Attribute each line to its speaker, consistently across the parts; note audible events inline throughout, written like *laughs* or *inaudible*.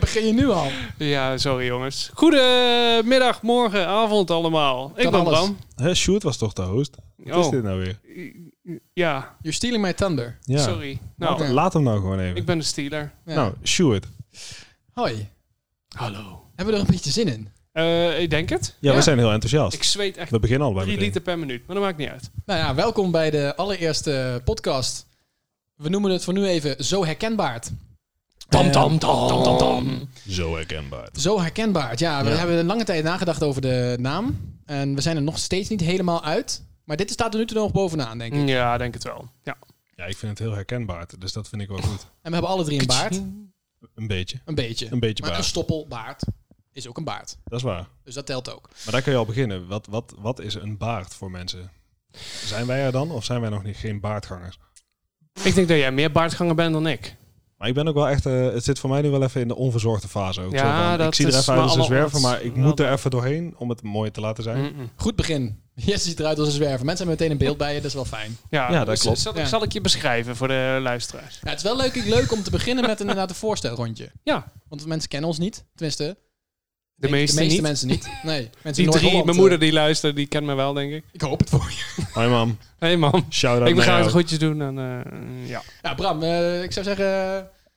Speaker 1: Begin je nu al?
Speaker 2: Ja, sorry jongens. Goedemiddag, morgen, avond allemaal. Ik
Speaker 1: Kan
Speaker 2: ben
Speaker 1: alles.
Speaker 2: Bram.
Speaker 3: Hè, Sjoerd was toch de host? Wat is
Speaker 2: Oh.
Speaker 3: dit nou weer?
Speaker 2: Ja,
Speaker 1: You're stealing my thunder.
Speaker 3: Ja.
Speaker 2: sorry.
Speaker 3: Nou,
Speaker 2: Nou,
Speaker 3: Laat hem nou gewoon even.
Speaker 2: ik ben de Steeler.
Speaker 1: Ja.
Speaker 3: Nou, Sjoerd.
Speaker 1: Hoi.
Speaker 2: Hallo.
Speaker 1: Hebben we er een beetje zin in?
Speaker 2: Eh, ik denk het.
Speaker 3: Ja,
Speaker 1: Ja.
Speaker 3: we zijn heel enthousiast.
Speaker 2: Ik zweet echt
Speaker 3: We beginnen al bij
Speaker 2: 3
Speaker 3: meteen.
Speaker 2: liter per minuut, maar dat maakt niet uit.
Speaker 1: Nou ja, welkom bij de allereerste podcast. We noemen het voor nu even Zo Herkenbaard. Tam,
Speaker 2: Eh,
Speaker 1: tam, tam, tam, tam, tam.
Speaker 3: Zo herkenbaar.
Speaker 1: Zo Herkenbaard, ja. We
Speaker 3: Ja.
Speaker 1: hebben een lange tijd nagedacht over de naam. En we zijn er nog steeds niet helemaal uit. Maar dit staat er nu toe nog bovenaan, denk ik.
Speaker 3: Mm.
Speaker 2: Ja, denk het wel. Ja.
Speaker 3: Ja, ik vind het heel herkenbaar, dus dat vind ik wel goed.
Speaker 1: En we hebben alle drie een baard.
Speaker 3: Een beetje.
Speaker 1: Een beetje.
Speaker 3: Een beetje
Speaker 1: maar
Speaker 3: baard.
Speaker 1: een stoppelbaard is ook een baard.
Speaker 3: Dat is waar.
Speaker 1: Dus dat telt ook.
Speaker 3: Maar daar kun je al beginnen. Wat, wat, wat is een baard voor mensen? Zijn wij er dan of zijn wij nog niet, geen baardgangers?
Speaker 2: Ik denk dat jij meer baardganger bent dan ik.
Speaker 3: Maar ik ben ook wel echt... eh, het zit voor mij nu wel even in de onverzorgde fase. Ook
Speaker 2: Ja,
Speaker 3: zo van,
Speaker 2: dat
Speaker 3: ik zie er
Speaker 2: is
Speaker 3: even uit
Speaker 2: maar
Speaker 3: als een
Speaker 2: allemaal-
Speaker 3: zwerver, maar ik
Speaker 2: dat- Mm.
Speaker 3: moet er even doorheen om het mooi te laten zijn.
Speaker 2: Mm-mm.
Speaker 1: Goed begin. *laughs* Jesse ziet eruit als een zwerver. Mensen hebben meteen een beeld bij je, dat is wel fijn.
Speaker 2: Ja,
Speaker 3: Ja, dat
Speaker 2: dus
Speaker 3: klopt.
Speaker 2: Zal,
Speaker 1: Ja.
Speaker 2: zal ik je beschrijven voor de luisteraars?
Speaker 1: Ja, het is wel leuk, leuk om te beginnen met inderdaad een voorstelrondje.
Speaker 2: Ja,
Speaker 1: Want mensen kennen ons niet. Tenminste, denk ik,
Speaker 2: de meeste,
Speaker 1: meeste
Speaker 2: niet.
Speaker 1: mensen
Speaker 2: *laughs*
Speaker 1: niet. Nee, mensen
Speaker 2: Die
Speaker 1: in
Speaker 2: drie,
Speaker 1: Noord-Holland,
Speaker 2: mijn
Speaker 3: eh?
Speaker 2: moeder die luistert, die kent me wel, denk ik.
Speaker 1: eh, Ik hoop het voor je.
Speaker 3: Hoi mam,
Speaker 2: Hé hey, man,
Speaker 3: shout-out
Speaker 2: ik
Speaker 3: naar
Speaker 2: ga
Speaker 3: jou.
Speaker 2: het goedjes doen en eh, ja.
Speaker 1: Ja, Bram, eh, ik zou zeggen, eh,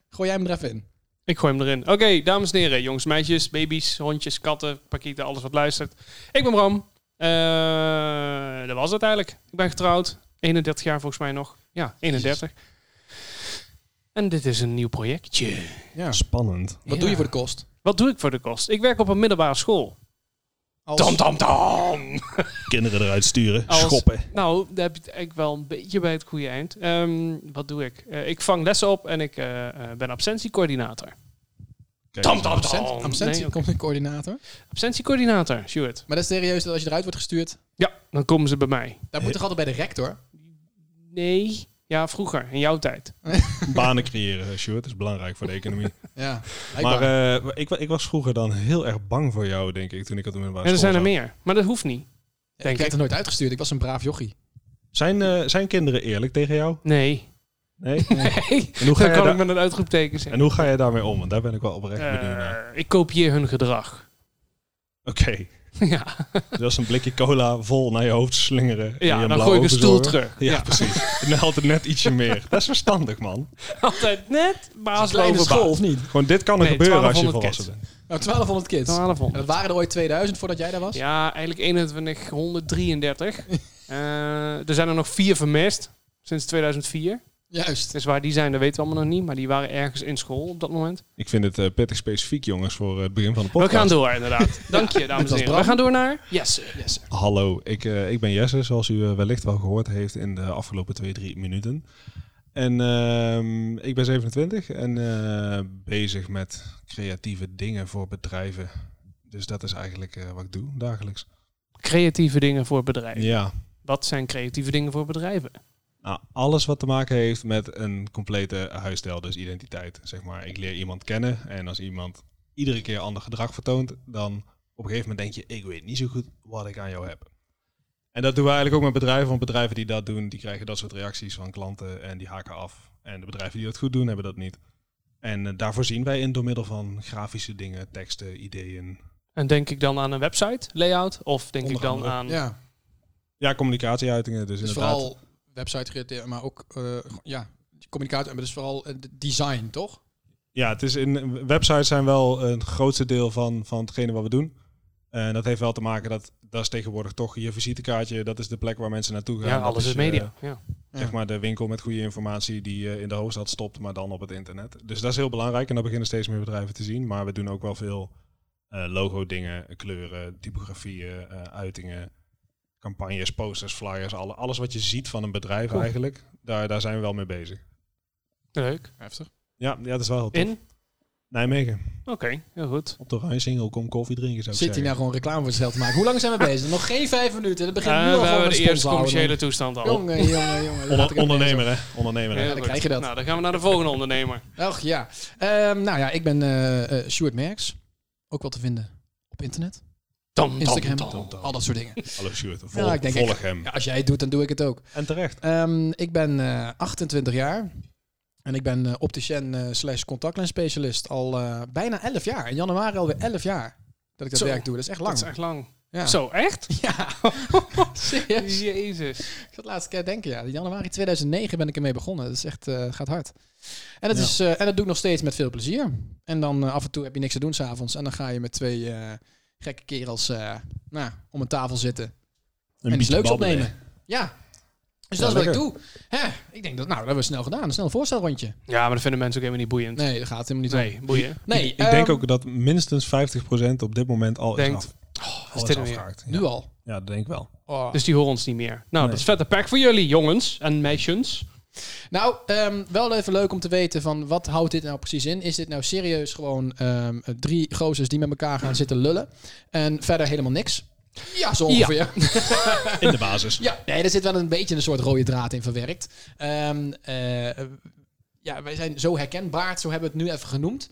Speaker 1: gooi jij hem er even in.
Speaker 2: Ik gooi hem erin. Oké, dames en heren, jongens, meisjes, baby's, hondjes, katten, pakieten, alles wat luistert. Ik ben Bram. Eh, dat was het eigenlijk. Ik ben getrouwd. 31 jaar volgens mij nog. Ja, 31. En dit is een nieuw projectje.
Speaker 1: Ja.
Speaker 3: Spannend.
Speaker 1: Wat
Speaker 2: Ja.
Speaker 1: doe je voor de kost?
Speaker 2: Wat doe ik voor de kost? Ik werk op een middelbare school.
Speaker 1: Als-
Speaker 2: Tam, tam, tam!
Speaker 3: Kinderen eruit sturen,
Speaker 2: Als-
Speaker 3: schoppen.
Speaker 2: Nou, daar heb je het eigenlijk wel een beetje bij het goede eind. Ehm, wat doe ik? Eh, ik vang lessen op en ik eh, eh, ben absentiecoördinator.
Speaker 3: Kijk,
Speaker 2: Tam, tam,
Speaker 1: Absent,
Speaker 2: tam!
Speaker 1: absentie,
Speaker 2: Nee, oké.
Speaker 1: komt een coördinator.
Speaker 2: Absentiecoördinator, Stuart.
Speaker 1: Maar dat is serieus dat als je eruit wordt gestuurd,
Speaker 2: Ja, dan komen ze bij mij.
Speaker 1: daar moet toch altijd bij de rector?
Speaker 2: Nee. Ja, vroeger, in jouw tijd.
Speaker 3: *laughs* Banen creëren, Sjoerd, dat is belangrijk voor de
Speaker 2: *laughs*
Speaker 3: economie.
Speaker 1: Ja,
Speaker 3: maar
Speaker 1: blijkbaar.
Speaker 3: eh, ik, wa- ik was vroeger dan heel erg bang voor jou, denk ik, toen ik op de middelbare
Speaker 2: En er
Speaker 3: school
Speaker 2: zijn er
Speaker 3: zat.
Speaker 2: meer. Maar dat hoeft niet.
Speaker 1: ik
Speaker 2: denk
Speaker 1: werd
Speaker 2: ik.
Speaker 1: er nooit uitgestuurd, ik was een braaf jochie.
Speaker 3: Zijn, eh, zijn kinderen eerlijk tegen jou? *laughs*
Speaker 2: Nee. *laughs*
Speaker 3: Nee?
Speaker 2: Nee.
Speaker 3: En hoe ga,
Speaker 2: Dan
Speaker 3: je
Speaker 2: kan
Speaker 3: daar-
Speaker 2: ik met een uitroepteken zeggen.
Speaker 3: en hoe ga je daarmee om? Want daar ben ik wel oprecht benieuwd naar.
Speaker 2: Eh, ik kopieer hun gedrag. *laughs*
Speaker 3: Oké, *laughs*
Speaker 2: ja,
Speaker 3: dus als een blikje cola vol naar je hoofd slingeren. en je
Speaker 2: ja dan
Speaker 3: blauwe
Speaker 2: gooi ik een
Speaker 3: ogen
Speaker 2: stoel
Speaker 3: zorgen.
Speaker 2: terug. *laughs*
Speaker 3: Ja,
Speaker 2: Ja.
Speaker 3: precies. En dan altijd net ietsje meer. Dat is verstandig, man.
Speaker 2: Altijd net baas
Speaker 1: Kleine
Speaker 2: boven
Speaker 1: school,
Speaker 2: baas.
Speaker 1: of niet?
Speaker 3: Gewoon dit kan er
Speaker 2: Nee,
Speaker 3: gebeuren als
Speaker 2: 1200
Speaker 3: je volwassen
Speaker 2: kids.
Speaker 3: bent.
Speaker 1: Nou, 1200 kids. En
Speaker 2: 1200.
Speaker 1: dat waren er ooit 2000 voordat jij daar was?
Speaker 2: Ja, eigenlijk 2133. Eh, er zijn er nog vier vermist. Sinds 2004.
Speaker 1: Juist.
Speaker 2: Dus waar die zijn, dat weten we allemaal nog niet. Maar die waren ergens in school op dat moment.
Speaker 3: Ik vind het eh, pittig specifiek, jongens, voor eh, het begin van de
Speaker 2: We
Speaker 3: podcast.
Speaker 2: gaan door, inderdaad. Dank
Speaker 3: *laughs*
Speaker 2: je, dames
Speaker 1: Dit was
Speaker 2: en heren. We
Speaker 1: Bram.
Speaker 2: gaan door naar...
Speaker 1: Yes, sir. Yes, sir.
Speaker 3: Hallo, ik, eh, ik ben Jesse, zoals u eh, wellicht wel gehoord heeft in de afgelopen twee, drie minuten. En ehm, ik ben 27 en eh, bezig met creatieve dingen voor bedrijven. Dus dat is eigenlijk eh, wat ik doe dagelijks.
Speaker 2: Creatieve dingen voor bedrijven.
Speaker 3: Ja,
Speaker 2: Wat zijn creatieve dingen voor bedrijven?
Speaker 3: nou, alles wat te maken heeft met een complete huisstijl, dus identiteit. Zeg maar, ik leer iemand kennen en als iemand iedere keer ander gedrag vertoont, dan op een gegeven moment denk je, ik weet niet zo goed wat ik aan jou heb. En dat doen we eigenlijk ook met bedrijven, want bedrijven die dat doen, die krijgen dat soort reacties van klanten en die haken af. En de bedrijven die dat goed doen, hebben dat niet. En eh, daarvoor zien wij in door middel van grafische dingen, teksten, ideeën.
Speaker 2: En denk ik dan aan een website layout? Of denk
Speaker 3: Onder
Speaker 2: ik dan
Speaker 3: andere.
Speaker 2: aan.
Speaker 1: Ja.
Speaker 3: Ja, communicatieuitingen. Dus,
Speaker 1: Dus
Speaker 3: inderdaad.
Speaker 1: vooral website gerelateerd, maar ook eh, ja, communicatie. Maar dus vooral eh, de design, toch?
Speaker 3: Ja, het is in websites zijn wel een grootste deel van, van hetgene wat we doen. En dat heeft wel te maken dat dat is tegenwoordig toch je visitekaartje, dat is de plek waar mensen naartoe gaan.
Speaker 2: Ja,
Speaker 3: Dat
Speaker 2: alles is
Speaker 3: eh,
Speaker 2: media. ja.
Speaker 3: zeg maar de winkel met goede informatie die eh, in de hoofdstad stopt, maar dan op het internet. Dus dat is heel belangrijk en dat beginnen steeds meer bedrijven te zien. Maar we doen ook wel veel eh, logo dingen, kleuren, typografieën, eh, uitingen, campagnes, posters, flyers, alle, alles wat je ziet van een bedrijf
Speaker 2: Cool.
Speaker 3: eigenlijk. Daar, daar zijn we wel mee bezig.
Speaker 2: Leuk.
Speaker 1: Heftig.
Speaker 3: Ja, ja dat is wel heel tof.
Speaker 2: In?
Speaker 3: Nijmegen.
Speaker 2: Oké, heel goed.
Speaker 3: Op de Rijnsingel kom koffie drinken zou
Speaker 1: Zit
Speaker 3: ik
Speaker 1: hij
Speaker 3: zeggen.
Speaker 1: nou gewoon reclame voor zichzelf te maken? Hoe lang zijn we bezig? Nog geen vijf minuten. Dat begint
Speaker 2: Eh,
Speaker 1: nu al
Speaker 2: we
Speaker 1: gewoon
Speaker 2: hebben
Speaker 1: met
Speaker 2: de eerste commerciële toestand al.
Speaker 1: *laughs* Jongen, jongen, jongen.
Speaker 3: Onder-
Speaker 1: laat ik het
Speaker 3: ondernemer, hè? Ondernemer.
Speaker 2: Heel
Speaker 3: hè?
Speaker 1: dan
Speaker 2: goed.
Speaker 1: krijg je dat.
Speaker 2: Nou, dan gaan we naar de volgende ondernemer.
Speaker 1: lezen. Och ja. Ehm, nou ja, ik ben eh eh Stuart Merks. Ook wel te vinden op internet,
Speaker 2: Tam,
Speaker 1: Instagram,
Speaker 2: tam, tam.
Speaker 3: tam, tam.
Speaker 1: al dat soort dingen.
Speaker 3: Hallo Sjoerd, vol-
Speaker 1: Ja, ik denk
Speaker 3: volg hem.
Speaker 1: Ja, als jij het doet, dan doe Ehm, ik het ook.
Speaker 3: En terecht.
Speaker 1: Ehm, ik ben eh, 28 jaar. En ik ben eh, opticien eh, slash contactlens specialist al eh, bijna 11 jaar. In januari alweer 11 jaar dat ik dat
Speaker 2: Zo.
Speaker 1: werk doe. Dat is echt lang.
Speaker 2: Dat is echt lang.
Speaker 1: ja.
Speaker 2: Zo, echt?
Speaker 1: *laughs* Ja.
Speaker 2: *laughs*
Speaker 1: Serieus?
Speaker 2: Jezus.
Speaker 1: Ik zat laatst keer denken, ja. In januari 2009 ben ik ermee begonnen. Dat is echt, eh, gaat hard. En dat,
Speaker 3: Ja.
Speaker 1: is, eh, en dat doe ik nog steeds met veel plezier. En dan eh, af en toe heb je niks te doen s'avonds. En dan ga je met twee eh, gekke kerels eh, nou, om een tafel zitten. en iets
Speaker 3: beetje
Speaker 1: leuks
Speaker 3: babbelen.
Speaker 1: opnemen. Ja. Dus
Speaker 3: Ja,
Speaker 1: dat is wat ik
Speaker 3: lekker.
Speaker 1: doe. Hè? Ik denk dat, nou, dat hebben we snel gedaan. Een snel voorstelrondje.
Speaker 2: Ja, maar dat vinden mensen ook helemaal niet boeiend.
Speaker 1: Nee, dat gaat helemaal niet
Speaker 2: Nee, boeien.
Speaker 1: om. Nee,
Speaker 3: ik, ik denk
Speaker 1: ehm,
Speaker 3: ook dat minstens 50% op dit moment al
Speaker 2: Denkt,
Speaker 3: is, af, al
Speaker 1: Oh,
Speaker 2: is
Speaker 3: is
Speaker 2: dit nou weer?
Speaker 3: afgehaakt. Ja.
Speaker 1: Nu al.
Speaker 3: ja, dat denk ik
Speaker 1: *laughs*
Speaker 3: wel.
Speaker 1: Oh.
Speaker 2: Dus die horen ons niet meer. Nou,
Speaker 3: Nee.
Speaker 2: dat is vette pech voor jullie, jongens en meisjes.
Speaker 1: Nou, ehm, wel even leuk om te weten van wat houdt dit nou precies in? Is dit nou serieus gewoon ehm, drie gozers die met elkaar gaan zitten lullen en verder helemaal niks? Ja, zo ongeveer. Ja.
Speaker 3: In de basis.
Speaker 1: Dus nee, er zit wel een beetje een soort rode draad in verwerkt. Ehm, eh, ja, wij zijn zo herkenbaar, zo hebben we het nu even genoemd.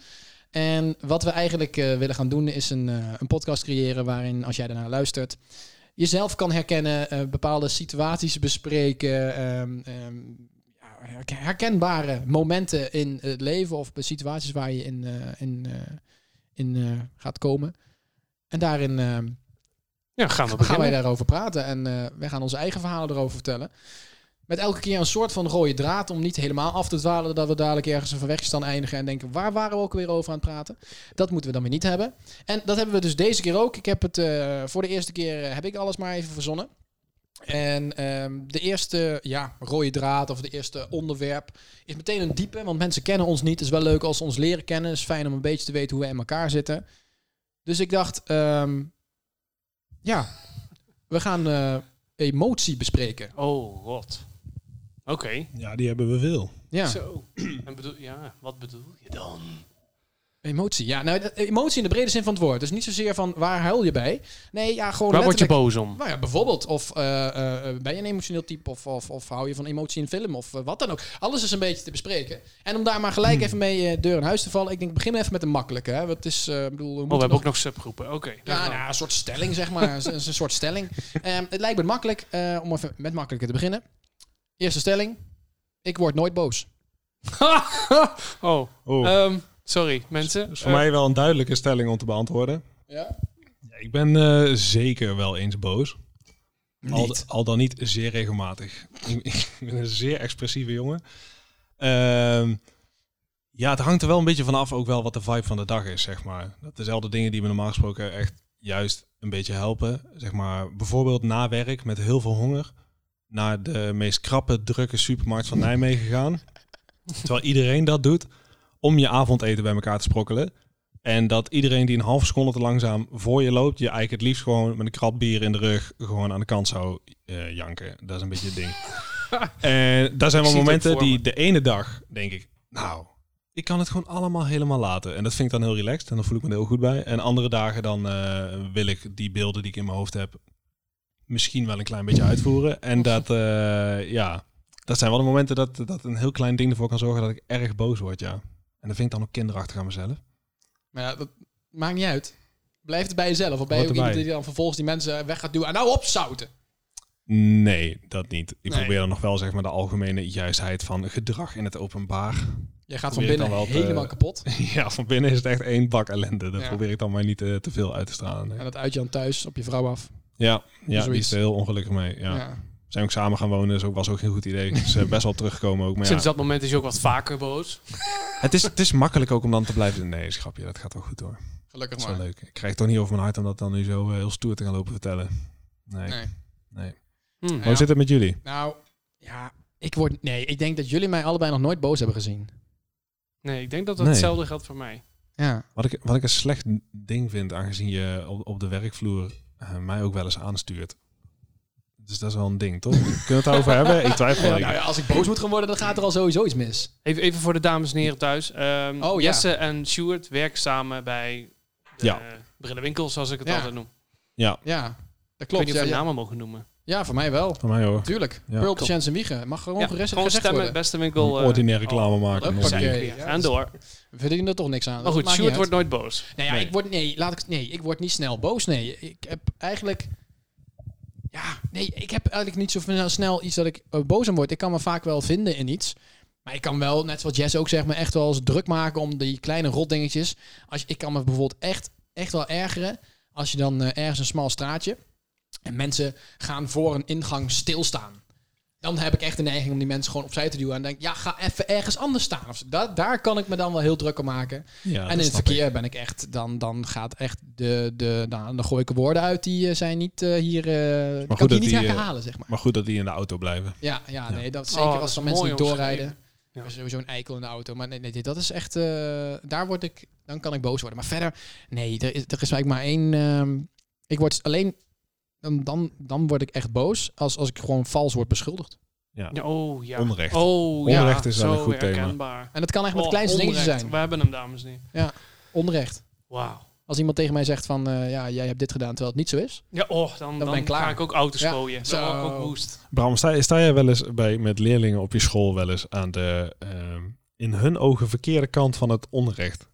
Speaker 1: En wat we eigenlijk eh, willen gaan doen is een, eh, een podcast creëren waarin, als jij daarnaar luistert, jezelf kan herkennen, eh, bepaalde situaties bespreken, ehm, ehm, ja, herk- herkenbare momenten in het leven of bij situaties waar je in, eh, in, eh, in eh, gaat komen. En daarin ehm,
Speaker 2: Ja, gaan we
Speaker 1: gaan wij
Speaker 2: beginnen.
Speaker 1: daarover praten en eh, wij gaan onze eigen verhalen erover vertellen. Met elke keer een soort van rode draad om niet helemaal af te dwalen dat we dadelijk ergens een verwegstaan eindigen en denken waar waren we ook weer over aan het praten. Dat moeten we dan weer niet hebben. En dat hebben we dus deze keer ook. Ik heb het eh, voor de eerste keer eh, heb ik alles maar even verzonnen. En ehm, de eerste ja, rode draad of de eerste onderwerp is meteen een diepe, want mensen kennen ons niet. Het is wel leuk als ze ons leren kennen. Het is fijn om een beetje te weten hoe we in elkaar zitten. Dus ik dacht, ehm, ja, we gaan eh, emotie bespreken.
Speaker 2: Oh, god. Oké.
Speaker 3: Ja, die hebben we veel.
Speaker 1: Ja, *clears throat*
Speaker 2: Zo. En bedoel, ja, wat bedoel je dan?
Speaker 1: emotie. Ja, nou, dat- emotie in de brede zin van het woord. Dus niet zozeer van waar huil je bij. Nee, ja,
Speaker 3: Oh,
Speaker 1: gewoon
Speaker 2: Waar word je
Speaker 1: letterlijk-
Speaker 2: boos om? Oh,
Speaker 1: Nou ja, bijvoorbeeld. Of eh, eh, eh, ben je een emotioneel type? Of, of, of hou je van emotie in film? Of eh, wat dan ook. Alles is een beetje te bespreken. En om daar maar gelijk
Speaker 2: Hmm.
Speaker 1: even mee eh deur in huis te vallen. Ik denk, begin even met een makkelijke. Hè? Want het is, eh, ik bedoel, we
Speaker 2: Oh, we
Speaker 1: moeten
Speaker 2: hebben
Speaker 1: nog-
Speaker 2: ook nog subgroepen. Oké.
Speaker 1: Ja, nou, een soort stelling, zeg maar. Het is een soort
Speaker 2: *laughs*
Speaker 1: stelling. Ehm, het lijkt me makkelijk eh, om even met makkelijker te beginnen. Eerste stelling. Ik word nooit boos.
Speaker 2: *laughs* oh,
Speaker 1: Eh,
Speaker 3: Oh,
Speaker 2: ehm, sorry mensen.
Speaker 3: is voor
Speaker 2: Eh,
Speaker 3: mij wel een duidelijke stelling om te beantwoorden.
Speaker 1: Ja?
Speaker 3: Ja, ik ben eh, zeker wel eens boos. Al,
Speaker 1: Niet.
Speaker 3: al dan niet zeer regelmatig. *laughs* ik, ik ben een zeer expressieve jongen. Ehm, ja, het hangt er wel een beetje vanaf ook wel wat de vibe van de dag is, zeg maar. Dat dezelfde dingen die me normaal gesproken echt juist een beetje helpen. Zeg maar, bijvoorbeeld na werk met heel veel honger naar de meest krappe, drukke supermarkt van Nijmegen gaan. Terwijl iedereen dat doet om je avondeten bij elkaar te sprokkelen. En dat iedereen die een half seconde te langzaam voor je loopt, je eigenlijk het liefst gewoon met een krat bier in de rug gewoon aan de kant zou eh, janken. Dat is een beetje het
Speaker 2: *laughs*
Speaker 3: ding. en daar zijn
Speaker 2: Ik
Speaker 3: wel
Speaker 2: zie het
Speaker 3: momenten
Speaker 2: ook voor
Speaker 3: die
Speaker 2: me.
Speaker 3: de ene dag denk ik, nou, ik kan het gewoon allemaal helemaal laten. En dat vind ik dan heel relaxed en dan voel ik me er heel goed bij. En andere dagen dan eh, wil ik die beelden die ik in mijn hoofd heb misschien wel een klein beetje uitvoeren. En dat, eh, ja, dat zijn wel de momenten dat, dat een heel klein ding ervoor kan zorgen dat ik erg boos word, ja. En dat vind ik dan ook kinderachtig aan mezelf.
Speaker 1: Maar ja, dat maakt niet uit. Blijf het bij jezelf. Of ben je
Speaker 3: Hoort
Speaker 1: ook iemand
Speaker 3: erbij.
Speaker 1: die dan vervolgens die mensen weg gaat duwen. En nou opzouten.
Speaker 3: Nee, dat niet. Ik
Speaker 1: Nee.
Speaker 3: probeer dan nog wel zeg maar de algemene juistheid van gedrag in het openbaar. *laughs*
Speaker 1: Jij gaat van
Speaker 3: Probeer ik
Speaker 1: binnen
Speaker 3: dan wel te-
Speaker 1: helemaal kapot.
Speaker 3: ja, van binnen is het echt één bak ellende. Dat
Speaker 1: Ja.
Speaker 3: probeer ik dan maar niet eh, te veel uit te stralen. nee.
Speaker 1: En dat uit je dan thuis op je vrouw af.
Speaker 3: Ja, ja die
Speaker 1: Zoiets.
Speaker 3: is er heel ongelukkig mee. Ja.
Speaker 1: Ja.
Speaker 3: Zijn ook samen gaan wonen, dus ook was ook geen goed idee. Ze zijn best wel teruggekomen ook. Maar ja,
Speaker 2: Sinds dat moment is je ook wat vaker boos.
Speaker 3: het, is, het is makkelijk ook om dan te blijven. Nee, schapje, dat gaat wel goed hoor.
Speaker 1: Gelukkig
Speaker 3: Dat is
Speaker 1: maar.
Speaker 3: wel leuk. Ik krijg het toch niet over mijn hart om dat dan nu zo eh, heel stoer te gaan lopen vertellen. Nee.
Speaker 1: Nee.
Speaker 2: Hm.
Speaker 3: Hoe zit het met jullie?
Speaker 1: Nou, ja. Ik word... Nee, ik denk dat jullie mij allebei nog nooit boos hebben gezien.
Speaker 2: Nee, ik denk dat dat
Speaker 3: Nee.
Speaker 2: hetzelfde geldt voor mij.
Speaker 1: Ja.
Speaker 3: Wat ik, wat ik een slecht ding vind, aangezien je op, op de werkvloer eh, mij ook wel eens aanstuurt. Dus dat is wel een
Speaker 1: *laughs*
Speaker 3: ding, toch? Kunnen we het daarover hebben? Ik twijfel.
Speaker 1: Nou ja, als ik boos moet gaan worden, dan gaat er al sowieso iets mis.
Speaker 2: Even, even voor de dames en heren thuis. Ehm,
Speaker 1: Oh, ja.
Speaker 2: Jesse en Stuart werken samen bij de
Speaker 3: Ja.
Speaker 2: brillenwinkel, zoals ik het
Speaker 1: Ja.
Speaker 2: altijd noem.
Speaker 1: Ja, dat
Speaker 2: Ik weet
Speaker 1: klopt.
Speaker 2: niet
Speaker 1: Ja,
Speaker 2: of we
Speaker 1: ja.
Speaker 2: namen mogen noemen.
Speaker 1: ja, voor mij wel.
Speaker 3: Van mij hoor.
Speaker 1: Tuurlijk.
Speaker 3: Ja,
Speaker 1: Pearl
Speaker 3: klopt.
Speaker 1: Patients en Wiegen. Mag gewoon
Speaker 2: Ja,
Speaker 1: gerest
Speaker 2: gewoon
Speaker 1: gezegd
Speaker 2: stemmen,
Speaker 1: worden.
Speaker 2: beste winkel. eh,
Speaker 3: Ordinaire
Speaker 2: oh,
Speaker 3: reclame maken.
Speaker 1: oh,
Speaker 3: nog
Speaker 2: daar zijn
Speaker 1: Oké,
Speaker 3: een
Speaker 2: we weer.
Speaker 1: ja,
Speaker 2: en door.
Speaker 1: We verdienen er toch niks aan.
Speaker 2: Maar goed,
Speaker 1: maakt
Speaker 2: Stuart
Speaker 1: niet
Speaker 2: wordt
Speaker 1: uit.
Speaker 2: nooit boos.
Speaker 1: Nee, Nou ja,
Speaker 3: Nee.
Speaker 1: Ik word, nee, laat ik, nee, ik word niet snel boos. Nee, ik heb eigenlijk... nou, Ja, nee, ik heb eigenlijk niet zo van- snel iets dat ik eh, boos om word. Ik kan me vaak wel vinden in iets. Maar ik kan wel, net zoals Jess ook zegt, me echt wel eens druk maken om die kleine rotdingetjes. Als je, ik kan me bijvoorbeeld echt, echt wel ergeren als je dan eh, ergens een smal straatje en mensen gaan voor een ingang stilstaan. Dan heb ik echt de neiging om die mensen gewoon opzij te duwen en denk, ja, ga even ergens anders staan. Of, zo. daar, daar kan ik me dan wel heel druk om maken.
Speaker 3: Ja,
Speaker 1: en in het verkeer ben ik echt, dan, dan gaat echt de, de, nou, dan gooi ik er woorden uit die eh, zijn niet eh, hier, eh kan
Speaker 3: goed
Speaker 1: ik hier
Speaker 3: dat
Speaker 1: niet
Speaker 3: die, eh,
Speaker 1: herhalen, zeg maar.
Speaker 3: Maar goed dat die in de auto blijven.
Speaker 1: Ja, ja,
Speaker 3: Ja.
Speaker 1: nee, dat
Speaker 2: Oh,
Speaker 1: zeker
Speaker 2: dat
Speaker 1: als
Speaker 2: is
Speaker 1: er mensen
Speaker 2: mooi
Speaker 1: niet
Speaker 2: omschreven.
Speaker 1: doorrijden.
Speaker 2: Ja.
Speaker 1: Ik ben Sowieso een eikel in de auto. Maar nee, nee dit- dat is echt. eh, daar word ik. Dan kan ik boos worden. Maar verder, nee, er is, er is eigenlijk maar één. ehm, ik word alleen. Dan, dan, dan word ik echt boos als, als ik gewoon vals word beschuldigd.
Speaker 2: Ja, oh ja.
Speaker 3: Onrecht.
Speaker 2: Oh ja.
Speaker 3: Onrecht is wel
Speaker 2: zo
Speaker 3: een goed thema.
Speaker 2: herkenbaar.
Speaker 1: En dat kan echt met
Speaker 2: Oh,
Speaker 1: kleinste dingetjes
Speaker 2: onrecht.
Speaker 1: zijn.
Speaker 2: We hebben hem, dames en heren.
Speaker 1: Onrecht.
Speaker 2: Wauw.
Speaker 1: Als iemand tegen mij zegt van, eh, ja, jij hebt dit gedaan terwijl het niet zo is.
Speaker 2: Ja, oh, dan, dan,
Speaker 1: ben ik klaar.
Speaker 2: ga ik ook auto's
Speaker 1: Ja.
Speaker 2: gooien.
Speaker 1: Zo.
Speaker 2: Zo. Dan word ik ook woest.
Speaker 3: Bram, sta, sta jij wel eens bij, met leerlingen op je school wel eens aan de ehm, in hun ogen verkeerde kant van het onrecht? Ik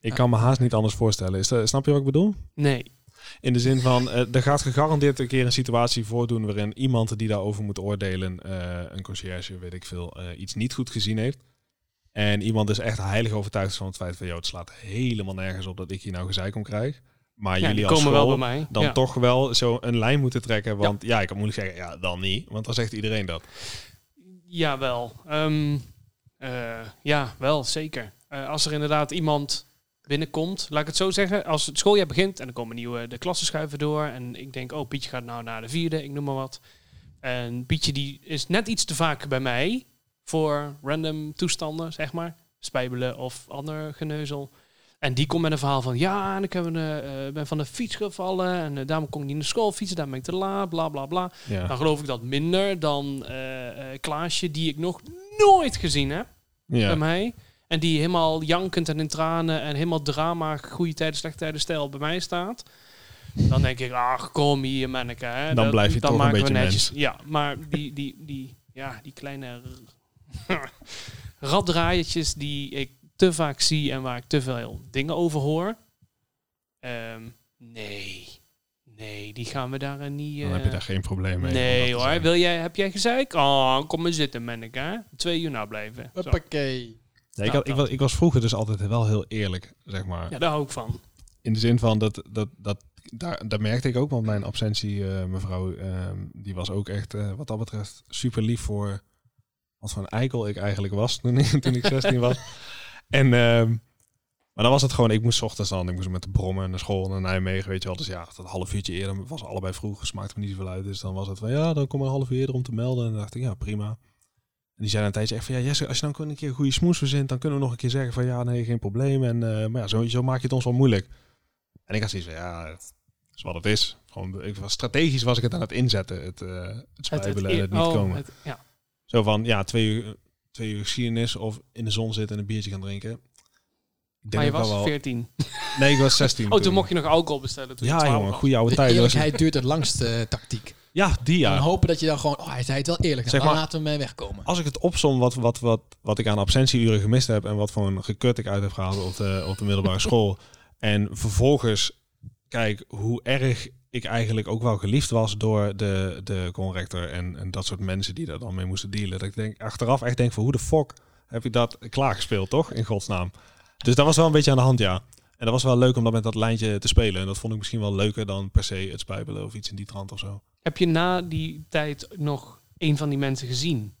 Speaker 1: Ja.
Speaker 3: kan me haast niet anders voorstellen. Is dat, snap je wat ik bedoel?
Speaker 2: Nee.
Speaker 3: In de zin van, eh, er gaat gegarandeerd een keer een situatie voordoen waarin iemand die daarover moet oordelen, eh, een conciërge, weet ik veel, eh, iets niet goed gezien heeft. En iemand is echt heilig overtuigd van het feit van, joh, het slaat helemaal nergens op dat ik hier nou gezeik om krijg. Maar
Speaker 2: Ja,
Speaker 3: jullie
Speaker 2: die
Speaker 3: als
Speaker 2: komen
Speaker 3: school
Speaker 2: wel bij mij.
Speaker 3: dan
Speaker 2: ja.
Speaker 3: toch wel zo een lijn moeten trekken. Want ja, ik kan moeilijk zeggen, ja, dan niet. Want dan zegt iedereen dat.
Speaker 2: Jawel. Ehm, eh, ja, wel, zeker. Eh, als er inderdaad iemand binnenkomt, laat ik het zo zeggen. Als het schooljaar begint en er komen nieuwe de klassen schuiven door. En ik denk, oh, Pietje gaat nou naar de vierde, ik noem maar wat. En Pietje die is net iets te vaak bij mij voor random toestanden, zeg maar. Spijbelen of ander geneuzel. En die komt met een verhaal van, ja, en ik heb een, eh, eh, ben van de fiets gevallen. En eh, daarom kon ik niet naar school fietsen, daarom ben ik te laat, bla, bla, bla. Dan
Speaker 3: Ja.
Speaker 2: geloof ik dat minder dan eh, eh, Klaasje, die ik nog nooit gezien heb bij
Speaker 3: ja.
Speaker 2: mij. En die helemaal jankend en in tranen en helemaal drama, goede tijden, slechte tijden, stijl bij mij staat. Dan denk ik, ach, kom hier, manneke. Hè.
Speaker 3: Dan blijf je toch een
Speaker 2: maken we
Speaker 3: beetje
Speaker 2: netjes. Ja, maar die, die, die, ja, die kleine *laughs* r- raddraaiertjes die ik te vaak zie en waar ik te veel dingen over hoor. Ehm, nee, nee, die gaan we daar niet...
Speaker 3: Dan heb je
Speaker 2: eh,
Speaker 3: daar geen probleem mee. om dat
Speaker 2: Nee
Speaker 3: te
Speaker 2: hoor,
Speaker 3: zeggen.
Speaker 2: Wil jij, heb jij gezeik? Oh, kom maar zitten, manneke. hè. Twee uur nou blijven. Zo.
Speaker 1: Hoppakee.
Speaker 3: Ja, ik, had, ik, was, ik was vroeger dus altijd wel heel eerlijk, zeg maar.
Speaker 2: Ja, daar hou ik van.
Speaker 3: In de zin van, dat, dat, dat, daar, daar merkte ik ook, want mijn absentie eh, mevrouw, ehm, die was ook echt eh, wat dat betreft super lief voor wat voor een eikel ik eigenlijk was toen, ik- toen ik 16 was. En, ehm, maar dan was het gewoon, ik moest 's ochtends dan, ik moest met de brommen naar school naar Nijmegen, weet je wel. Dus ja, dat half uurtje eerder was allebei vroeg, smaakte me niet zoveel uit. Dus dan was het van, ja, dan kom een half uur eerder om te melden. En dan dacht ik, ja, prima. En die zei na een tijdje echt van, ja Jesse, als je nou een keer een goede smoes verzint, dan kunnen we nog een keer zeggen van, ja, nee, geen probleem. En, eh, maar ja, zo, zo maak je het ons wel moeilijk. En ik had zoiets van, ja, het is wat het is. Gewoon, ik was, strategisch was ik het aan het inzetten, het, eh het spijbelen en het niet
Speaker 2: oh,
Speaker 3: komen.
Speaker 2: het- ja.
Speaker 3: Zo van, ja, twee uur, twee uur geschiedenis of in de zon zitten en een biertje gaan drinken. Ik denk
Speaker 2: Maar je
Speaker 3: dat ik
Speaker 2: was
Speaker 3: wel-
Speaker 2: 14.
Speaker 3: Nee, ik was 16
Speaker 2: Oh, toen mocht je nog alcohol bestellen. Toen je
Speaker 3: Ja,
Speaker 2: 12
Speaker 3: jongen,
Speaker 2: was.
Speaker 3: goede oude
Speaker 1: De
Speaker 3: tijd. was-
Speaker 1: eerlijkheid duurt het langst eh, tactiek.
Speaker 3: Ja, die
Speaker 1: Dan
Speaker 3: ja.
Speaker 1: hopen dat je dan gewoon, oh, hij zei het wel eerlijk.
Speaker 3: Zeg
Speaker 1: dan
Speaker 3: maar- Oh,
Speaker 1: laten we hem wegkomen.
Speaker 3: Als ik het opsom wat, wat, wat, wat ik aan absentieuren gemist heb en wat voor een gekut ik uit heb gehaald op de, op de middelbare school. En vervolgens kijk hoe erg ik eigenlijk ook wel geliefd was door de, de conrector en, en dat soort mensen die daar dan mee moesten dealen. Dat ik denk, achteraf echt denk van hoe de fuck heb ik dat klaargespeeld, toch? In godsnaam. Dus dat was wel een beetje aan de hand, ja. En dat was wel leuk om dat met dat lijntje te spelen. En dat vond ik misschien wel leuker dan per se het spijbelen of iets in die trant of zo.
Speaker 2: Heb je na die tijd nog een van die mensen gezien?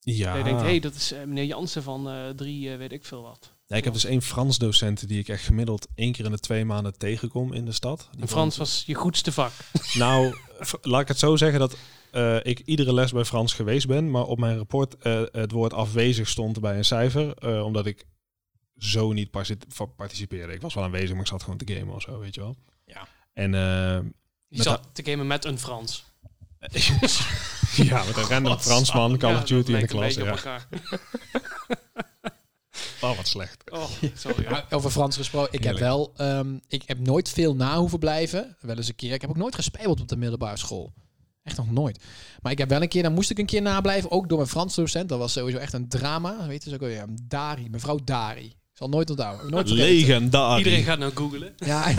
Speaker 3: Ja.
Speaker 2: Dat je denkt, hé, hey, dat is eh, meneer Jansen van eh, drie, eh, weet ik veel wat.
Speaker 3: Ja, ik heb dus één Frans docent die ik echt gemiddeld één keer in de twee maanden tegenkom in de stad. Die
Speaker 2: En Frans was je goedste vak.
Speaker 3: Nou, v- laat ik het zo zeggen dat eh, ik iedere les bij Frans geweest ben, maar op mijn rapport eh, het woord afwezig stond bij een cijfer, eh, omdat ik zo niet parti- va- participeerde. Ik was wel aanwezig, maar ik zat gewoon te gamen of zo, weet je wel.
Speaker 1: Ja.
Speaker 3: En eh, *laughs*
Speaker 2: Je
Speaker 3: Met
Speaker 2: zat te gamen met een Frans.
Speaker 3: ja,
Speaker 2: *laughs*
Speaker 3: met een random Fransman, Call
Speaker 2: Ja,
Speaker 3: of
Speaker 2: dat
Speaker 3: Duty in de
Speaker 2: lijkt een beetje
Speaker 3: klas.
Speaker 2: op
Speaker 3: Ja.
Speaker 2: elkaar.
Speaker 3: Oh, wat slecht. *laughs*
Speaker 2: Oh, sorry.
Speaker 3: Ah,
Speaker 1: Ja, over Frans gesproken, ik heb wel, ehm, ik heb nooit veel na hoeven blijven. Wel eens een keer. Ik heb ook nooit gespijbeld op de middelbare school. Echt nog nooit. Maar ik heb wel een keer, dan moest ik een keer nablijven, ook door mijn Frans docent. Dat was sowieso echt een drama. Weet je, dus ook weer, ja, Dari, mevrouw Dari. zal nooit onthouden. Nooit vergeten.
Speaker 3: Legendarisch.
Speaker 2: Iedereen gaat nou googlen. *laughs*
Speaker 1: Ja,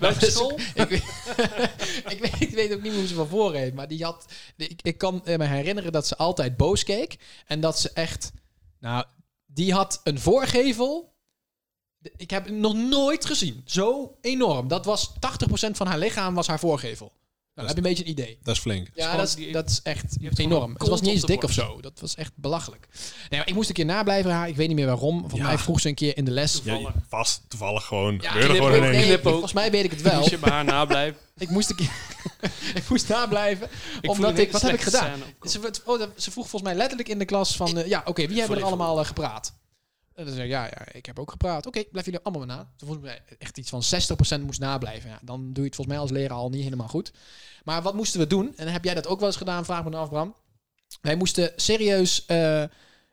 Speaker 2: Welke
Speaker 1: is-
Speaker 2: school?
Speaker 1: ik, weet- *laughs* ik, weet, ik weet ook niet hoe ze van voor heet, maar die had. Ik, ik kan eh, me herinneren dat ze altijd boos keek. En dat ze echt. Nou, die had een voorgevel. De- Ik heb hem nog nooit gezien. Zo enorm. Dat was 80% van haar lichaam was haar voorgevel. Nou, dan heb je een beetje een idee.
Speaker 3: Dat is flink.
Speaker 1: Ja,
Speaker 2: gewoon-
Speaker 1: dat is,
Speaker 2: die-
Speaker 1: dat is echt
Speaker 2: hebt gewoon
Speaker 1: enorm.
Speaker 2: een
Speaker 1: Het was
Speaker 2: kont
Speaker 1: niet eens
Speaker 2: op de
Speaker 1: dik of zo. Dat was echt belachelijk. Nee, maar ik moest een keer nablijven haar. Ik weet niet meer waarom. Volgens
Speaker 3: Ja.
Speaker 1: mij vroeg ze een keer in de les.
Speaker 2: Ja, Toevallig.
Speaker 3: vast, toevallig gewoon.
Speaker 1: Ja,
Speaker 3: Gebeurde
Speaker 1: ik-
Speaker 3: gewoon
Speaker 1: ik-
Speaker 3: ineens.
Speaker 1: nee,
Speaker 2: Knip ook.
Speaker 1: volgens mij weet ik het wel.
Speaker 2: *laughs* Als je bij haar nablijft.
Speaker 1: Ik moest, een keer, *laughs* ik moest nablijven.
Speaker 2: Ik voel een
Speaker 1: omdat
Speaker 2: hele
Speaker 1: ik, wat heb ik
Speaker 2: slechte
Speaker 1: gedaan?
Speaker 2: scène opkomen.
Speaker 1: Ze, werd- oh, dat- ze vroeg volgens mij letterlijk in de klas van... eh, ja, oké, wie hebben er
Speaker 2: Sorry,
Speaker 1: allemaal eh, gepraat? En dan zei ik, ja, ja, ik heb ook gepraat. Oké, blijf jullie allemaal maar na. Toen volgens mij echt iets van 60% moest nablijven. Ja, dan doe je het volgens mij als leraar al niet helemaal goed. Maar wat moesten we doen? En heb jij dat ook wel eens gedaan? Vraag me dan af, Bram. Wij moesten serieus eh,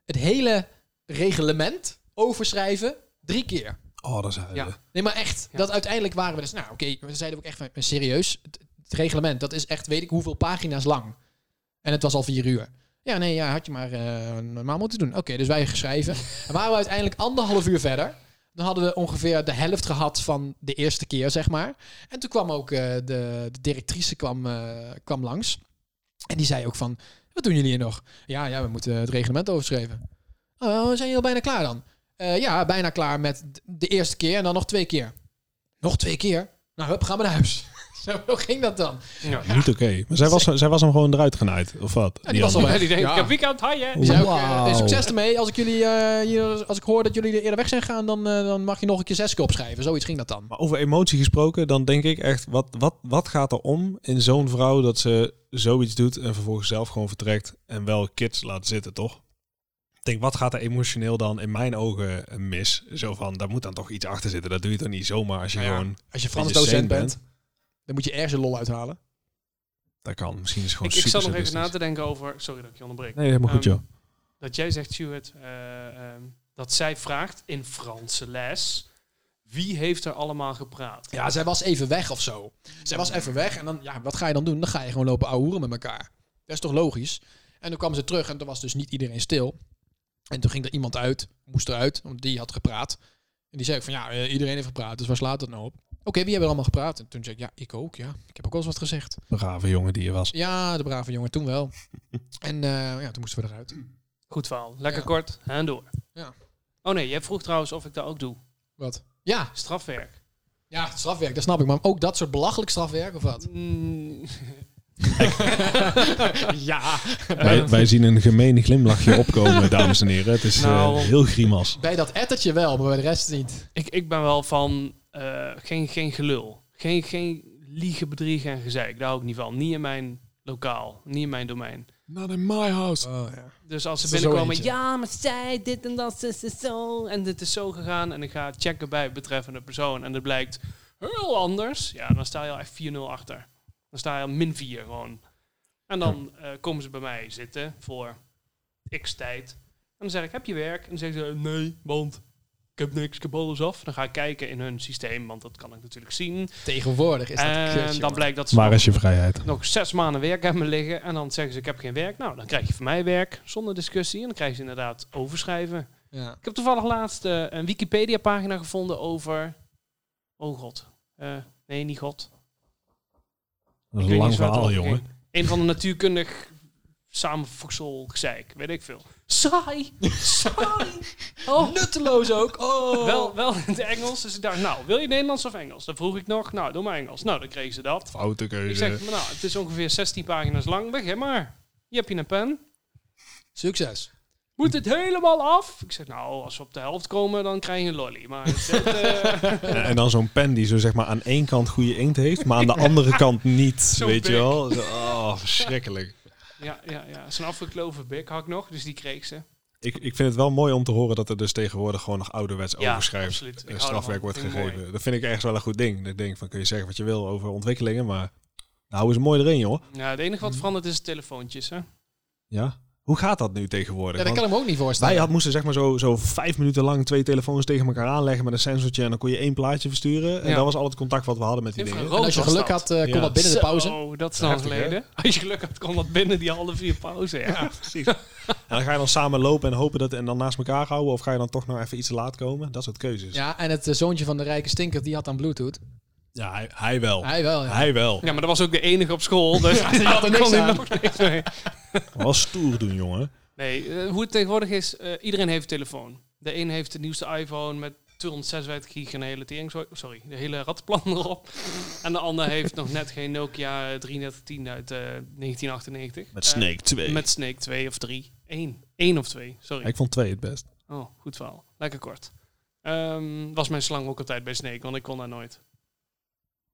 Speaker 1: het hele reglement overschrijven drie keer.
Speaker 3: Oh, dat is huilen.
Speaker 2: Ja.
Speaker 1: Nee, maar echt.
Speaker 2: Ja.
Speaker 1: Dat uiteindelijk waren we dus... Nou, oké, we zeiden ook echt van, serieus. Het, het reglement, dat is echt weet ik hoeveel pagina's lang. En het was al vier uur. Ja, nee, ja, had je maar eh, normaal moeten doen. Oké, dus wij geschreven. En waren we uiteindelijk anderhalf uur verder. Dan hadden we ongeveer de helft gehad van de eerste keer, zeg maar. En toen kwam ook eh, de, de directrice kwam, eh, kwam langs. En die zei ook van, wat doen jullie hier nog? Ja, ja, we moeten het reglement overschrijven. Oh, zijn jullie al bijna klaar dan? Eh, ja, bijna klaar met d- de eerste keer en dan nog twee keer. Nog twee keer? Nou, hup, gaan we naar huis. *laughs* Zo ging dat dan.
Speaker 2: Ja.
Speaker 3: Niet oké. Maar zij was, zij was hem gewoon eruit genaaid, of wat?
Speaker 1: die was al
Speaker 3: andere.
Speaker 1: weg.
Speaker 2: *laughs* Die denkt,
Speaker 1: Ja.
Speaker 2: ik heb weekend, hi hè.
Speaker 1: Die zei ook,
Speaker 3: Wauw.
Speaker 1: eh, succes ermee. Als ik, jullie, eh, hier, als ik hoor dat jullie er eerder weg zijn gegaan, dan, eh, dan mag je nog een keer zes keer opschrijven. Zoiets ging dat dan.
Speaker 3: Maar over emotie gesproken, dan denk ik echt, wat, wat, wat gaat er om in zo'n vrouw dat ze zoiets doet en vervolgens zelf gewoon vertrekt en wel kids laat zitten, toch? Ik denk, wat gaat er emotioneel dan in mijn ogen mis? Zo van, daar moet dan toch iets achter zitten. Dat doe je toch niet zomaar als je
Speaker 1: Nou ja.
Speaker 3: gewoon...
Speaker 1: Als je Frans
Speaker 3: Als je
Speaker 1: docent
Speaker 3: sane
Speaker 1: bent, dan moet je ergens een lol uithalen.
Speaker 3: Dat kan. Misschien is het gewoon
Speaker 2: Ik, ik
Speaker 3: super
Speaker 2: zat nog even na
Speaker 3: sadistisch.
Speaker 2: te denken over... Sorry dat ik je onderbreek.
Speaker 3: Nee, helemaal goed,
Speaker 2: Ehm,
Speaker 3: joh.
Speaker 2: Dat jij zegt, Stuart, eh, ehm, dat zij vraagt in Franse les... Wie heeft er allemaal gepraat?
Speaker 1: Ja, zij was even weg of zo. Zij was even weg en dan, ja, wat ga je dan doen? Dan ga je gewoon lopen ouwehoeren met elkaar. Dat is toch logisch? En toen kwam ze terug en toen was dus niet iedereen stil. En toen ging er iemand uit, moest eruit, want die had gepraat. En die zei ook van, ja, eh, iedereen heeft gepraat, dus waar slaat dat nou op? Oké, wie hebben er allemaal gepraat? En toen zei ik, ja, ik ook, ja. Ik heb ook wel eens wat gezegd.
Speaker 3: Brave jongen die je
Speaker 2: *laughs*
Speaker 3: was.
Speaker 1: Ja, de brave jongen, toen wel. en eh, ja, toen moesten we eruit.
Speaker 2: Goed verhaal. Lekker
Speaker 1: Ja.
Speaker 2: kort en door.
Speaker 1: Ja.
Speaker 2: Oh nee, jij vroeg trouwens of ik dat ook doe.
Speaker 1: Wat? Ja,
Speaker 2: Strafwerk.
Speaker 1: ja, het strafwerk, dat snap ik. Maar ook dat soort belachelijk strafwerk of
Speaker 2: *laughs*
Speaker 1: wat? *laughs*
Speaker 2: Mm,
Speaker 1: ja.
Speaker 3: Wij, wij zien een gemeen glimlachje opkomen, dames en heren. Het is eh,
Speaker 2: Nou.
Speaker 3: heel grimas.
Speaker 1: Bij dat ettertje wel, maar bij de rest niet.
Speaker 2: ik, ik ben wel van eh, geen, geen gelul. Geen, geen liegen, bedriegen en gezeik. Daar hou ik niet van. Niet in mijn lokaal. Niet in mijn domein.
Speaker 3: Not in my house.
Speaker 1: Oh, ja.
Speaker 2: Dus als ze
Speaker 1: Dat is er
Speaker 2: binnenkwamen,
Speaker 1: zo eentje.
Speaker 2: ja, maar zij dit en dat, ze, ze zo. En dit is zo gegaan. En ik ga checken bij betreffende persoon. En het blijkt heel anders. Ja, dan sta je al echt 4-0 achter. Dan sta je al min 4 gewoon. En dan eh, komen ze bij mij zitten voor x tijd. En dan zeg ik, heb je werk? En dan zeggen ze, nee, want ik heb niks, ik heb alles af. Dan ga ik kijken in hun systeem, want dat kan ik natuurlijk zien.
Speaker 1: Tegenwoordig is dat
Speaker 2: en
Speaker 1: kut,
Speaker 2: dan
Speaker 1: jongen.
Speaker 2: blijkt dat ze
Speaker 3: Waar is je vrijheid?
Speaker 2: nog zes maanden werk aan me liggen. En dan zeggen ze, ik heb geen werk. Nou, dan krijg je van mij werk, zonder discussie. En dan krijg je inderdaad overschrijven.
Speaker 1: Ja.
Speaker 2: Ik heb toevallig laatst eh, een Wikipedia-pagina gevonden over... Oh god. Eh, nee, niet god.
Speaker 3: Dat
Speaker 2: Ik
Speaker 3: is
Speaker 2: weet
Speaker 3: een
Speaker 2: niet eens
Speaker 3: lang
Speaker 2: waar het
Speaker 3: verhaal,
Speaker 2: over
Speaker 3: jongen.
Speaker 2: ging. Een van de natuurkundig samenvoegsel gezeik, weet ik veel. Saai! Saai! Oh.
Speaker 1: Nutteloos
Speaker 2: *laughs*
Speaker 1: ook. Oh.
Speaker 2: Wel, wel in het Engels. Dus ik dacht, nou, wil je Nederlands of Engels? Dan vroeg ik nog, nou, doe maar Engels. Nou, dan kregen ze dat.
Speaker 3: Foute
Speaker 2: Ik
Speaker 3: keuze.
Speaker 2: zeg, nou, het is ongeveer 16 pagina's lang. Begin maar. Je hebt je een pen.
Speaker 1: Succes.
Speaker 2: Moet het helemaal af? Ik zeg, nou, als we op de helft komen, dan krijg je een lolly. Maar het,
Speaker 1: *laughs*
Speaker 2: zit, eh,
Speaker 3: *laughs* En, en dan zo'n pen die zo zeg maar aan één kant goede inkt heeft, maar aan de andere
Speaker 2: *laughs*
Speaker 3: kant niet.
Speaker 2: Zo'n
Speaker 3: weet
Speaker 2: bek.
Speaker 3: je wel? Zo, oh, verschrikkelijk.
Speaker 2: ja, ja, ja. Zo'n afgekloven bik had ik nog, dus die kreeg ze.
Speaker 3: Ik, ik vind het wel mooi om te horen dat er dus tegenwoordig gewoon nog ouderwets
Speaker 2: Ja,
Speaker 3: overschrijft
Speaker 2: absoluut. Ik
Speaker 3: en
Speaker 2: hou
Speaker 3: strafwerk
Speaker 2: ervan.
Speaker 3: wordt
Speaker 2: Vind ik mooi.
Speaker 3: gegeven. Dat vind ik ergens wel een goed ding. Dat Ik denk van kun je zeggen wat je wil over ontwikkelingen, maar nou is het mooi erin, joh.
Speaker 1: Mhm.
Speaker 2: Nou, het enige wat verandert is telefoontjes, hè.
Speaker 3: Ja. Hoe gaat dat nu tegenwoordig?
Speaker 1: Ja, dat
Speaker 3: Want
Speaker 1: kan ik me ook niet voorstellen.
Speaker 3: wij had, moesten zeg maar zo, zo vijf minuten lang twee telefoons tegen elkaar aanleggen met een sensortje. En dan kon je één plaatje versturen. En
Speaker 2: Ja.
Speaker 3: dat was al het contact wat we hadden met die dingen.
Speaker 2: Infrarood.
Speaker 1: En als je
Speaker 2: was
Speaker 1: geluk
Speaker 2: dat.
Speaker 1: had, eh, kon
Speaker 3: Ja.
Speaker 1: dat binnen de pauze.
Speaker 2: Oh, dat is lang
Speaker 3: Heftig, hè?
Speaker 2: geleden. *laughs* Als je geluk had, kon dat binnen die half uur pauze. Ja.
Speaker 1: *laughs*
Speaker 3: Ja, precies. en dan ga je dan samen lopen en hopen dat en dan naast elkaar houden. Of ga je dan toch nou even iets te laat komen? Dat soort keuzes.
Speaker 1: Ja, en het eh, zoontje van de rijke stinker, die had dan Bluetooth.
Speaker 3: Ja, hij, hij wel.
Speaker 1: Hij wel. ja.
Speaker 3: Hij wel.
Speaker 2: Ja, maar dat was ook de enige op school. Dus *laughs* ja,
Speaker 1: had er
Speaker 2: daar kon
Speaker 1: niks
Speaker 2: hij
Speaker 1: aan.
Speaker 2: nog niks mee.
Speaker 3: Wel stoer doen, jongen.
Speaker 2: Nee, eh, hoe het tegenwoordig is, eh, iedereen heeft een telefoon. De een heeft de nieuwste iPhone met 256 gig en de hele tering, zo- sorry, de hele rattenplan *laughs* erop. en de ander heeft nog net geen Nokia eh, 3310 uit eh, 1998.
Speaker 3: Met
Speaker 2: Eh,
Speaker 3: Snake 2.
Speaker 2: met Snake 2 of 3. 1. 1 of 2, sorry.
Speaker 3: Ik vond 2 het best.
Speaker 2: Oh, goed verhaal. Lekker kort. Ehm, was mijn slang ook altijd bij Snake, want ik kon daar nooit.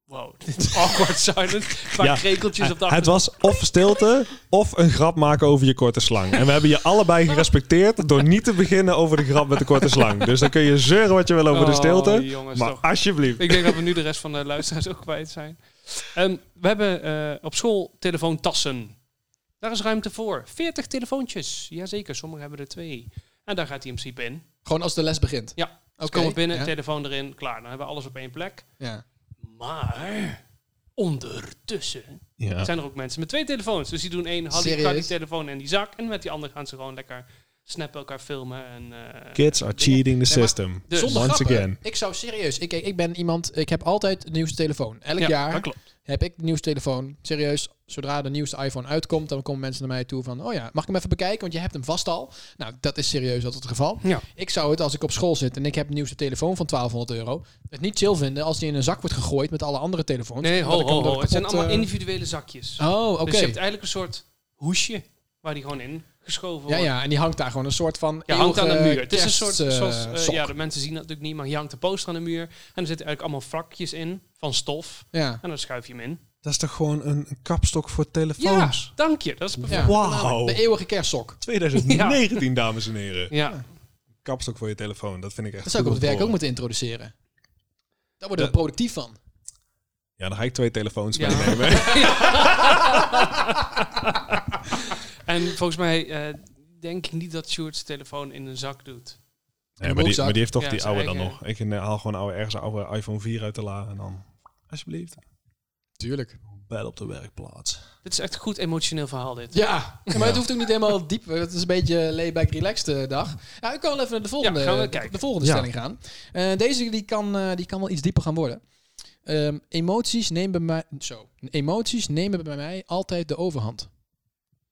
Speaker 2: Wow, dit
Speaker 3: *laughs*
Speaker 2: is awkward silence. Een paar
Speaker 3: Ja,
Speaker 2: krekeltjes op de
Speaker 3: Het
Speaker 2: achtergrond.
Speaker 3: was of stilte of een grap maken over je korte slang. En we hebben je allebei gerespecteerd door niet te beginnen over de grap met de korte slang. Dus dan kun je zeuren wat je wil over de
Speaker 2: Oh,
Speaker 3: stilte.
Speaker 2: jongens,
Speaker 3: Maar
Speaker 2: toch.
Speaker 3: alsjeblieft.
Speaker 2: Ik denk dat we nu de rest van de luisteraars ook kwijt zijn. Ehm, we hebben eh, op school telefoontassen. Daar is ruimte voor. 40 telefoontjes. Jazeker, sommigen hebben er twee. En daar gaat hij in principe in.
Speaker 1: Gewoon als de les begint.
Speaker 2: Ja.
Speaker 1: Oké.
Speaker 2: Ze komen binnen,
Speaker 1: Ja.
Speaker 2: telefoon erin, klaar. Dan hebben we alles op één plek.
Speaker 1: Ja.
Speaker 2: Maar ondertussen
Speaker 3: Ja.
Speaker 2: zijn er ook mensen met twee telefoons. Dus die doen één, hadden die,
Speaker 1: Serieus?
Speaker 2: die telefoon in die zak. En met die andere gaan ze gewoon lekker snappen, elkaar filmen. En, eh,
Speaker 3: Kids are
Speaker 2: dingen.
Speaker 3: cheating the
Speaker 1: maar-
Speaker 3: system.
Speaker 2: Dus-
Speaker 1: Zonder
Speaker 3: Once
Speaker 1: grappen.
Speaker 3: again.
Speaker 1: Ik zou serieus, ik, ik ben iemand, ik heb altijd de nieuwste telefoon. Elk
Speaker 2: Ja,
Speaker 1: jaar
Speaker 2: dat klopt.
Speaker 1: heb ik de nieuwste telefoon. Serieus, zodra de nieuwste iPhone uitkomt, dan komen mensen naar mij toe van, oh ja, mag ik hem even bekijken? Want je hebt hem vast al. Nou, dat is serieus altijd het geval.
Speaker 2: Ja.
Speaker 1: Ik zou het, als ik op school zit en ik heb de nieuwste telefoon van 1200 euro, het niet chill vinden als die in een zak wordt gegooid met alle andere telefoons.
Speaker 2: Nee,
Speaker 1: Omdat
Speaker 2: ho,
Speaker 1: ik hem
Speaker 2: ho,
Speaker 1: dan
Speaker 2: ho. Het zijn
Speaker 1: kapot,
Speaker 2: allemaal
Speaker 1: eh,
Speaker 2: individuele zakjes.
Speaker 1: Oh, oké.
Speaker 2: Dus je hebt eigenlijk een soort hoesje waar die gewoon in geschoven
Speaker 1: Ja,
Speaker 2: wordt.
Speaker 1: ja, en die hangt daar gewoon een soort van
Speaker 2: Je hangt aan de
Speaker 1: eeuwige
Speaker 2: muur. Het is een soort,
Speaker 1: kerst, eh,
Speaker 2: zoals, eh,
Speaker 1: sok.
Speaker 2: ja, de mensen zien dat natuurlijk niet, maar je hangt een poster aan de muur. En er zitten eigenlijk allemaal vakjes in van stof.
Speaker 1: Ja.
Speaker 2: En dan schuif je hem in.
Speaker 3: Dat is toch gewoon een kapstok voor
Speaker 2: Ja,
Speaker 3: telefoons?
Speaker 2: dank je. Dat is
Speaker 1: Ja.
Speaker 2: perfect.
Speaker 3: Wauw.
Speaker 1: De eeuwige kerstsok.
Speaker 3: 2019, dames en heren.
Speaker 2: *laughs* Ja.
Speaker 3: Kapstok voor je telefoon, dat vind ik echt
Speaker 1: Dat zou ik op
Speaker 3: goed
Speaker 1: het werk
Speaker 3: om
Speaker 1: ook
Speaker 3: te horen.
Speaker 1: moeten introduceren. Daar worden we
Speaker 3: Dat-
Speaker 1: productief van.
Speaker 3: Ja, dan ga ik twee telefoons
Speaker 2: Ja.
Speaker 3: meenemen.
Speaker 2: En volgens mij eh, denk ik niet dat Sjoerd zijn telefoon in een zak doet.
Speaker 3: Ja, maar, die,
Speaker 1: broekzak.
Speaker 3: maar die heeft toch
Speaker 2: Ja,
Speaker 3: die
Speaker 2: zijn
Speaker 3: oude dan
Speaker 2: eigen.
Speaker 3: nog. Ik eh, haal gewoon oude, ergens een oude iPhone 4 uit de la en dan... Alsjeblieft.
Speaker 1: Tuurlijk.
Speaker 3: Bel op de werkplaats.
Speaker 2: Dit is echt een goed emotioneel verhaal dit.
Speaker 1: Ja, maar het hoeft ook niet helemaal diep. Het is een beetje layback relaxed eh, dag. Nou, ik kan wel even naar de volgende,
Speaker 2: Ja, gaan we kijken.
Speaker 1: de volgende
Speaker 3: Ja.
Speaker 1: stelling gaan. Eh, deze die kan, eh, die kan wel iets dieper gaan worden. Ehm, emoties, nemen bij mij, zo, emoties nemen bij mij altijd de overhand.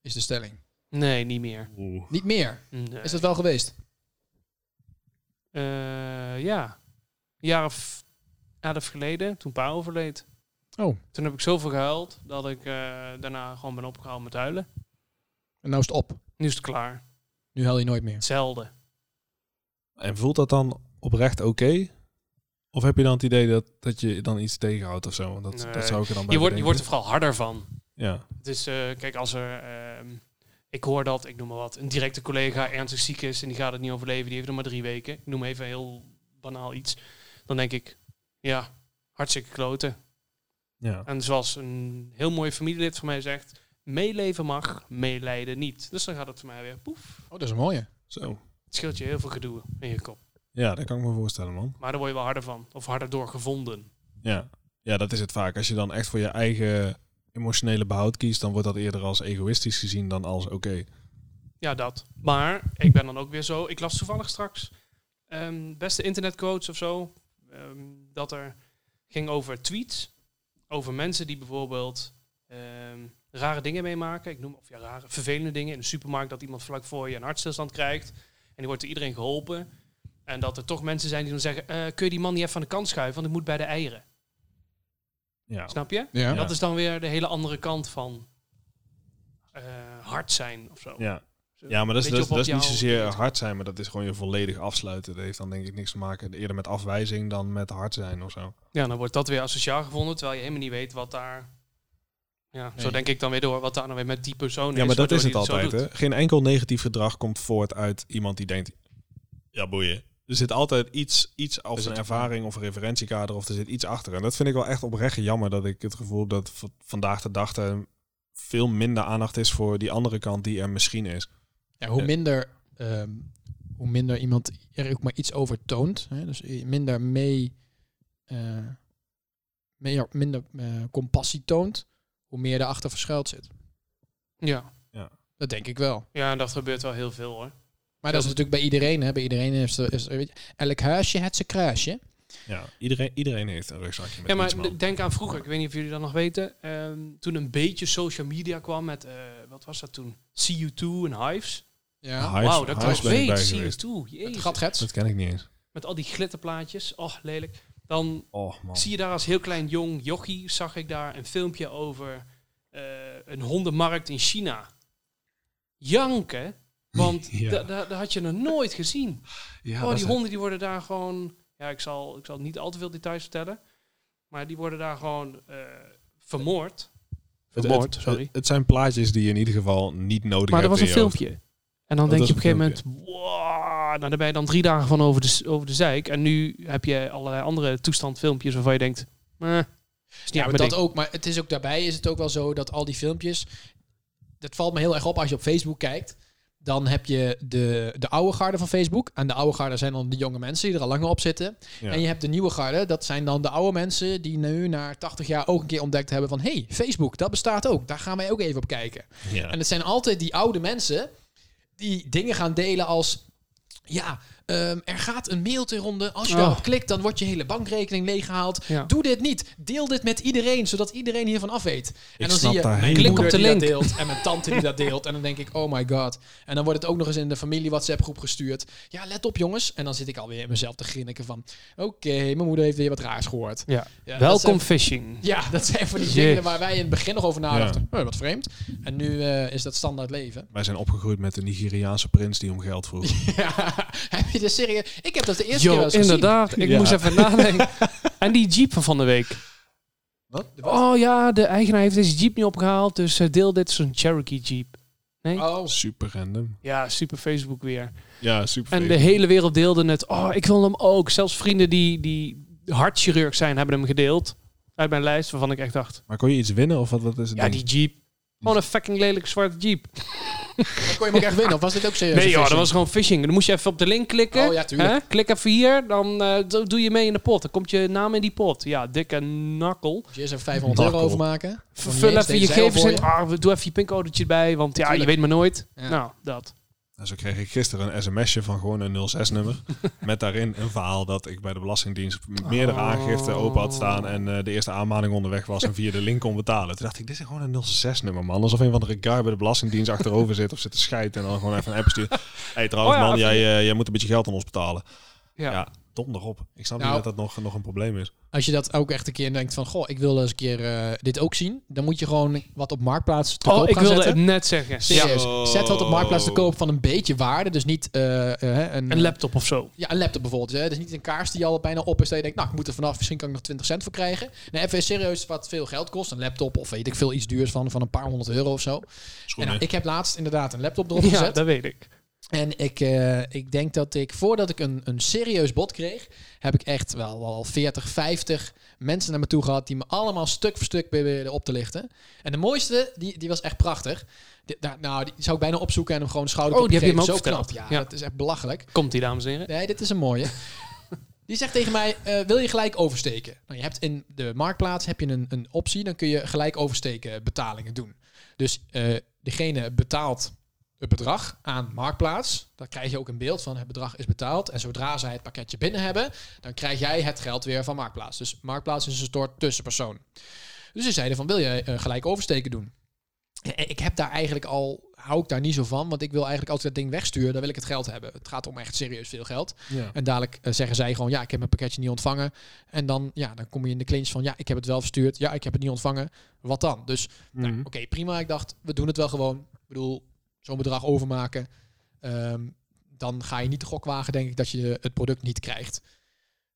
Speaker 1: Is de stelling.
Speaker 2: Nee, niet meer.
Speaker 3: Oeh.
Speaker 1: Niet meer.
Speaker 2: Nee.
Speaker 1: Is dat wel geweest?
Speaker 2: Eh, ja. Een jaar of elf geleden, toen pa overleed.
Speaker 1: Oh.
Speaker 2: Toen heb ik zoveel gehuild dat ik eh, daarna gewoon ben opgehouden met huilen.
Speaker 1: En nou is het op.
Speaker 2: Nu is het klaar.
Speaker 1: Nu huil je nooit meer.
Speaker 2: Hetzelfde.
Speaker 3: En voelt dat dan oprecht oké? Of heb je dan het idee dat, dat je dan iets tegenhoudt of zo? Want dat,
Speaker 2: Nee.
Speaker 3: dat zou ik er dan bij
Speaker 2: Je wordt, je wordt er
Speaker 3: bedenken.
Speaker 2: vooral harder van.
Speaker 3: Ja.
Speaker 2: Dus eh, kijk, als er... ehm, ik hoor dat, ik noem maar wat, een directe collega ernstig ziek is en die gaat het niet overleven. Die heeft nog maar drie weken. Ik noem even heel banaal iets. Dan denk ik, ja, hartstikke kloten.
Speaker 3: ja.
Speaker 2: En zoals een heel mooi familielid van mij zegt, meeleven mag, meeleiden niet. Dus dan gaat het voor mij weer poef.
Speaker 1: Oh, dat is een mooie.
Speaker 3: Zo.
Speaker 2: Het scheelt je heel veel gedoe in je kop.
Speaker 3: Ja, dat kan ik me voorstellen, man.
Speaker 2: Maar daar word je wel harder van. Of harder door gevonden.
Speaker 3: Ja. ja, dat is het vaak. Als je dan echt voor je eigen emotionele behoud kiest, dan wordt dat eerder als egoïstisch gezien dan als oké.
Speaker 2: Ja, dat. Maar ik ben dan ook weer zo. Ik las toevallig straks ehm, beste internetquotes of zo. ehm, dat er ging over tweets. Over mensen die bijvoorbeeld ehm, rare dingen meemaken. Ik noem of ja, rare, vervelende dingen. In de supermarkt dat iemand vlak voor je een hartstilstand krijgt. En die wordt door iedereen geholpen. En dat er toch mensen zijn die dan zeggen: eh, Kun je die man niet even aan de kant schuiven? Want ik moet bij de eieren.
Speaker 3: Ja.
Speaker 2: Snap je?
Speaker 1: Ja.
Speaker 2: Dat is dan weer de hele andere kant van eh, hard zijn of zo.
Speaker 3: Ja.
Speaker 2: Zo,
Speaker 3: Ja, maar dat is,
Speaker 2: beetje
Speaker 3: dat,
Speaker 2: op
Speaker 3: is- dat is
Speaker 2: wat
Speaker 3: niet
Speaker 2: jou-
Speaker 3: zozeer hard zijn, maar dat is gewoon je volledig afsluiten. Dat heeft dan denk ik niks te maken eerder met afwijzing dan met hard zijn of zo.
Speaker 2: Ja, dan wordt dat weer asociaal gevonden, terwijl je helemaal niet weet wat daar... Ja, zo
Speaker 1: Nee.
Speaker 2: denk ik dan weer door, wat daar nou weer met die persoon is.
Speaker 3: ja, maar dat
Speaker 2: waardoor
Speaker 3: is het
Speaker 2: die zo
Speaker 3: altijd.
Speaker 2: doet.
Speaker 3: Hè? Geen enkel negatief gedrag komt voort uit iemand die denkt, ja boeien. Er zit altijd iets, iets als een ervaring of een referentiekader of er zit iets achter. En dat vind ik wel echt oprecht jammer dat ik het gevoel heb dat v- vandaag de dag er veel minder aandacht is voor die andere kant die er misschien is.
Speaker 1: Ja, hoe,
Speaker 3: Ja.
Speaker 1: minder, ehm, hoe minder iemand er ook maar iets over toont, hè, dus minder mee, eh, meer, minder eh, compassie toont, hoe meer erachter verschuild zit.
Speaker 2: Ja.
Speaker 1: Dat denk ik wel.
Speaker 2: ja, dat gebeurt wel heel veel hoor.
Speaker 1: Maar dat is natuurlijk bij iedereen. Hè? Bij iedereen heeft er, is, er- weet je, elk huisje heeft zijn kruisje.
Speaker 3: Ja, iedereen, iedereen heeft een rugzakje met
Speaker 2: Ja, maar
Speaker 3: iets, man.
Speaker 2: d- denk aan vroeger. Ik weet niet of jullie dat nog weten. Ehm, toen een beetje social media kwam met, eh, wat was dat toen? CU2 en Hives.
Speaker 1: Ja.
Speaker 3: Hives-
Speaker 2: Wauw, dat kan
Speaker 3: Hives
Speaker 2: nog
Speaker 3: ben ik bij
Speaker 2: steeds.
Speaker 3: geweest.
Speaker 2: CU2, jezus.
Speaker 1: Gatgets.
Speaker 3: Dat ken ik niet eens.
Speaker 2: Met al die glitterplaatjes. Oh, lelijk. Dan
Speaker 3: Oh man.
Speaker 2: zie je daar als heel klein jong jochie, zag ik daar een filmpje over eh, een hondenmarkt in China. *laughs* Janken, want
Speaker 3: Ja.
Speaker 2: da- da- dat had je nog nooit gezien.
Speaker 3: Ja,
Speaker 2: oh,
Speaker 3: dat
Speaker 2: die
Speaker 3: is-
Speaker 2: honden die worden daar gewoon. Ja, ik zal, ik zal niet al te veel details vertellen. Maar die worden daar gewoon eh, vermoord.
Speaker 3: het-
Speaker 2: Vermoord,
Speaker 3: het-
Speaker 2: sorry.
Speaker 3: Het, het zijn plaatjes die je in ieder geval niet nodig
Speaker 2: maar
Speaker 3: hebt.
Speaker 2: dat was
Speaker 3: in
Speaker 2: een
Speaker 3: je hoofd.
Speaker 2: filmpje. En dan
Speaker 3: Dat
Speaker 2: denk je op een
Speaker 3: was
Speaker 2: gegeven
Speaker 3: een
Speaker 2: moment. Wow, nou, daar ben je dan drie dagen van over de, s- over de zeik. En nu heb je allerlei andere toestandfilmpjes waarvan je denkt. Eh, is niet
Speaker 1: Ja,
Speaker 2: echt
Speaker 1: maar
Speaker 2: mijn
Speaker 1: dat
Speaker 2: ding.
Speaker 1: ook. Maar het is ook daarbij is het ook wel zo dat al die filmpjes. Dat valt me heel erg op als je op Facebook kijkt. Dan heb je de, de oude garde van Facebook. En de oude garde zijn dan de jonge mensen die er al langer op zitten.
Speaker 3: Ja.
Speaker 1: En je hebt de nieuwe garde. Dat zijn dan de oude mensen die nu na 80 jaar ook een keer ontdekt hebben van... hey, Facebook, dat bestaat ook. Daar gaan wij ook even op kijken.
Speaker 3: Ja.
Speaker 1: En het zijn altijd die oude mensen die dingen gaan delen als... Ja, ehm, er gaat een mailtje ronde. Als je
Speaker 2: Oh.
Speaker 1: daarop klikt, dan wordt je hele bankrekening leeggehaald.
Speaker 2: Ja.
Speaker 1: Doe dit niet. Deel dit met iedereen, zodat iedereen hiervan af weet. en dan
Speaker 3: snap
Speaker 1: zie je
Speaker 3: daar
Speaker 1: mijn
Speaker 3: helemaal
Speaker 1: moeder
Speaker 2: niet.
Speaker 1: die dat
Speaker 2: Link.
Speaker 1: deelt en mijn tante die dat deelt. En dan denk ik, oh my god. En dan wordt het ook nog eens in de familie WhatsApp groep gestuurd. Ja, let op jongens. En dan zit ik alweer in mezelf te grinniken van... Oké, mijn moeder heeft weer wat raars gehoord.
Speaker 2: Ja.
Speaker 1: Ja, dat
Speaker 2: Welkom
Speaker 1: zijn-
Speaker 2: phishing.
Speaker 1: ja, dat zijn van die
Speaker 2: Jezus.
Speaker 1: dingen waar wij in het begin nog over nadachten.
Speaker 3: Ja.
Speaker 1: Oh, wat vreemd. En nu eh, is dat standaard leven.
Speaker 3: Wij zijn opgegroeid met de Nigeriaanse prins die om geld vroeg.
Speaker 1: *laughs* Ja, heb je dit serieus? Ik heb dat de eerste keer
Speaker 2: Yo,
Speaker 1: wel eens gezien.
Speaker 2: inderdaad. Ik
Speaker 3: Ja.
Speaker 2: moest even nadenken. en die jeep van van de week.
Speaker 3: Wat?
Speaker 2: Oh ja, de eigenaar heeft deze jeep niet opgehaald. Dus eh, deel dit zo'n Cherokee jeep.
Speaker 1: Oh,
Speaker 3: Super random.
Speaker 2: Ja, super Facebook weer.
Speaker 3: Ja, super.
Speaker 2: En de hele wereld deelde het. Oh, ik wil hem ook. Zelfs vrienden die, die hartchirurg zijn, hebben hem gedeeld. Uit mijn lijst, waarvan ik echt dacht...
Speaker 3: Maar kon je iets winnen of wat, wat is het?
Speaker 2: Ja,
Speaker 3: ding?
Speaker 2: die jeep. Gewoon een fucking lelijke zwarte jeep.
Speaker 1: dan kon je hem ook echt winnen. Of was dit ook serieus?
Speaker 2: Nee joh, dat
Speaker 1: phishing?
Speaker 2: was gewoon phishing. Dan moest je even op de link klikken.
Speaker 1: Oh, ja, tuurlijk.
Speaker 2: Hè? Klik even hier, dan eh, do- doe je mee in de pot. Dan komt je naam in die pot. Ja, dikke nakkel.
Speaker 1: Moet Je eens even 500 euro
Speaker 3: Nakkel.
Speaker 1: overmaken.
Speaker 2: Vul
Speaker 1: eens,
Speaker 2: even je
Speaker 1: deze zij al
Speaker 2: gegevens
Speaker 1: voor
Speaker 2: in.
Speaker 1: je.
Speaker 2: Ah, doe even je pincodetje erbij, want ja, je
Speaker 1: Tuurlijk.
Speaker 2: weet maar nooit.
Speaker 1: Ja.
Speaker 2: Nou, dat.
Speaker 3: En zo kreeg ik gisteren een sms'je van gewoon een
Speaker 2: *laughs*
Speaker 3: 06-nummer. met daarin een verhaal dat ik bij de Belastingdienst meerdere
Speaker 2: Oh.
Speaker 3: aangiften open had staan. En eh, de eerste aanmaning onderweg was en via de link kon betalen. Toen dacht ik, dit is gewoon een 06-nummer, man. Alsof een van de guy bij de Belastingdienst achterover zit of zit te schijten. En dan gewoon even een app stuurt. hey, trouwens
Speaker 2: Oh ja,
Speaker 3: man,
Speaker 2: even-
Speaker 3: jij, eh, jij moet een beetje geld aan ons betalen.
Speaker 2: Ja.
Speaker 3: Ja, donder op. Ik snap
Speaker 1: Nou.
Speaker 3: niet dat dat nog, nog een probleem is.
Speaker 1: Als je dat ook echt een keer denkt van... Goh, ik wil eens een keer eh, dit ook zien. Dan moet je gewoon wat op Marktplaats te koop
Speaker 2: Oh, ik
Speaker 1: gaan
Speaker 2: wilde
Speaker 1: zetten.
Speaker 2: het net zeggen. Ja.
Speaker 1: Serieus. Zet wat op Marktplaats te koop van een beetje waarde. Dus niet eh, eh, hè, een,
Speaker 2: Een laptop of zo.
Speaker 1: Ja, een laptop bijvoorbeeld. Hè. Dus niet een kaars die al bijna op is. Dat je denkt, nou, ik moet er vanaf. Misschien kan ik nog 20 cent voor krijgen. Nee, even serieus wat veel geld kost. Een laptop of weet ik veel. Iets duurs van, van een paar honderd euro of zo. En
Speaker 3: Schoenen.
Speaker 1: nou, ik heb laatst inderdaad een laptop erop
Speaker 2: Ja,
Speaker 1: gezet.
Speaker 2: dat weet ik.
Speaker 1: En ik, eh, ik denk dat ik, voordat ik een, een serieus bod kreeg, heb ik echt wel al 40, 50 mensen naar me toe gehad die me allemaal stuk voor stuk probeerden op te lichten. En de mooiste, die, die was echt prachtig. Die, daar- nou, die zou ik bijna opzoeken en hem gewoon schouder
Speaker 2: Oh, die heb je hem
Speaker 1: Zo
Speaker 2: ook
Speaker 1: knap, ja,
Speaker 2: verteld. Ja.
Speaker 1: dat is echt belachelijk.
Speaker 2: Komt die, dames en heren.
Speaker 1: Nee, dit is een mooie. Die zegt tegen mij, eh, wil je gelijk oversteken? Nou, je hebt in de marktplaats heb je een, een optie, dan kun je gelijk oversteken betalingen doen. Dus eh, degene betaalt het bedrag aan marktplaats. Dan krijg je ook een beeld van het bedrag is betaald. En zodra zij het pakketje binnen hebben, dan krijg jij het geld weer van marktplaats. Dus marktplaats is een soort tussenpersoon. Dus ze zeiden van, wil je eh, gelijk oversteken doen? Ja, en Ik heb daar eigenlijk al, hou ik daar niet zo van, want ik wil eigenlijk altijd dat ding wegsturen, dan wil ik het geld hebben. Het gaat om echt serieus veel geld.
Speaker 3: Ja.
Speaker 1: En dadelijk eh, zeggen zij gewoon, ja, ik heb mijn pakketje niet ontvangen. En dan, ja, dan kom je in de clinch van, ja, ik heb het wel verstuurd. Ja, ik heb het niet ontvangen. Wat dan? Dus, nou,
Speaker 3: Mhm.
Speaker 1: oké, prima. Ik dacht, we doen het wel gewoon. Ik bedoel, zo'n bedrag overmaken. ehm, dan ga je niet de gok wagen, denk ik, dat je het product niet krijgt.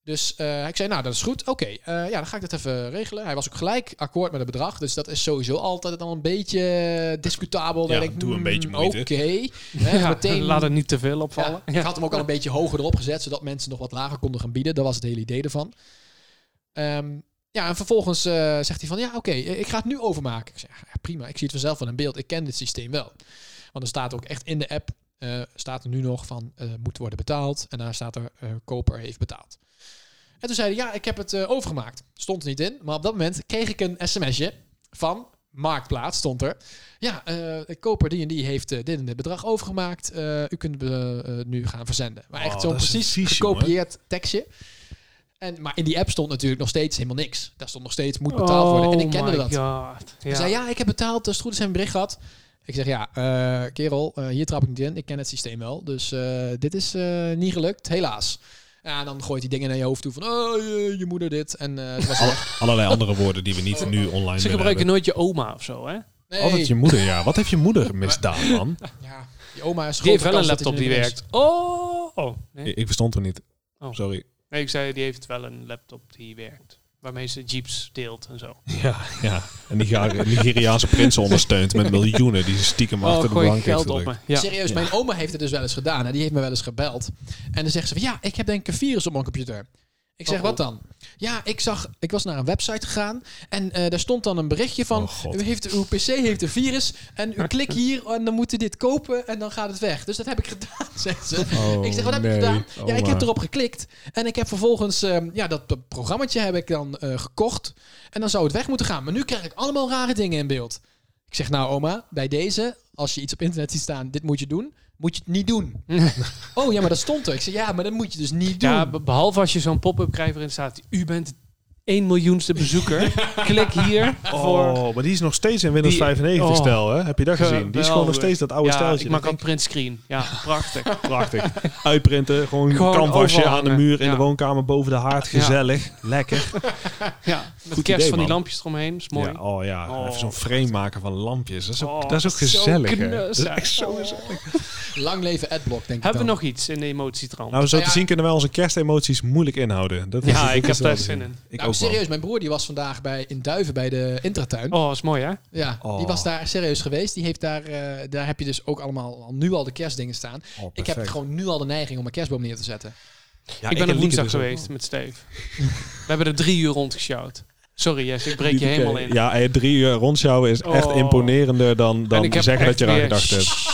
Speaker 1: Dus eh, ik zei, nou, dat is goed. Oké, eh, ja, dan ga ik dat even regelen. Hij was ook gelijk akkoord met het bedrag. Dus dat is sowieso altijd al een beetje discutabel. Dan
Speaker 3: Ja,
Speaker 1: denk ik,
Speaker 3: doe een
Speaker 1: hmm,
Speaker 3: beetje moeite.
Speaker 1: Oké.
Speaker 3: *laughs*
Speaker 1: Hè,
Speaker 2: Ja,
Speaker 1: meteen
Speaker 2: Laat het niet te veel opvallen.
Speaker 1: ja, ik had hem ook al een beetje hoger erop gezet, zodat mensen nog wat lager konden gaan bieden. Dat was het hele idee ervan. Ehm, ja, en vervolgens eh, zegt hij van, ja, oké, eh, ik ga het nu overmaken. Ik zeg, ja, prima, ik zie het vanzelf wel in beeld. Ik ken dit systeem wel. Want er staat ook echt in de app, eh, eh, staat er nu nog van eh, moet worden betaald. En daar staat er eh, koper heeft betaald. En toen zeiden ja, ik heb het eh, overgemaakt. Stond er niet in, maar op dat moment kreeg ik een sms'je van Marktplaats, stond er. Ja, eh, de koper die en die heeft eh, dit en dit bedrag overgemaakt. Eh, u kunt eh, eh, nu gaan verzenden. Maar echt
Speaker 3: Oh,
Speaker 1: zo'n
Speaker 3: dat is
Speaker 1: precies
Speaker 3: vies, jongen.
Speaker 1: gekopieerd tekstje. En, maar in die app stond natuurlijk nog steeds helemaal niks. Daar stond nog steeds moet betaald worden. En ik
Speaker 3: Oh
Speaker 1: kende dat.
Speaker 2: Oh God. Ja.
Speaker 1: Hij zei, ja, ik heb betaald, dus het goed is, zijn bericht gehad. Ik zeg, ja, eh, kerel, eh, hier trap ik niet in. Ik ken het systeem wel. Dus eh, dit is eh, niet gelukt, helaas. Ja, en dan gooit hij dingen naar je hoofd toe van, oh, je, je moeder dit. En eh,
Speaker 2: *laughs*
Speaker 1: het was
Speaker 3: Alle- allerlei andere woorden die we niet nu online
Speaker 2: Ze
Speaker 3: willen
Speaker 2: gebruiken
Speaker 3: hebben.
Speaker 2: nooit je oma of zo, hè?
Speaker 1: nee,
Speaker 3: Altijd je moeder, ja. Wat heeft je
Speaker 2: *laughs*
Speaker 3: moeder misdaan, man?
Speaker 1: ja, je oma is
Speaker 2: Die heeft
Speaker 1: grote
Speaker 2: wel een
Speaker 1: kans dat hij
Speaker 2: laptop die
Speaker 1: er niet
Speaker 2: werkt. Oh, oh. Nee.
Speaker 3: Ik ik verstond hem niet.
Speaker 2: Oh.
Speaker 3: Sorry.
Speaker 2: nee, ik zei, die heeft wel een laptop die werkt. Waarmee ze jeeps deelt en zo.
Speaker 3: Ja, ja. En die Niger- Nigeriaanse prinsen ondersteunt met miljoenen die ze stiekem
Speaker 2: Oh,
Speaker 3: achter de
Speaker 2: gooi
Speaker 3: bank heeft
Speaker 2: geld op
Speaker 3: gedrukt.
Speaker 2: me. Ja.
Speaker 1: Serieus,
Speaker 3: Ja.
Speaker 1: mijn oma heeft het dus wel eens gedaan. Hè? Die heeft me wel eens gebeld. En dan zegt ze van, ja, ik heb denk ik een virus op mijn computer. Ik zeg,
Speaker 2: Oh, oh.
Speaker 1: wat dan? Ja, ik zag, ik was naar een website gegaan en eh, daar stond dan een berichtje van,
Speaker 3: Oh, God.
Speaker 1: u
Speaker 2: *laughs*
Speaker 1: heeft, uw pc heeft een virus en u
Speaker 3: *laughs*
Speaker 1: klikt hier en dan moet u dit kopen en dan gaat het weg. Dus dat heb ik gedaan, *laughs* zegt ze.
Speaker 3: Oh,
Speaker 1: ik zeg, wat heb
Speaker 3: nee. Oh,
Speaker 1: je gedaan? ja, ik
Speaker 3: Oma.
Speaker 1: heb erop geklikt en ik heb vervolgens, ehm, ja, dat dat programmaatje heb ik dan eh, gekocht en dan zou het weg moeten gaan. Maar nu krijg ik allemaal rare dingen in beeld. Ik zeg, nou oma, bij deze, als je iets op internet ziet staan, dit moet je doen, moet je het niet
Speaker 3: *laughs*
Speaker 1: doen. oh ja, maar dat stond er. Ik zeg, ja, maar dat moet je dus niet doen.
Speaker 2: Ja, be- behalve als je zo'n pop-up krijgt waarin staat... U bent 1 miljoenste bezoeker. Klik hier voor...
Speaker 3: Oh, maar die is nog steeds in Windows
Speaker 2: Die-
Speaker 3: 95
Speaker 2: oh.
Speaker 3: stijl, hè? Heb je dat gezien? Die is gewoon nog
Speaker 2: Geweldig.
Speaker 3: steeds dat oude
Speaker 2: ja,
Speaker 3: stijltje.
Speaker 2: ik maak
Speaker 3: Dat
Speaker 2: een printscreen. Ja,
Speaker 3: *laughs*
Speaker 2: prachtig.
Speaker 3: vind ik
Speaker 2: *laughs*
Speaker 3: prachtig. Uitprinten, gewoon een
Speaker 2: Gewoon
Speaker 3: canvasje
Speaker 2: overhangen.
Speaker 3: aan de muur in
Speaker 2: Ja.
Speaker 3: de woonkamer boven de haard.
Speaker 2: Ja.
Speaker 3: Gezellig, lekker.
Speaker 2: Ja, met
Speaker 3: Goed
Speaker 2: kerst
Speaker 3: idee,
Speaker 2: van die
Speaker 3: man.
Speaker 2: lampjes eromheen. Is *laughs* mooi.
Speaker 3: Ja, oh ja,
Speaker 2: Oh.
Speaker 3: even zo'n frame maken van lampjes. Dat is ook,
Speaker 2: Oh,
Speaker 3: dat is ook
Speaker 2: dat is zo
Speaker 3: gezellig, hè?
Speaker 2: knus,
Speaker 3: Dat is
Speaker 2: hè?
Speaker 3: echt zo
Speaker 2: Oh.
Speaker 3: gezellig.
Speaker 1: Lang leven adblock, denk
Speaker 2: Hebben
Speaker 1: ik
Speaker 2: we
Speaker 1: dan.
Speaker 2: nog iets in de emotietrant?
Speaker 3: Nou, zo
Speaker 1: Nou ja.
Speaker 3: te zien kunnen wij onze kerstemoties moeilijk inhouden. Dat is-
Speaker 2: Ja,
Speaker 3: dat
Speaker 2: ik
Speaker 3: is
Speaker 2: heb
Speaker 3: wel
Speaker 2: daar
Speaker 3: te
Speaker 2: zin
Speaker 3: zien.
Speaker 2: in.
Speaker 3: Ik
Speaker 1: nou,
Speaker 3: ook wel.
Speaker 1: serieus, mijn broer die was vandaag bij, in Duiven bij de Intratuin.
Speaker 2: Oh, is mooi, hè?
Speaker 1: Ja, die
Speaker 3: Oh.
Speaker 1: was daar serieus geweest. Die heeft daar, eh, daar heb je dus ook allemaal al, nu al de kerstdingen staan.
Speaker 3: Oh,
Speaker 1: Ik heb
Speaker 3: perfect.
Speaker 1: gewoon nu al de neiging om een kerstboom neer te zetten.
Speaker 3: Ja,
Speaker 2: ik ben
Speaker 3: en
Speaker 2: op
Speaker 3: Lieke
Speaker 2: woensdag
Speaker 3: dus ook.
Speaker 2: geweest met Steve. We hebben er drie uur rondgesjouwd. Sorry, Jess, ik breek je
Speaker 3: Lieke,
Speaker 2: helemaal in.
Speaker 3: Ja, en drie uur rondsjouwen is echt
Speaker 2: Oh.
Speaker 3: imponerender dan,
Speaker 2: en
Speaker 3: dan
Speaker 2: ik heb
Speaker 3: zeggen dat
Speaker 2: echt
Speaker 3: je eraan
Speaker 2: weer
Speaker 3: gedacht hebt.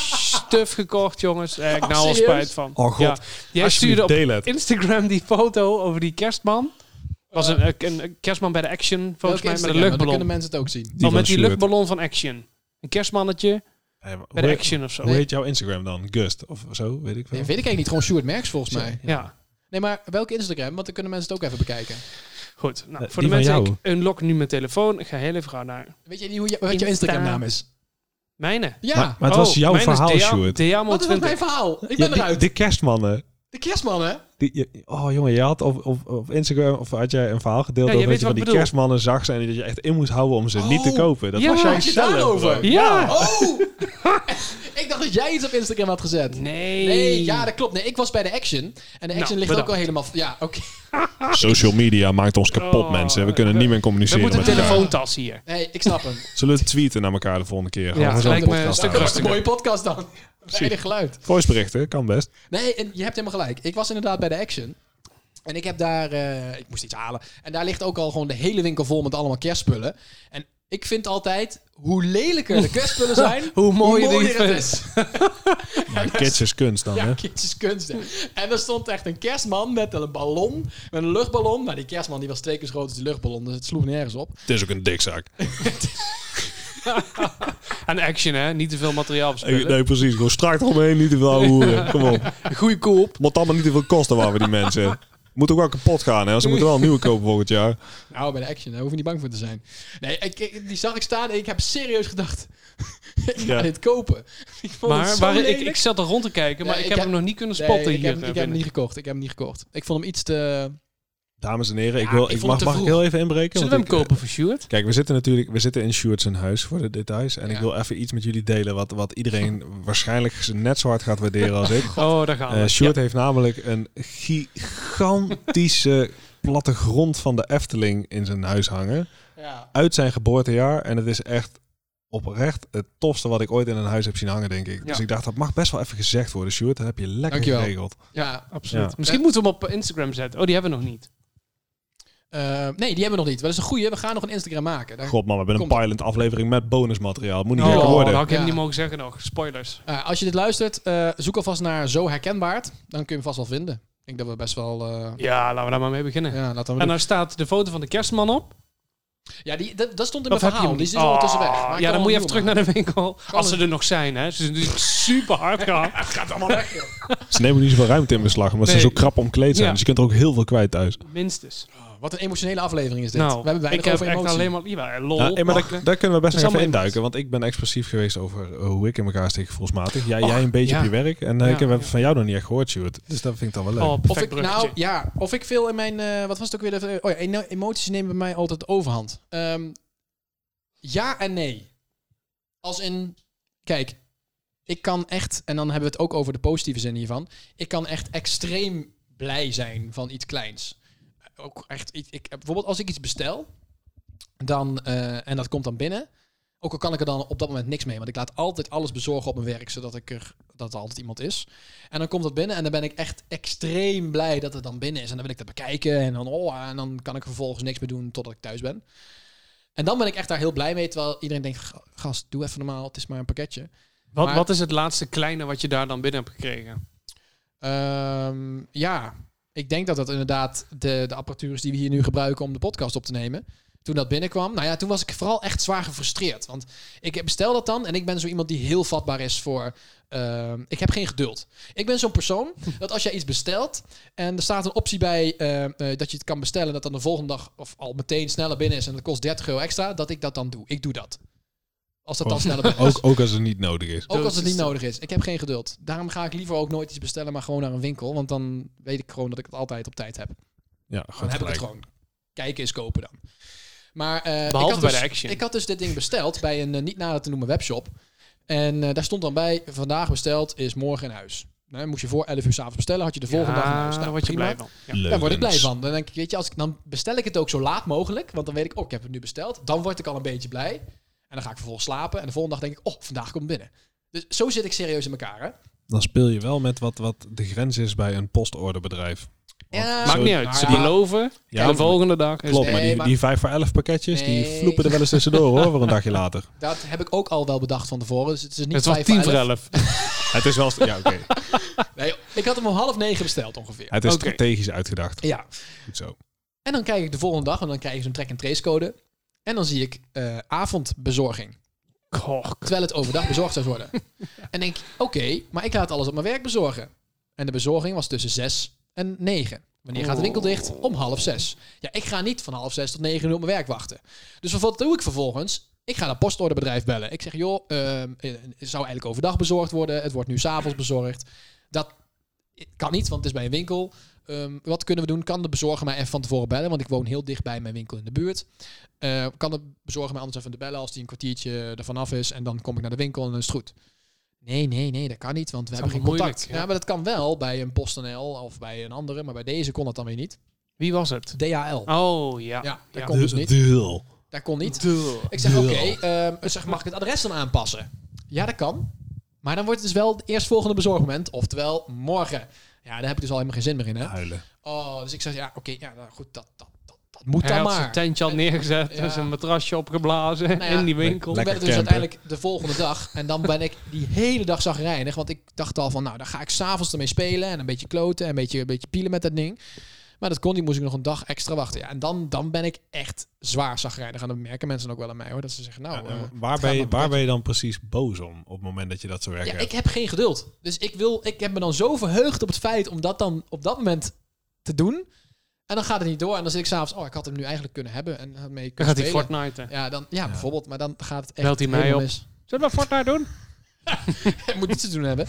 Speaker 2: Stuf gekocht, jongens. Daar heb ik
Speaker 1: Oh,
Speaker 2: nou al
Speaker 1: serieus?
Speaker 2: spijt van.
Speaker 3: Oh, God.
Speaker 2: Ja. Jij
Speaker 3: Alsjeblieft,
Speaker 2: stuurde op
Speaker 3: deel het.
Speaker 2: Instagram die foto over die kerstman. Was een,
Speaker 3: Eh.
Speaker 2: een, een kerstman bij de Action, volgens
Speaker 1: Welke
Speaker 2: mij, met
Speaker 1: Instagram? Dan
Speaker 2: een luchtballon.
Speaker 1: kunnen mensen het ook zien.
Speaker 3: Die
Speaker 2: oh, met
Speaker 3: van
Speaker 2: die
Speaker 3: Stuart.
Speaker 2: luchtballon van Action. Een kerstmannetje
Speaker 3: Hey, maar
Speaker 2: bij
Speaker 3: hoe-
Speaker 2: de Action of zo.
Speaker 3: Hoe heet jouw Instagram dan? Gust of zo,
Speaker 1: Nee,
Speaker 3: weet ik veel.
Speaker 1: weet ik eigenlijk niet. Gewoon Stuart Merks volgens
Speaker 3: Ja.
Speaker 1: mij.
Speaker 2: Ja,
Speaker 1: Nee, maar welke Instagram? Want dan kunnen mensen het ook even bekijken.
Speaker 2: goed. Nou,
Speaker 3: Eh,
Speaker 2: voor de
Speaker 3: die van
Speaker 2: mensen,
Speaker 3: jou.
Speaker 2: ik unlock nu mijn telefoon. Ik ga heel even gauw naar
Speaker 1: Weet je niet hoe je, wat
Speaker 2: Insta.
Speaker 1: jouw Instagram naam is?
Speaker 2: mijne. Oh,
Speaker 1: Ja,
Speaker 3: Maar, maar het was jouw verhaal, Stuart.
Speaker 1: wat is dat nou mijn
Speaker 2: Deamo20.
Speaker 1: verhaal? Ik ben
Speaker 3: Ja, die-
Speaker 1: eruit.
Speaker 3: De kerstmannen.
Speaker 1: de kerstman, hè?
Speaker 3: Die, je- oh jongen, je had op, op, op Instagram of had jij een verhaal gedeeld
Speaker 2: Ja, je
Speaker 3: over dat
Speaker 2: weet wat
Speaker 3: je van
Speaker 2: ik
Speaker 3: die
Speaker 2: bedoel.
Speaker 3: kerstmannen zag zijn en dat je echt in moest houden om ze niet te
Speaker 1: Oh,
Speaker 3: kopen. Dat
Speaker 2: ja.
Speaker 3: was
Speaker 2: Waar
Speaker 3: jij
Speaker 1: had je
Speaker 3: zelf.
Speaker 1: daarover?
Speaker 3: bro.
Speaker 2: Ja!
Speaker 1: Oh! *laughs* ik dacht dat jij iets op Instagram had gezet.
Speaker 2: Nee. Nou,
Speaker 1: Nee, ja, dat klopt. Nee, ik was bij de Action. En de Action ligt
Speaker 2: bedankt.
Speaker 1: ook al helemaal... Ja, oké.
Speaker 3: Social media maakt ons kapot,
Speaker 2: Oh,
Speaker 3: mensen. We kunnen
Speaker 2: we-
Speaker 3: niet meer
Speaker 2: We
Speaker 3: communiceren
Speaker 2: moeten
Speaker 3: met
Speaker 2: een
Speaker 3: elkaar.
Speaker 2: telefoontas hier.
Speaker 1: Nee, ik snap hem.
Speaker 3: Zullen we tweeten naar elkaar de volgende keer? Gewoon
Speaker 2: Ja,
Speaker 3: zo'n
Speaker 2: lijkt me een
Speaker 3: podcast
Speaker 2: stuk
Speaker 3: houden.
Speaker 1: Dat is een mooie podcast dan. *laughs* Weinig geluid.
Speaker 3: Voiceberichten, kan best.
Speaker 1: Nee, en je hebt helemaal gelijk. Ik was inderdaad bij de Action. En ik heb daar... eh, ik moest iets halen. En daar ligt ook al gewoon de hele winkel vol met allemaal kerstspullen. En ik vind altijd... Hoe lelijker de kerstspullen zijn...
Speaker 2: Hoe mooi
Speaker 1: hoe
Speaker 2: die
Speaker 1: mooier het
Speaker 2: vindt.
Speaker 1: is.
Speaker 3: Kids is kunst dan, hè?
Speaker 1: Ja, kindjes kunst. hè. En er stond echt een kerstman met een ballon, met een luchtballon. Nou, die kerstman die was twee keer zo groot als die luchtballon, dus het sloeg nergens op.
Speaker 3: Het is ook een dikzak.
Speaker 2: En action, hè? Niet te veel materiaal
Speaker 3: Nee,
Speaker 2: verspillen.
Speaker 3: nee, precies. Gewoon strak eromheen, niet te veel ouwe hoeren. Kom op.
Speaker 2: Goeie koop.
Speaker 3: Het moet allemaal niet te veel kosten waar we die mensen. Moet ook wel kapot gaan, hè? Ze moeten wel een nieuwe kopen volgend jaar.
Speaker 1: Nou, bij de action, daar hoef je niet bang voor te zijn. Nee, ik, ik- die zag ik staan en ik heb serieus gedacht, *laughs* ik ga
Speaker 3: Ja.
Speaker 1: dit kopen. *laughs* Ik vond
Speaker 2: Maar
Speaker 1: het zo
Speaker 2: waar, ik,
Speaker 1: lelijk.
Speaker 2: ik zat er rond te kijken, maar
Speaker 1: Ja,
Speaker 2: ik,
Speaker 1: ik
Speaker 2: heb
Speaker 1: heb-
Speaker 2: hem nog niet kunnen
Speaker 1: Nee,
Speaker 2: spotten
Speaker 1: ik,
Speaker 2: hier. eh,
Speaker 1: heb, ik heb hem
Speaker 2: binnen.
Speaker 1: niet gekocht. Ik heb hem niet gekocht. Ik vond hem iets te...
Speaker 3: Dames en heren, ik
Speaker 1: Ja,
Speaker 3: wil,
Speaker 1: ik
Speaker 3: ik
Speaker 1: vond
Speaker 3: mag,
Speaker 1: het te
Speaker 3: mag ik
Speaker 1: vroeg.
Speaker 3: heel even inbreken?
Speaker 2: Zullen we
Speaker 3: Want
Speaker 2: hem
Speaker 3: ik,
Speaker 2: kopen voor Stuart?
Speaker 3: Kijk, we zitten natuurlijk we zitten in Stuart zijn huis voor de details. En
Speaker 1: Ja.
Speaker 3: ik wil even iets met jullie delen wat, wat iedereen waarschijnlijk net zo hard gaat waarderen
Speaker 1: *laughs*
Speaker 3: als ik.
Speaker 2: Oh, daar gaan we.
Speaker 3: Eh Sjoerd
Speaker 2: Ja.
Speaker 3: heeft namelijk een gigantische plattegrond van de Efteling in zijn huis hangen.
Speaker 1: Ja.
Speaker 3: Uit zijn geboortejaar. En het is echt oprecht het tofste wat ik ooit in een huis heb zien hangen, denk ik. Dus
Speaker 2: Ja.
Speaker 3: ik dacht, dat mag best wel even gezegd worden, Sjoerd. Dat heb je lekker
Speaker 1: Dankjewel.
Speaker 3: geregeld.
Speaker 1: ja.
Speaker 2: Absoluut.
Speaker 3: Ja.
Speaker 2: Misschien
Speaker 1: Ja.
Speaker 2: moeten we hem op Instagram zetten. Oh, die hebben we nog niet.
Speaker 1: Eh, nee, die hebben we nog niet. Dat is een goede. We gaan nog een Instagram maken. Daar,
Speaker 3: God man, we hebben een
Speaker 1: Komt.
Speaker 3: pilot aflevering met bonusmateriaal. Moet niet
Speaker 2: Oh,
Speaker 3: gekker worden.
Speaker 2: had ik hem
Speaker 1: Ja.
Speaker 2: niet mogen zeggen nog. Spoilers.
Speaker 1: Eh, als je dit luistert, eh, zoek alvast naar Zo Herkenbaar. Dan kun je hem vast wel vinden. Ik denk dat we best wel... eh,
Speaker 2: Ja, laten we daar maar mee beginnen.
Speaker 1: ja, laten we
Speaker 2: En daar staat de foto van de kerstman op.
Speaker 1: ja die, dat, dat stond in
Speaker 2: Of
Speaker 1: mijn
Speaker 2: heb
Speaker 1: verhaal.
Speaker 2: je hem?
Speaker 1: Die is
Speaker 2: Oh,
Speaker 1: ondertussen weg. Maar ik
Speaker 2: Ja,
Speaker 1: kan
Speaker 2: dan moet je even
Speaker 1: wel
Speaker 2: terug naar de winkel. Als ze
Speaker 1: het-
Speaker 2: er nog zijn, hè. Ze zijn natuurlijk *laughs* super hard gaan.
Speaker 3: Ze nemen niet zoveel ruimte in beslag, omdat
Speaker 2: Nee.
Speaker 3: ze zo krap omkleed zijn.
Speaker 2: Ja.
Speaker 3: Dus je kunt er ook heel veel kwijt thuis.
Speaker 2: Minstens.
Speaker 1: maken. Oh, Wat een emotionele aflevering is dit.
Speaker 2: Nou,
Speaker 1: we hebben weinig
Speaker 2: ik heb
Speaker 1: over emotie.
Speaker 2: echt alleen maar... Ja, lol.
Speaker 3: Nou, eh, maar
Speaker 2: lachen.
Speaker 3: daar, daar kunnen we
Speaker 2: Dat is
Speaker 3: best nog even
Speaker 2: allemaal
Speaker 3: induiken. Want ik ben expressief geweest over eh, hoe ik in elkaar steek gevoelsmatig. Jij, jij een beetje
Speaker 2: ja.
Speaker 3: op je werk. En eh,
Speaker 2: Ja,
Speaker 3: ik heb
Speaker 2: ja.
Speaker 3: even van jou nog niet echt gehoord, Stuart. Dus dat vind ik dan wel leuk.
Speaker 2: Oh, perfect
Speaker 1: Of ik,
Speaker 2: bruggetje.
Speaker 1: nou, ja, of ik veel in mijn... eh, wat was het ook weer? de- Oh ja, eno- emoties nemen bij mij altijd de overhand. Ehm, ja en nee. Als in... Kijk, ik kan echt... En dan hebben we het ook over de positieve zin hiervan. Ik kan echt extreem blij zijn van iets kleins. Eh, Ook echt... iets- Ik, bijvoorbeeld als ik iets bestel... Dan, eh, en dat komt dan binnen... Ook al kan ik er dan op dat moment niks mee. Want ik laat altijd alles bezorgen op mijn werk. Zodat ik er, dat er altijd iemand is. En dan komt dat binnen en dan ben ik echt extreem blij dat het dan binnen is. En dan wil ik dat bekijken en dan, oh, en dan kan ik vervolgens niks meer doen totdat ik thuis ben. En dan ben ik echt daar heel blij mee, terwijl iedereen denkt, "Ga- gast, doe even normaal, het is maar een pakketje.
Speaker 2: wat,
Speaker 1: maar-
Speaker 2: wat is het laatste kleine wat je daar dan binnen hebt gekregen?
Speaker 1: Ehm, ja, ik denk dat dat inderdaad de, de apparatuur is die we hier nu gebruiken om de podcast op te nemen. Toen dat binnenkwam, nou ja, toen was ik vooral echt zwaar gefrustreerd. Want ik bestel dat dan en ik ben zo iemand die heel vatbaar is voor. ehm, ik heb geen geduld. Ik ben zo'n persoon dat als jij iets bestelt en er staat een optie bij eh, eh, dat je het kan bestellen, dat dan de volgende dag of al meteen sneller binnen is en dat kost 30 euro extra, dat ik dat dan doe. Ik doe dat. Als dat dan
Speaker 3: Oh.
Speaker 1: sneller binnen is.
Speaker 3: ook, ook als het niet nodig is.
Speaker 1: Ook als het niet
Speaker 2: Doodste.
Speaker 1: nodig is. Ik heb geen geduld. Daarom ga ik liever ook nooit iets bestellen, maar gewoon naar een winkel. Want dan weet ik gewoon dat ik het altijd op tijd heb. Dan
Speaker 3: Ja, goed
Speaker 1: heb ik het
Speaker 3: gelijk.
Speaker 1: gewoon. Kijken is kopen dan. Maar eh,
Speaker 2: Behalve
Speaker 1: ik, had
Speaker 2: bij
Speaker 1: dus,
Speaker 2: de Action.
Speaker 1: ik had dus dit ding besteld bij een eh, niet nader te noemen webshop. En eh, daar stond dan bij, vandaag besteld is morgen in huis. Nou, moest je voor 11 uur s'avonds bestellen, had je de volgende dag in huis.
Speaker 2: daar
Speaker 1: Nou,
Speaker 2: word je
Speaker 1: prima.
Speaker 2: blij van. Ja.
Speaker 1: Daar word ik blij
Speaker 3: Leurens.
Speaker 1: van. Dan denk ik, weet je, als ik, dan bestel ik het ook zo laat mogelijk. Want dan weet ik, oh, ik heb het nu besteld. Dan word ik al een beetje blij. En dan ga ik vervolgens slapen. En de volgende dag denk ik, oh, vandaag komt het binnen. Dus zo zit ik serieus in elkaar, hè?
Speaker 3: Dan speel je wel met wat, wat de grens is bij een postorderbedrijf. Want
Speaker 1: Ja.
Speaker 3: zo-
Speaker 2: Maakt niet uit.
Speaker 1: nou
Speaker 2: Ze
Speaker 1: ja.
Speaker 2: beloven.
Speaker 3: Ja,
Speaker 2: de volgende dag is
Speaker 3: Klopt,
Speaker 1: Nee,
Speaker 3: maar die,
Speaker 1: maar-
Speaker 3: die 5 voor 11 pakketjes, die
Speaker 1: Nee.
Speaker 3: vloepen er wel eens tussendoor hoor, voor een dagje later.
Speaker 1: Dat heb ik ook al wel bedacht van tevoren. Dus het is niet
Speaker 2: Het was
Speaker 1: vijf voor
Speaker 2: tien voor
Speaker 1: elf.
Speaker 2: elf.
Speaker 3: *laughs* Het is wel... Ja, oké.
Speaker 1: Nee, ik had hem om half negen besteld ongeveer.
Speaker 3: Het is
Speaker 2: Oké.
Speaker 3: strategisch uitgedacht.
Speaker 1: Ja.
Speaker 3: Goed zo.
Speaker 1: En dan kijk ik de volgende dag en dan krijg je zo'n track-and-trace code. En dan zie ik eh, avondbezorging.
Speaker 2: Gok.
Speaker 1: Terwijl het overdag bezorgd zou worden. en denk ik, oké, maar ik laat alles op mijn werk bezorgen. En de bezorging was tussen zes en negen. Wanneer gaat de winkel dicht? Om half zes. Ja, ik ga niet van half zes tot negen uur op mijn werk wachten. Dus wat doe ik vervolgens? Ik ga een postorderbedrijf bellen. Ik zeg, joh, ehm, eh, het zou eigenlijk overdag bezorgd worden. Het wordt nu s'avonds bezorgd. Dat kan niet, want het is bij een winkel. Ehm, wat kunnen we doen? Kan de bezorger mij even van tevoren bellen? Want ik woon heel dicht bij mijn winkel in de buurt. Eh, kan de bezorger mij anders even bellen als die een kwartiertje ervan af is. En dan kom ik naar de winkel en dan is het goed. Nee, nee, nee, dat kan niet, want we
Speaker 2: is
Speaker 1: hebben geen
Speaker 2: allemaal
Speaker 1: contact.
Speaker 2: moeilijk,
Speaker 1: ja.
Speaker 2: ja.
Speaker 1: maar dat kan wel bij een PostNL of bij een andere. Maar bij deze kon dat dan weer niet.
Speaker 2: Wie was het?
Speaker 1: DHL.
Speaker 2: Oh, ja.
Speaker 1: Ja, dat
Speaker 2: ja.
Speaker 1: kon dus niet.
Speaker 3: Duel.
Speaker 1: Dat kon niet.
Speaker 2: Duh.
Speaker 1: Ik zeg,
Speaker 3: Duh.
Speaker 1: oké, ehm, ik zeg, mag ik het adres dan aanpassen? Ja, dat kan. Maar dan wordt het dus wel het eerstvolgende bezorgmoment, oftewel morgen. Ja, daar heb ik dus al helemaal geen zin meer in, hè?
Speaker 3: Huilen.
Speaker 1: Oh, dus ik zeg, ja, oké, ja, nou goed, dat, dat, dat, dat moet
Speaker 2: Hij
Speaker 1: dan
Speaker 2: had zijn
Speaker 1: maar.
Speaker 2: tentje al neergezet.
Speaker 1: Ja.
Speaker 2: en zijn matrasje opgeblazen.
Speaker 1: Nou ja.
Speaker 2: in die winkel.
Speaker 1: Toen
Speaker 3: Lekker
Speaker 1: werd het dus
Speaker 3: campen.
Speaker 1: uiteindelijk de volgende dag. En dan ben ik die hele dag zagrijnig. Want ik dacht al van, nou, dan ga ik s'avonds ermee spelen. En een beetje kloten en een beetje, een beetje pielen met dat ding. Maar dat kon niet, moest ik nog een dag extra wachten. Ja, en dan, dan ben ik echt zwaar zagrijnig. En dat merken mensen ook wel aan mij, hoor. Dat ze zeggen, nou...
Speaker 3: Ja, en
Speaker 1: eh,
Speaker 3: waar,
Speaker 1: het
Speaker 3: ben
Speaker 1: gaat
Speaker 3: je,
Speaker 1: maar
Speaker 3: waar ben je dan precies boos om op het moment dat je dat zo werk
Speaker 1: Ja,
Speaker 3: hebt?
Speaker 1: ik heb geen geduld. Dus ik, wil, ik heb me dan zo verheugd op het feit om dat dan op dat moment te doen. En dan gaat het niet door. En dan zit ik s'avonds, oh, ik had hem nu eigenlijk kunnen hebben. En had mee
Speaker 2: Dan
Speaker 1: kunnen
Speaker 2: gaat hij
Speaker 1: spelen.
Speaker 2: Fortnite.
Speaker 1: Ja, dan, ja,
Speaker 3: Ja.
Speaker 1: bijvoorbeeld. Maar dan gaat het echt
Speaker 2: Belt hij mij
Speaker 1: helemaal
Speaker 2: op?
Speaker 1: mis. *laughs*
Speaker 2: Zullen we Fortnite doen?
Speaker 1: Het moet iets te doen hebben.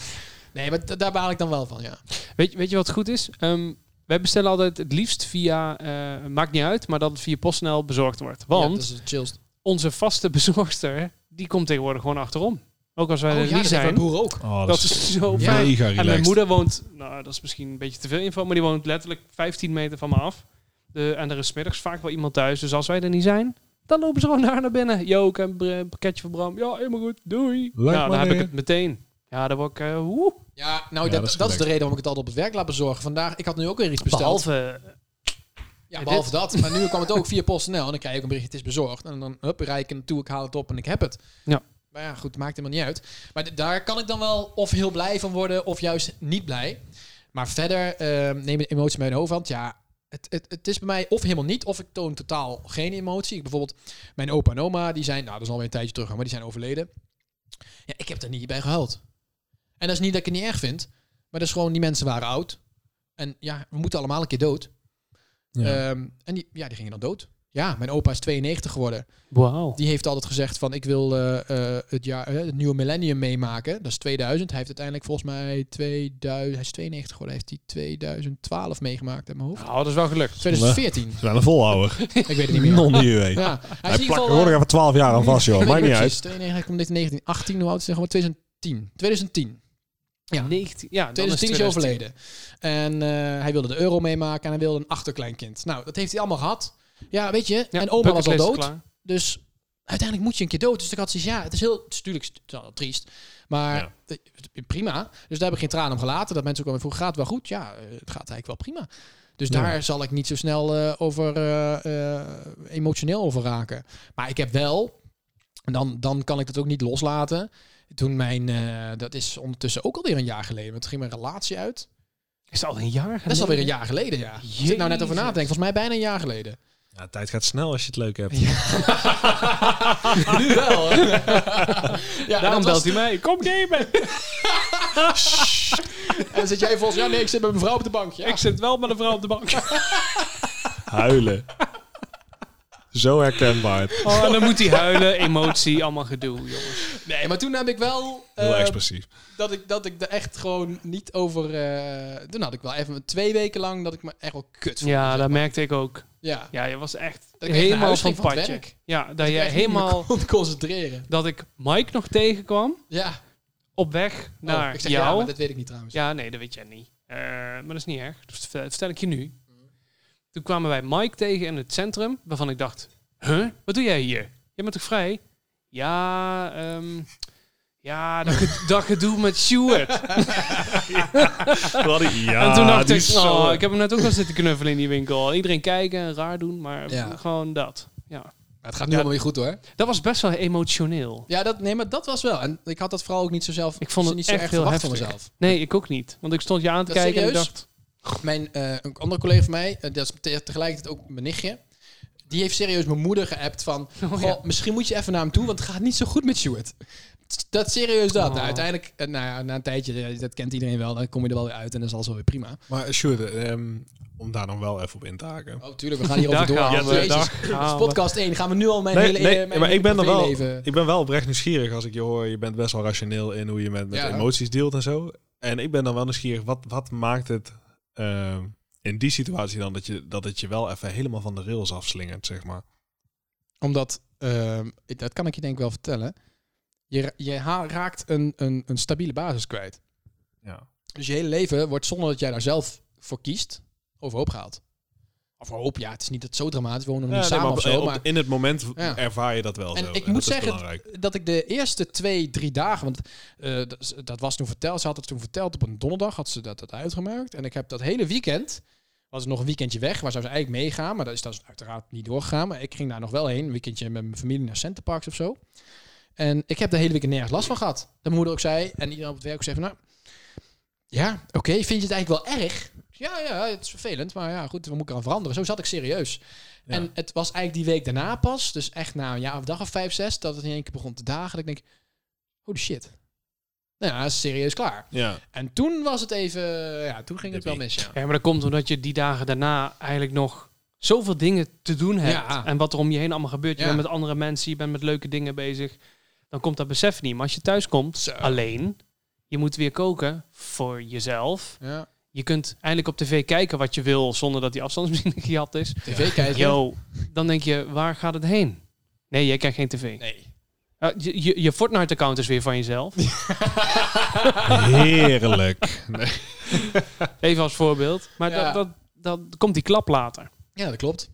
Speaker 1: Nee, maar da- daar baal ik dan wel van, ja.
Speaker 2: Weet, je- weet je wat goed is? Ehm, wij bestellen altijd het liefst via, eh, maakt niet uit, maar dat het via PostNL bezorgd wordt.
Speaker 1: Ja,
Speaker 2: Want
Speaker 1: dat is het chillst.
Speaker 2: onze vaste *laughs* bezorgster, die komt tegenwoordig gewoon achterom. Ook als wij
Speaker 1: Oh ja,
Speaker 2: er niet
Speaker 1: dat heeft mijn
Speaker 2: zijn.
Speaker 1: broer ook.
Speaker 3: Oh,
Speaker 2: Dat is zo
Speaker 1: Ja.
Speaker 2: fijn.
Speaker 3: mega
Speaker 2: En mijn
Speaker 3: relaxed.
Speaker 2: moeder woont, nou dat is misschien een beetje te veel info, maar die woont letterlijk 15 meter van me af. De, en er is 's middags vaak wel iemand thuis, dus als wij er niet zijn, dan lopen ze gewoon *laughs* daar naar binnen. Yo, ik heb een br- een pakketje voor Bram. Ja, helemaal goed. Doei.
Speaker 3: Leuk,
Speaker 2: ja, dan heb ik
Speaker 3: meneer.
Speaker 2: het meteen. Ja, dan word ik, eh, woe.
Speaker 1: Ja, nou, dat,
Speaker 3: Ja, dat
Speaker 1: dat,
Speaker 3: is
Speaker 1: is de
Speaker 3: gelijk.
Speaker 2: eh,
Speaker 1: reden waarom ik het altijd op het werk laat bezorgen. Vandaag, ik had nu ook weer iets besteld.
Speaker 2: Behalve
Speaker 1: Ja,
Speaker 2: Ja,
Speaker 1: behalve dat. Maar nu kwam het ook via PostNL. En dan krijg je ook een berichtje, het is bezorgd. En dan hup, rij ik hem toe, ik haal het op en ik heb het.
Speaker 2: Ja.
Speaker 1: Maar ja, goed, maakt helemaal niet uit. Maar d- daar kan ik dan wel of heel blij van worden, of juist niet blij. Maar verder eh, neem de emotie bij de overhand. Ja, het, het, het is bij mij of helemaal niet, of ik toon totaal geen emotie. Ik, bijvoorbeeld mijn opa en oma, die zijn, nou dat is alweer een tijdje terug, maar die zijn overleden. Ja, ik heb er niet bij gehuild. En dat is niet dat ik het niet erg vind, maar dat is gewoon, die mensen waren oud. En ja, we moeten allemaal een keer dood.
Speaker 3: Ja.
Speaker 1: Ehm, en die, ja, die gingen dan dood. Ja, mijn opa is 92 geworden.
Speaker 2: Wauw.
Speaker 1: Die heeft altijd gezegd van ik wil eh, eh, het, jaar, eh, het nieuwe millennium meemaken. Dat is 2000. Hij heeft uiteindelijk volgens mij 2000, hij is 92 geworden. Hij heeft die 2012 meegemaakt in mijn
Speaker 3: Ah,
Speaker 1: hoofd.
Speaker 2: Nou, dat is wel gelukt.
Speaker 1: 2014.
Speaker 3: is wel een volhouder.
Speaker 1: *laughs* ik weet het niet
Speaker 3: *laughs*
Speaker 1: meer.
Speaker 3: Non die UW.
Speaker 1: Ja, hij, is in
Speaker 3: Hij
Speaker 1: ieder
Speaker 3: plakt er
Speaker 1: geval...
Speaker 3: gewoon nog
Speaker 1: eh,
Speaker 3: even 12 jaar aan
Speaker 1: *laughs*
Speaker 3: vast, joh.
Speaker 1: ik weet
Speaker 3: Maakt niet
Speaker 1: precies,
Speaker 3: uit.
Speaker 1: 92, komt dit 19, 18, hoe oud is hij? Gewoon 2010. 2010. Ja.
Speaker 2: 19, ja, dan
Speaker 1: 2010 is hij
Speaker 2: 2010.
Speaker 1: overleden. En eh, hij wilde de euro meemaken en hij wilde een achterkleinkind. Nou, dat heeft hij allemaal gehad. Ja, weet je.
Speaker 2: Ja,
Speaker 1: en oma was al
Speaker 2: bucketlist
Speaker 1: dood.
Speaker 2: is klaar.
Speaker 1: Dus uiteindelijk moet je een keer dood. Dus ik had zoiets, ja, het is heel, het is natuurlijk st- het is wel triest, maar
Speaker 3: Ja.
Speaker 1: eh, het- prima. Dus daar heb ik geen traan om gelaten. Dat mensen ook al vroegen, gaat het wel goed? Ja, eh, het gaat eigenlijk wel prima. Dus
Speaker 3: Ja.
Speaker 1: daar zal ik niet zo snel eh, over eh, eh, emotioneel over raken. Maar ik heb wel, en dan, dan kan ik dat ook niet loslaten. Toen mijn, eh, dat is ondertussen ook alweer een jaar geleden, want toen ging mijn relatie uit.
Speaker 2: Is dat al een jaar geleden?
Speaker 1: Dat is alweer een jaar geleden, ja. Ik zit nou net over na te denken,
Speaker 2: Jezus.
Speaker 1: volgens mij bijna een jaar geleden.
Speaker 3: Ja, de tijd gaat snel als je het leuk hebt.
Speaker 1: nu wel, *laughs* hè? ja, en
Speaker 2: Daarom
Speaker 1: dat was
Speaker 2: Nou, belt hij mij. Kom gamen.
Speaker 1: En zit jij volgens ja nee, ik zit met mijn vrouw op de bank. Ja.
Speaker 2: Ik zit wel met een vrouw op de bank.
Speaker 1: *laughs*
Speaker 3: Huilen. Zo
Speaker 1: *laughs*
Speaker 3: herkenbaar.
Speaker 2: Oh, en dan moet hij huilen, emotie, allemaal gedoe, jongens.
Speaker 1: Nee, maar toen heb ik wel
Speaker 3: Heel
Speaker 1: eh,
Speaker 3: expressief.
Speaker 1: dat ik dat ik er echt gewoon niet over. eh, toen had ik wel even twee weken lang dat ik me echt wel kut vond.
Speaker 2: Ja, dat merkte ik ook.
Speaker 1: ja.
Speaker 2: Ja, je was echt
Speaker 1: Dat ik echt naar
Speaker 2: helemaal
Speaker 1: huis
Speaker 2: van
Speaker 1: ging van het
Speaker 2: padje.
Speaker 1: werk.
Speaker 2: Ja, dat je
Speaker 1: ik echt niet meer
Speaker 2: helemaal...
Speaker 1: kon concentreren.
Speaker 2: Dat ik Mike nog tegenkwam
Speaker 1: Ja.
Speaker 2: op weg
Speaker 1: Oh,
Speaker 2: naar
Speaker 1: ik zeg ja,
Speaker 2: jou.
Speaker 1: maar dat weet ik niet trouwens.
Speaker 2: Ja, nee, dat weet jij niet. Eh, maar dat is niet erg. Dat vertel- dat vertel ik je nu.
Speaker 1: Mm.
Speaker 2: Toen kwamen wij Mike tegen in het centrum, waarvan ik dacht... Huh? Wat doe jij hier? Jij bent toch vrij? Ja, ehm, ja dat,
Speaker 1: *laughs*
Speaker 2: ge- dat gedoe met Stuart.
Speaker 1: *laughs*
Speaker 3: Ja,
Speaker 2: en toen dacht
Speaker 3: die
Speaker 2: ik,
Speaker 3: is zo-
Speaker 2: oh, ik heb hem net ook al zitten knuffelen in die winkel. Iedereen kijken en raar doen, maar
Speaker 1: Ja.
Speaker 2: gewoon dat. Ja.
Speaker 1: Maar het gaat nu allemaal weer goed hoor.
Speaker 2: Dat was best wel emotioneel.
Speaker 1: Ja, dat, nee, maar dat was wel. En ik had dat vooral ook niet zo zelf.
Speaker 2: Ik vond het
Speaker 1: niet
Speaker 2: echt
Speaker 1: zo erg
Speaker 2: heel
Speaker 1: verwacht van
Speaker 2: heftig.
Speaker 1: mezelf.
Speaker 2: Nee, ik ook niet. Want ik stond je aan te
Speaker 1: Dat
Speaker 2: kijken en ik
Speaker 1: serieus?
Speaker 2: dacht...
Speaker 1: Mijn eh, een andere collega van mij, eh, dat is te- tegelijkertijd ook mijn nichtje. Die heeft serieus mijn moeder geappt
Speaker 3: *laughs*
Speaker 1: van...
Speaker 2: Oh, ja.
Speaker 1: Goh, misschien moet je even naar hem toe, want het gaat niet zo goed met Stuart. Dat serieus dat.
Speaker 2: Oh.
Speaker 1: Nou, uiteindelijk, eh, nou ja, na een tijdje, eh, dat kent iedereen wel, dan kom je er wel weer uit en dat is alles wel weer prima.
Speaker 3: Maar Sjoerd, ehm, om daar dan wel even op in te haken.
Speaker 1: Oh, tuurlijk, we gaan hier over door.
Speaker 2: Daar gaan
Speaker 1: Ja,
Speaker 2: we,
Speaker 1: Jezus,
Speaker 2: daar
Speaker 1: dit is
Speaker 2: gaan we.
Speaker 1: Dus podcast 1, gaan we nu al mijn
Speaker 3: Nee,
Speaker 1: hele
Speaker 3: nee,
Speaker 1: eh, mijn
Speaker 3: maar ik ben er wel-
Speaker 1: privéleven-
Speaker 3: Ik ben wel oprecht nieuwsgierig als ik je hoor. Je bent best wel rationeel in hoe je met, met
Speaker 1: Ja.
Speaker 3: emoties deelt en zo. En ik ben dan wel nieuwsgierig. Wat, wat maakt het ehm, in die situatie dan dat, je, dat het je wel even helemaal van de rails afslingert, zeg maar?
Speaker 1: Omdat, ehm, ik- dat kan ik je denk ik wel vertellen, je, ra- je ha- raakt een, een, een stabiele basis kwijt.
Speaker 3: Ja.
Speaker 1: Dus je hele leven wordt zonder dat jij daar zelf voor kiest, overhoop gehaald. Overhoop, ja, het is niet dat zo dramatisch, we wonen nog
Speaker 3: Ja,
Speaker 1: niet
Speaker 3: nee,
Speaker 1: samen
Speaker 3: maar
Speaker 1: of
Speaker 3: op-
Speaker 1: zo,
Speaker 3: op-
Speaker 1: maar...
Speaker 3: in het moment
Speaker 1: Ja.
Speaker 3: ervaar je dat wel
Speaker 1: En
Speaker 3: zo.
Speaker 1: ik
Speaker 3: dat
Speaker 1: moet
Speaker 3: is
Speaker 1: zeggen-
Speaker 3: belangrijk.
Speaker 1: dat ik de eerste twee, drie dagen, want eh, dat, dat was toen verteld, ze had het toen verteld op een donderdag, had ze dat, dat uitgemerkt. En ik heb dat hele weekend, was er nog een weekendje weg, waar zou ze eigenlijk meegaan, maar dat is, dat is uiteraard niet doorgegaan. Maar ik ging daar nog wel heen, een weekendje met mijn familie naar Centerparks of zo. En ik heb de hele weekend nergens last van gehad. De moeder ook zei, en iedereen op het werk ook zei van, nou, ja, oké, vind je het eigenlijk wel erg? Ja, ja, het is vervelend, maar ja, goed, we moeten eraan veranderen. Zo zat ik serieus.
Speaker 3: Ja.
Speaker 1: En het was eigenlijk die week daarna pas, dus echt na een jaar of dag of vijf, zes, dat het in één keer begon te dagen. Dat ik denk, holy shit. Nou ja, is serieus klaar.
Speaker 3: Ja.
Speaker 1: En toen was het even, ja, toen ging het wel
Speaker 3: Dippie.
Speaker 1: mis, ja.
Speaker 2: Ja, maar dat komt omdat je die dagen daarna eigenlijk nog zoveel dingen te doen hebt.
Speaker 1: Ja.
Speaker 2: En wat er om je heen allemaal gebeurt. Je
Speaker 1: Ja.
Speaker 2: bent met andere mensen, je bent met leuke dingen bezig. Dan komt dat besef niet. Maar als je thuis komt,
Speaker 1: Zo.
Speaker 2: alleen, je moet weer koken voor jezelf.
Speaker 1: ja.
Speaker 2: Je kunt eindelijk op tv kijken wat je wil zonder dat die afstandsbediening *laughs* gejat is.
Speaker 1: TV kijken.
Speaker 2: Yo, dan denk je, waar gaat het heen? Nee, jij kijkt geen tv.
Speaker 1: Nee.
Speaker 2: Ah, je, je, je Fortnite-account is weer van jezelf.
Speaker 3: Heerlijk.
Speaker 2: Even als voorbeeld. Maar
Speaker 1: Ja.
Speaker 2: dat, dat, dat komt die klap later.
Speaker 1: Ja, dat klopt.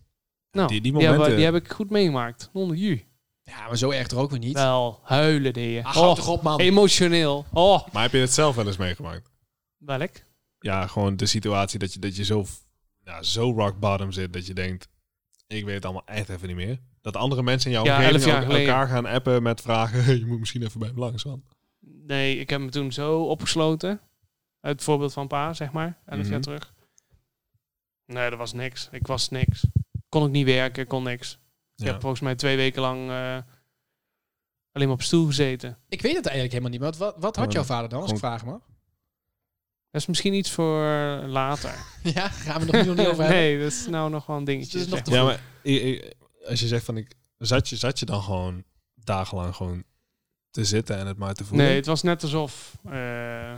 Speaker 2: Nou,
Speaker 3: Die- die
Speaker 2: hebben-
Speaker 3: momenten.
Speaker 2: die heb ik goed meegemaakt. Onder jullie.
Speaker 1: Ja, maar zo erg er ook weer niet.
Speaker 2: Wel, huilen deed je.
Speaker 1: Ah,
Speaker 2: Oh,
Speaker 1: hou toch op, man.
Speaker 2: emotioneel. Oh,
Speaker 3: Maar heb je het zelf wel eens meegemaakt?
Speaker 2: welk?
Speaker 3: Ja, gewoon de situatie dat je, dat je zo ja, zo rock bottom zit dat je denkt, ik weet het allemaal echt even niet meer. Dat andere mensen in jouw
Speaker 2: Ja,
Speaker 3: omgeving
Speaker 2: 11 jaar
Speaker 3: elk-
Speaker 2: geleden.
Speaker 3: elkaar gaan appen met vragen, *laughs* je moet misschien even bij me langs. Want.
Speaker 2: Nee, ik heb me toen zo opgesloten. Uit het voorbeeld van pa, zeg maar. 11
Speaker 3: Mhm.
Speaker 2: jaar terug. Nee, dat was niks. Ik was niks. Kon ook niet werken, kon niks. Ik
Speaker 3: Ja.
Speaker 2: heb volgens mij twee weken lang eh, alleen maar op stoel gezeten.
Speaker 1: Ik weet het eigenlijk helemaal niet. Maar wat, wat had
Speaker 2: Oh.
Speaker 3: Ja,
Speaker 1: jouw vader dan, als ik
Speaker 3: gewoon-
Speaker 1: vraag mag?
Speaker 2: Dat is misschien iets voor eh, later.
Speaker 1: Ja, *laughs* gaan we nog niet, nog
Speaker 2: *laughs*
Speaker 1: niet over hebben.
Speaker 2: nee, dat is nou nog wel een dingetje.
Speaker 1: Dus het is nog
Speaker 2: zeg.
Speaker 1: te
Speaker 3: Ja,
Speaker 1: vroeg.
Speaker 3: maar i- i- als je zegt van ik zat je, zat je dan gewoon dagenlang gewoon te zitten en het maar te voelen.
Speaker 2: Nee, het was net alsof... eh,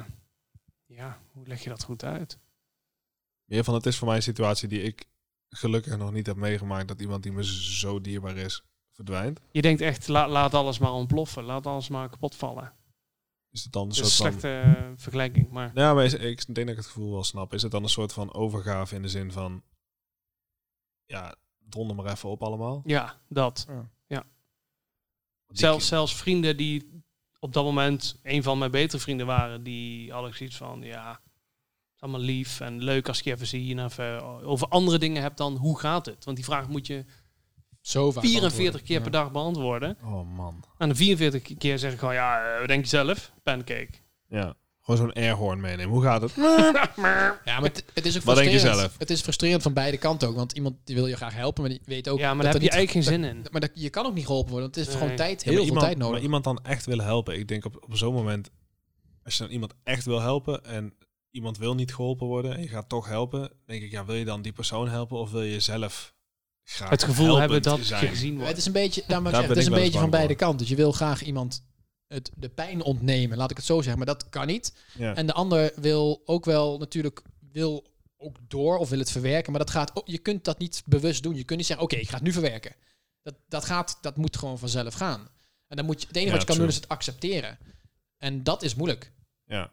Speaker 2: ja, hoe leg je dat goed uit?
Speaker 3: Meer van het is voor mij een situatie die ik gelukkig nog niet heb meegemaakt dat iemand die me zo dierbaar is verdwijnt.
Speaker 2: Je denkt echt, la- laat alles maar ontploffen. Laat alles maar kapot vallen.
Speaker 3: Is het dan een
Speaker 2: Dat is een
Speaker 3: soort van
Speaker 2: slechte eh, vergelijking, maar...
Speaker 3: Nou, ja, maar is- ik denk dat ik het gevoel wel snap. Is het dan een soort van overgave in de zin van... Ja, donder maar even op allemaal.
Speaker 2: Ja, dat.
Speaker 3: Die-
Speaker 2: Zelfs, zelfs vrienden die op dat moment een van mijn betere vrienden waren, die hadden zoiets van, ja, het is allemaal lief en leuk als ik je even zie en even over andere dingen hebt dan hoe gaat het? Want die vraag moet je
Speaker 1: Zo vaak
Speaker 2: 44
Speaker 1: antwoorden.
Speaker 2: keer
Speaker 1: Ja.
Speaker 2: per dag beantwoorden.
Speaker 3: Oh man.
Speaker 2: En de 44 keer zeg ik gewoon, ja, eh, wat denk je zelf? Pancake.
Speaker 3: Ja, gewoon zo'n airhorn meenemen. Hoe gaat het?
Speaker 1: Ja, maar het, het is ook
Speaker 3: Wat denk je
Speaker 1: frustrerend.
Speaker 3: zelf?
Speaker 1: Het is frustrerend van beide kanten ook. Want iemand die wil je graag helpen, maar die weet ook
Speaker 2: ja, maar
Speaker 1: dat
Speaker 2: daar
Speaker 1: er
Speaker 2: heb je
Speaker 1: niet...
Speaker 2: eigenlijk geen zin in.
Speaker 1: dat- Maar dat, je kan ook niet geholpen worden. want het is
Speaker 2: Nee.
Speaker 1: gewoon tijd,
Speaker 3: Ja,
Speaker 1: heel
Speaker 3: maar
Speaker 1: veel
Speaker 3: iemand,
Speaker 1: tijd nodig.
Speaker 3: Maar iemand dan echt willen helpen. Ik denk op, op zo'n moment... Als je dan iemand echt wil helpen en iemand wil niet geholpen worden... en je gaat toch helpen, denk ik... Ja, wil je dan die persoon helpen of wil je zelf graag
Speaker 2: Het gevoel hebben
Speaker 3: helpend
Speaker 2: dat je
Speaker 3: zijn?
Speaker 2: gezien
Speaker 1: Maar
Speaker 2: wordt.
Speaker 1: het is een beetje, daarom wou ik
Speaker 3: Daar
Speaker 1: zeggen,
Speaker 3: ben
Speaker 1: het is
Speaker 3: ik
Speaker 1: een
Speaker 3: wel
Speaker 1: beetje
Speaker 3: eens
Speaker 1: van
Speaker 3: bang
Speaker 1: beide kanten. Dus je wil graag iemand het, de pijn ontnemen, laat ik het zo zeggen. Maar dat kan niet.
Speaker 3: Ja.
Speaker 1: En de ander wil ook wel natuurlijk wil ook door of wil het verwerken. Maar dat gaat, ook- je kunt dat niet bewust doen. Je kunt niet zeggen, oké, ik ga het nu verwerken. Dat, dat, gaat, dat moet gewoon vanzelf gaan. En dan moet je, het enige
Speaker 3: Ja,
Speaker 1: wat je kan
Speaker 3: true.
Speaker 1: doen is het accepteren. En dat is moeilijk.
Speaker 3: ja. nou,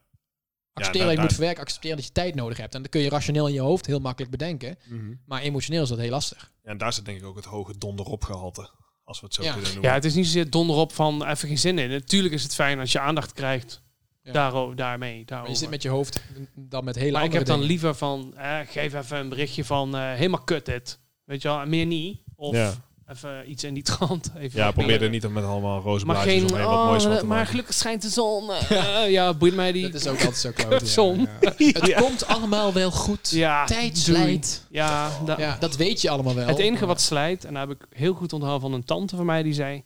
Speaker 1: Accepteren dat je moet
Speaker 3: daar- daar-
Speaker 1: verwerken, accepteren dat je tijd nodig hebt. En dat kun je rationeel in je hoofd heel makkelijk bedenken.
Speaker 3: Mhm.
Speaker 1: Maar emotioneel is dat heel lastig.
Speaker 3: Ja, en daar zit denk ik ook het hoge donderopgehalte. Als we het zo
Speaker 1: Ja.
Speaker 3: kunnen noemen.
Speaker 2: Ja, het is niet zozeer donderop van even geen zin in. Natuurlijk is het fijn als je aandacht krijgt
Speaker 1: Ja.
Speaker 2: daaro- daarmee. Daarover.
Speaker 1: Maar je zit met je hoofd dan met hele
Speaker 2: Maar ik
Speaker 1: andere
Speaker 2: heb dan
Speaker 1: dingen.
Speaker 2: liever van, eh, geef even een berichtje van eh, helemaal kut dit. Weet je wel, en meer niet. Of
Speaker 3: Ja.
Speaker 2: even iets in die trant. *laughs* Even
Speaker 3: Ja, probeer er
Speaker 2: wegnemen.
Speaker 3: niet om met allemaal
Speaker 2: Maar
Speaker 3: rozenblaadjes
Speaker 2: geen,
Speaker 3: omheen wat
Speaker 2: oh,
Speaker 3: moois van te
Speaker 2: maar
Speaker 3: maken.
Speaker 2: gelukkig schijnt de zon. eh, eh, *laughs* ja, boeit mij die.
Speaker 1: Dat is ook
Speaker 2: *laughs*
Speaker 1: altijd zo kloot. ja.
Speaker 2: Kutson.
Speaker 3: *laughs*
Speaker 1: Het komt allemaal wel goed.
Speaker 2: *laughs* Ja,
Speaker 1: Tijd
Speaker 2: doei.
Speaker 1: slijt.
Speaker 2: Ja, da-
Speaker 1: Ja, dat weet je allemaal wel.
Speaker 2: Nou, het enige wat slijt, en daar heb ik heel goed onthouden van een tante van mij, die zei,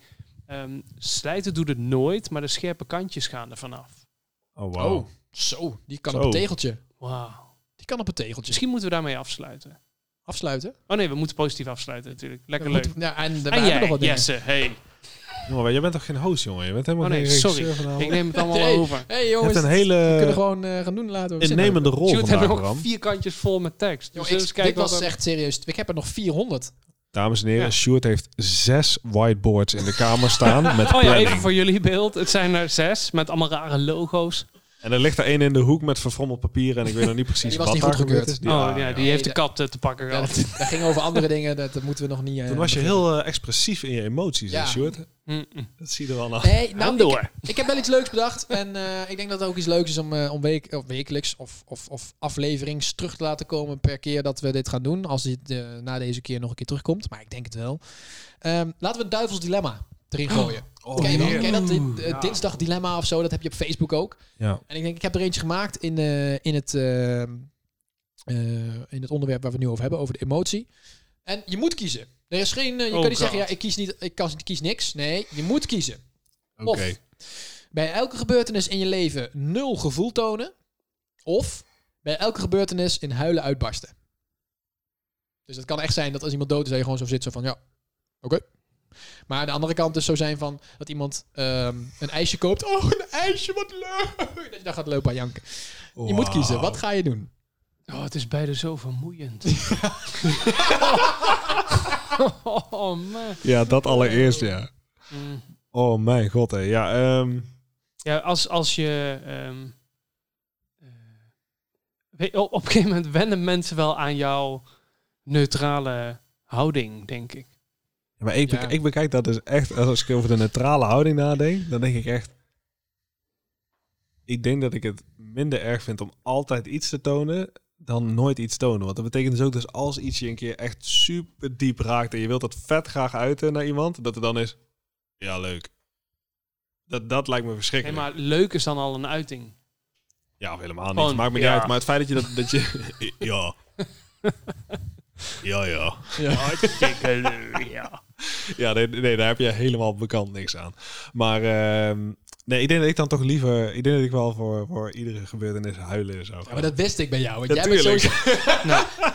Speaker 2: ehm, slijten doet het nooit, maar de scherpe kantjes gaan er vanaf.
Speaker 3: Oh,
Speaker 1: Oh,
Speaker 3: wauw.
Speaker 1: zo. Die kan op
Speaker 3: Zo.
Speaker 1: een tegeltje.
Speaker 2: Wauw.
Speaker 1: Die kan op een tegeltje.
Speaker 2: Misschien moeten we daarmee afsluiten.
Speaker 1: Afsluiten.
Speaker 2: Oh nee, we moeten positief afsluiten natuurlijk. Lekker
Speaker 1: We
Speaker 2: leuk. Ah,
Speaker 1: moeten- Ja, en we
Speaker 2: En
Speaker 1: hebben nog
Speaker 2: jij,
Speaker 1: wat dingen.
Speaker 2: Jesse, hey.
Speaker 3: Jongen, maar jij bent toch geen host, jongen? Je bent helemaal
Speaker 2: Oh nee,
Speaker 3: geen regisseur
Speaker 2: sorry.
Speaker 3: vanavond.
Speaker 2: Ik neem het
Speaker 1: *laughs*
Speaker 2: allemaal
Speaker 1: Nee.
Speaker 2: over.
Speaker 1: hey,
Speaker 3: Je
Speaker 1: jongens,
Speaker 3: hebt een
Speaker 1: we kunnen
Speaker 3: hele
Speaker 1: gewoon eh, gaan doen laten. we zin hebben.
Speaker 3: innemende rol
Speaker 2: Sjoerd heeft
Speaker 3: vandaag,
Speaker 2: nog
Speaker 3: Bram.
Speaker 2: vierkantjes vol met tekst.
Speaker 1: Jongen,
Speaker 2: Dus
Speaker 1: ik-
Speaker 2: eens
Speaker 1: dit
Speaker 2: kijken wat
Speaker 1: was
Speaker 2: er-
Speaker 1: echt serieus. Ik heb er nog 400.
Speaker 3: Dames en heren,
Speaker 2: Ja.
Speaker 3: Sjoerd heeft zes whiteboards in de
Speaker 2: *laughs*
Speaker 3: kamer staan met
Speaker 2: Oh ja,
Speaker 3: planning.
Speaker 2: even voor jullie beeld. Het zijn er zes met allemaal rare logo's.
Speaker 3: En er ligt er één in de hoek met verfrommeld papier en ik weet nog niet precies
Speaker 1: *laughs* Die was
Speaker 3: wat
Speaker 1: niet
Speaker 3: daar
Speaker 1: goedgekeurd.
Speaker 3: gebeurd is.
Speaker 2: oh ja, die
Speaker 1: ja.
Speaker 2: heeft de kat eh, te pakken
Speaker 1: Ja,
Speaker 2: gehad.
Speaker 1: dat, dat ging over andere dingen. Dat, dat moeten we nog niet... eh,
Speaker 3: Toen was je
Speaker 1: beginnen.
Speaker 3: heel eh, expressief in je emoties,
Speaker 1: Ja.
Speaker 3: hè, Sjoerd.
Speaker 2: Mm, mm.
Speaker 3: Dat zie je er wel aan.
Speaker 1: Nee,
Speaker 2: Gaan
Speaker 1: nou, ik,
Speaker 2: door.
Speaker 1: ik heb wel iets leuks bedacht. En eh, ik denk dat het ook iets leuks is om, eh, om week, of wekelijks of, of, of afleverings terug te laten komen per keer dat we dit gaan doen. Als dit eh, na deze keer nog een keer terugkomt. Maar ik denk het wel. Ehm, laten we het Duivels Dilemma erin gooien.
Speaker 3: Oh,
Speaker 1: ken je wel?
Speaker 3: heerlijk.
Speaker 1: Ken je dat? Dit, eh,
Speaker 2: Oeh, ja.
Speaker 1: Dinsdag Dilemma of zo. Dat heb je op Facebook ook.
Speaker 3: Ja.
Speaker 1: En ik denk, ik heb er eentje gemaakt in, eh, in, het, eh, eh, in het onderwerp waar we het nu over hebben, over de emotie. En je moet kiezen. Er is geen, eh, je
Speaker 2: Oh
Speaker 1: kan niet zeggen, ja,
Speaker 2: God.
Speaker 1: ik kies, niet, ik kan, ik kies niks. Nee, je moet kiezen.
Speaker 3: Oké.
Speaker 1: Of bij elke gebeurtenis in je leven nul gevoel tonen. Of bij elke gebeurtenis in huilen uitbarsten. Dus dat kan echt zijn dat als iemand dood is, dat je gewoon zo zit zo van ja, oké. Maar de andere kant is zo zijn van dat iemand ehm, een ijsje koopt. Oh, een ijsje, wat leuk! Dat je dan gaat lopen aan janken. Je moet kiezen, wat ga je doen?
Speaker 2: Oh, het is beide zo *laughs* vermoeiend. oh, man.
Speaker 3: Ja, dat allereerst, ja.
Speaker 2: Mm.
Speaker 3: Oh mijn god, hè. Ja, ehm,
Speaker 2: Ja, als, als je... ehm, eh, weet- op op een gegeven moment wennen mensen wel aan jouw neutrale houding, denk ik.
Speaker 3: ja, maar ik,
Speaker 1: Ja.
Speaker 3: bek- ik bekijk dat dus echt... Als ik over de neutrale houding nadenk, dan denk ik echt... Ik denk dat ik het minder erg vind om altijd iets te tonen... dan nooit iets tonen. Want dat betekent dus ook dus als iets je een keer echt super diep raakt en je wilt dat vet graag uiten naar iemand, dat het dan is, ja leuk. Dat, dat lijkt me
Speaker 2: Nee,
Speaker 3: verschrikkelijk.
Speaker 2: maar leuk is dan al een uiting.
Speaker 3: Ja, of helemaal niet.
Speaker 2: Gewoon,
Speaker 3: Maakt me niet
Speaker 2: ja.
Speaker 3: uit. Maar het feit dat je dat,
Speaker 1: *laughs*
Speaker 3: dat je, ja. Ja, ja.
Speaker 2: ja.
Speaker 3: Ja, nee, nee, daar heb je helemaal bekend niks aan. Maar ehm, nee, ik denk dat ik dan toch liever... Ik denk dat ik wel voor, voor iedere gebeurtenis huilen zou
Speaker 1: Ja,
Speaker 3: gaan.
Speaker 1: maar dat wist ik bij jou. Want
Speaker 3: Ja,
Speaker 1: jij, bent
Speaker 3: tuurlijk.
Speaker 1: sowieso,
Speaker 3: *laughs* Nou.
Speaker 1: *laughs*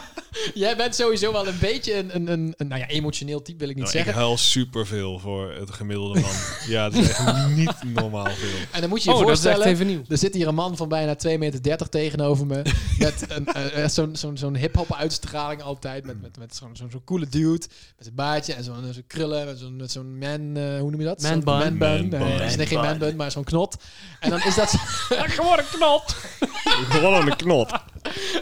Speaker 1: jij bent sowieso wel een beetje een, een, een, een- nou ja, emotioneel type, wil ik niet
Speaker 3: Nou, ik
Speaker 1: zeggen.
Speaker 3: huil superveel voor het gemiddelde man. ja, het is echt niet normaal veel.
Speaker 1: En dan moet je je
Speaker 2: Oh, dat is
Speaker 1: voorstellen,
Speaker 2: echt even *laughs* nieuw.
Speaker 1: er zit hier een man van bijna 2,30 meter tegenover
Speaker 3: *laughs*
Speaker 1: me. Met een, eh, eh, zo'n zo'n zo'n hip-hop uitstraling altijd. Met, met, met zo'n zo'n zo'n coole dude. Met een baardje en zo'n zo'n krullen. Met zo'n met zo'n man, eh, hoe noem je dat?
Speaker 2: Man
Speaker 1: Zo'n
Speaker 2: bun.
Speaker 1: Man
Speaker 3: Man
Speaker 1: bun.
Speaker 3: bun.
Speaker 1: Eh, is nee, geen man bun, maar zo'n knot. En dan is dat, zo- *laughs*
Speaker 2: Gewoon een knot.
Speaker 3: Gewoon aan de knop.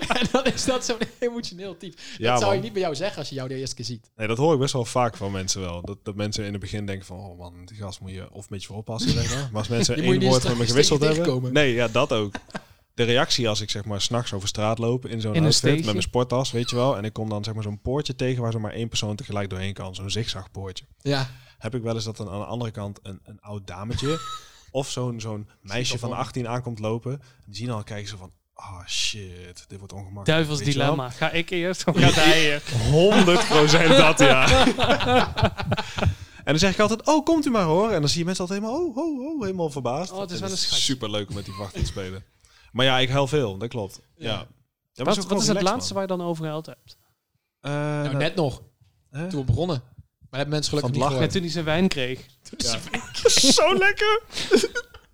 Speaker 1: en dan is dat zo'n emotioneel type.
Speaker 3: Ja,
Speaker 1: dat zou je
Speaker 3: man.
Speaker 1: niet bij jou zeggen als je jou de eerste keer ziet.
Speaker 3: Nee, dat hoor ik best wel vaak van mensen wel. Dat, dat mensen in het begin denken van... Oh man, die gast moet je of een beetje voor oppassen. Zeg maar. maar
Speaker 1: *laughs*
Speaker 3: als mensen
Speaker 1: Die moet je
Speaker 3: één
Speaker 1: niet
Speaker 3: woord
Speaker 1: stra-
Speaker 3: van me gewisseld
Speaker 1: steeds
Speaker 3: hebben...
Speaker 1: tegenkomen.
Speaker 3: Nee, ja, dat ook. De reactie als ik zeg maar s'nachts over straat loop in zo'n
Speaker 2: In een
Speaker 3: outfit met
Speaker 2: steegje.
Speaker 3: mijn sporttas, weet je wel. En ik kom dan zeg maar zo'n poortje tegen waar zo maar één persoon tegelijk doorheen kan. Zo'n zigzagpoortje.
Speaker 1: Ja.
Speaker 3: Heb ik wel eens dat dan aan de andere kant een, een
Speaker 1: *laughs*
Speaker 3: oud dametje of zo'n zo'n meisje van 18 aankomt lopen. Die zien al kijken ze van, ah shit, dit wordt ongemakkelijk.
Speaker 2: Duivels
Speaker 3: weet je wel.
Speaker 2: dilemma. Ga ik eerst of gaat hij eh. eerst?
Speaker 3: 100% dat, ja. En dan zeg ik altijd, oh, komt u maar hoor. En dan zie je mensen altijd helemaal, oh, oh, oh, helemaal verbaasd.
Speaker 2: Oh, het is
Speaker 3: En
Speaker 2: wel
Speaker 3: dat
Speaker 2: een schatje.
Speaker 3: Superleuk om met die wacht te spelen. Maar ja, ik huil veel, dat klopt. Ja.
Speaker 1: Nou,
Speaker 3: Ja, maar het
Speaker 2: Wat,
Speaker 3: ook
Speaker 2: wat is
Speaker 3: gewoon
Speaker 2: het
Speaker 3: relaxed,
Speaker 2: laatste waar je dan over gehuild hebt?
Speaker 3: man. Eh,
Speaker 1: Nou,
Speaker 3: nou,
Speaker 1: net nog.
Speaker 3: hè?
Speaker 1: Toen we begonnen. Maar dat hebben mensen gelukkig
Speaker 3: Van
Speaker 1: niet
Speaker 3: het
Speaker 2: Ja,
Speaker 1: gehoord.
Speaker 2: toen hij zijn wijn kreeg.
Speaker 3: Ja. *laughs* Zo lekker!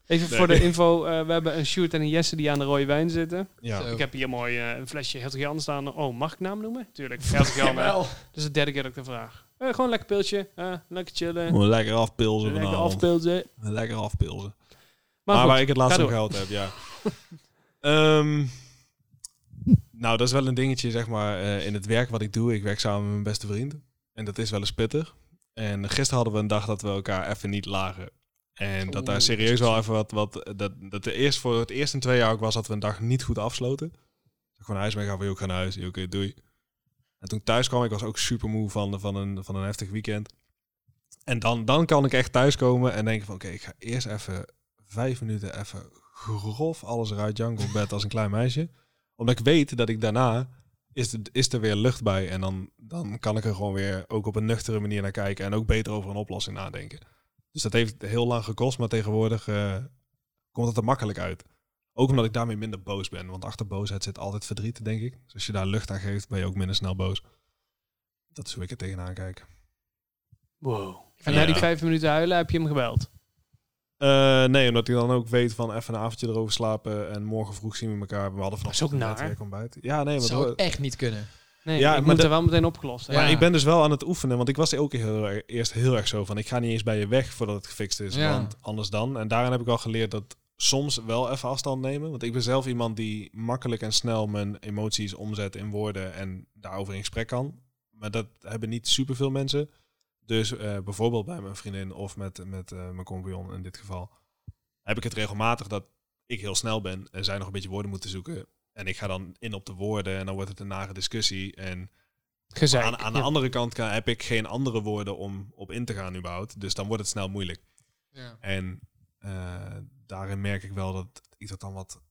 Speaker 2: Even
Speaker 3: Nee.
Speaker 2: voor de info. eh, we hebben een Sjoerd en een Jesse die aan de rode wijn zitten.
Speaker 3: Ja.
Speaker 1: Zo.
Speaker 2: Ik heb hier mooi eh, een flesje Hertog Jan staan. Oh, mag ik naam noemen? Tuurlijk. Hertog Jan. hè.
Speaker 1: Jawel.
Speaker 2: Dat is de derde keer dat ik dat vraag. Eh, gewoon een lekker piltje. eh, lekker chillen.
Speaker 3: Gewoon Lekker afpilzen
Speaker 2: lekker
Speaker 3: vanavond.
Speaker 2: afpiltje.
Speaker 3: Lekker afpilzen.
Speaker 2: Maar,
Speaker 3: Maar,
Speaker 2: goed,
Speaker 3: waar ik het laatst
Speaker 2: ga
Speaker 3: om
Speaker 2: door.
Speaker 3: geld heb, ja. *laughs* Ehm, nou, dat is wel een dingetje, zeg maar, eh, in het werk wat ik doe. Ik werk samen met mijn beste vriend. En dat is wel eens pittig. En gisteren hadden we een dag dat we elkaar even niet lagen. En dat daar
Speaker 1: Oeh.
Speaker 3: serieus wel even wat... wat dat, dat de eerst, voor het eerst in twee jaar ook was dat we een dag niet goed afsloten. Dat ik gewoon naar huis ben gaan van, joh, ik ga naar huis. Joh, Oké, doei. En toen ik thuis kwam, ik was ook super moe van, van, een, van een heftig weekend. En dan, dan kan ik echt thuiskomen en denken van... Oké, ik ga eerst even vijf minuten even grof alles eruit janken op bed als een klein meisje. Omdat ik weet dat ik daarna is, de- is er weer lucht bij. En dan, dan kan ik er gewoon weer ook op een nuchtere manier naar kijken. En ook beter over een oplossing nadenken. Dus dat heeft heel lang gekost. Maar tegenwoordig eh, komt het er makkelijk uit. Ook omdat ik daarmee minder boos ben. Want achter boosheid zit altijd verdriet, denk ik. Dus als je daar lucht aan geeft, ben je ook minder snel boos. Dat is hoe ik er tegenaan kijk.
Speaker 2: Wow. En
Speaker 3: Ja.
Speaker 2: na die vijf minuten huilen heb je hem gebeld.
Speaker 3: Eh, nee, omdat ik dan ook weet van even een avondje erover slapen. En morgen vroeg zien we elkaar. We hadden vanaf
Speaker 2: ook naar.
Speaker 3: Ja, nee,
Speaker 1: Dat
Speaker 3: want
Speaker 1: zou
Speaker 3: hoor-
Speaker 1: ik echt niet kunnen.
Speaker 2: Nee,
Speaker 3: Ja,
Speaker 2: ik
Speaker 3: maar
Speaker 2: moet
Speaker 3: dat-
Speaker 2: er wel meteen opgelost hebben.
Speaker 3: Maar
Speaker 1: Ja.
Speaker 3: ik ben dus wel aan het oefenen, want ik was ook heel, erg- eerst heel erg zo van... ik ga niet eens bij je weg voordat het gefixt is,
Speaker 1: Ja.
Speaker 3: want anders dan. En daarin heb ik al geleerd dat soms wel even afstand nemen. Want ik ben zelf iemand die makkelijk en snel mijn emoties omzet in woorden... en daarover in gesprek kan. Maar dat hebben niet superveel mensen. Dus eh, bijvoorbeeld bij mijn vriendin of met, met eh, mijn compagnon in dit geval... heb ik het regelmatig dat ik heel snel ben en zij nog een beetje woorden moeten zoeken... En ik ga dan in op de woorden en dan wordt het een nare discussie. En
Speaker 2: Gezeik.
Speaker 3: aan, aan de
Speaker 2: Ja.
Speaker 3: andere kant kan, heb ik geen andere woorden om op in te gaan überhaupt. Dus dan wordt het snel moeilijk. En eh, daarin merk ik wel dat ik dat dan wat...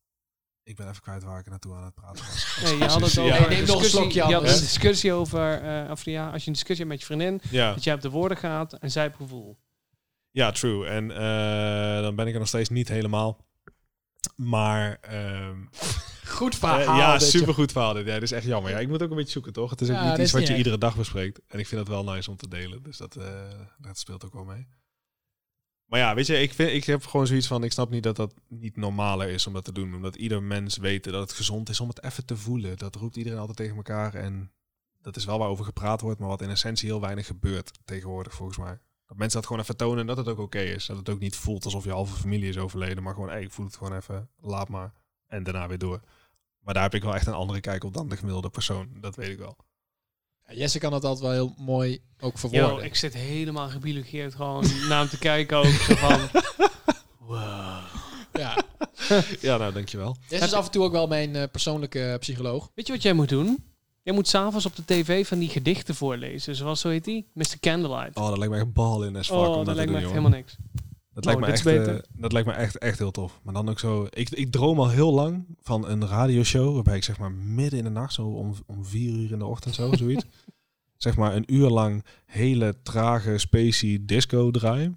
Speaker 3: Ik ben even kwijt waar ik naartoe aan het praten was.
Speaker 2: Nee, je had het
Speaker 3: Ja.
Speaker 2: over
Speaker 3: Nee, neem
Speaker 1: nog een
Speaker 2: discussie-
Speaker 1: slokje,
Speaker 2: Je had een
Speaker 1: Anders.
Speaker 2: discussie over, eh, of ja, als je een discussie hebt met je vriendin,
Speaker 3: Ja,
Speaker 2: dat jij op de woorden gaat en zij op gevoel.
Speaker 3: ja true. En eh, dan ben ik er nog steeds niet helemaal. Maar... ehm,
Speaker 1: Goed
Speaker 3: eh,
Speaker 1: verhaal.
Speaker 3: ja,
Speaker 1: dit, joh.
Speaker 3: supergoed verhaal dit. Ja, dit is echt jammer. Ja, ik moet ook een beetje zoeken, toch? Het is ook
Speaker 1: Ja,
Speaker 3: niet
Speaker 1: dat
Speaker 3: iets
Speaker 1: is
Speaker 3: wat
Speaker 1: niet
Speaker 3: je
Speaker 1: erg.
Speaker 3: iedere dag bespreekt. En ik vind dat wel nice om te delen. Dus dat, eh, dat speelt ook wel mee. Maar ja, weet je, ik, vind, ik heb gewoon zoiets van... Ik snap niet dat dat niet normaler is om dat te doen. Omdat ieder mens weet dat het gezond is om het even te voelen. Dat roept iedereen altijd tegen elkaar. En dat is wel waarover gepraat wordt. Maar wat in essentie heel weinig gebeurt tegenwoordig, volgens mij. Dat mensen dat gewoon even tonen en dat het ook oké is. Dat het ook niet voelt alsof je halve familie is overleden. Maar gewoon, hey, ik voel het gewoon even. Laat maar. En daarna weer door. Maar daar heb ik wel echt een andere kijk op dan de gemiddelde persoon. Dat weet ik wel.
Speaker 1: Ja, Jesse kan dat altijd wel heel mooi ook verwoorden.
Speaker 2: Yo, ik zit helemaal *laughs* gebiologeerd gewoon naar hem te kijken ook. zo van,
Speaker 1: Ja.
Speaker 3: ja, nou, dankjewel.
Speaker 1: Dit is af en toe ook wel mijn eh, persoonlijke psycholoog.
Speaker 2: Weet je wat jij moet doen? Jij moet s'avonds op de tv van die gedichten voorlezen. Zoals, zo heet die? Mr. Candlelight.
Speaker 3: Oh, dat lijkt me echt bal in as fuck om
Speaker 2: Oh,
Speaker 3: dat,
Speaker 2: dat
Speaker 3: te
Speaker 2: lijkt me
Speaker 3: doen,
Speaker 2: echt
Speaker 3: jongen.
Speaker 2: helemaal niks.
Speaker 3: Dat,
Speaker 2: Nou,
Speaker 3: lijkt me
Speaker 2: dit
Speaker 3: echt,
Speaker 2: is
Speaker 3: eh,
Speaker 2: beter.
Speaker 3: dat lijkt me echt, echt heel tof. Maar dan ook zo... Ik, ik droom al heel lang van een radioshow... waarbij ik zeg maar midden in de nacht, zo om, om vier uur in de ochtend zo, *laughs* zoiets... zeg maar een uur lang hele trage, spacey disco draai.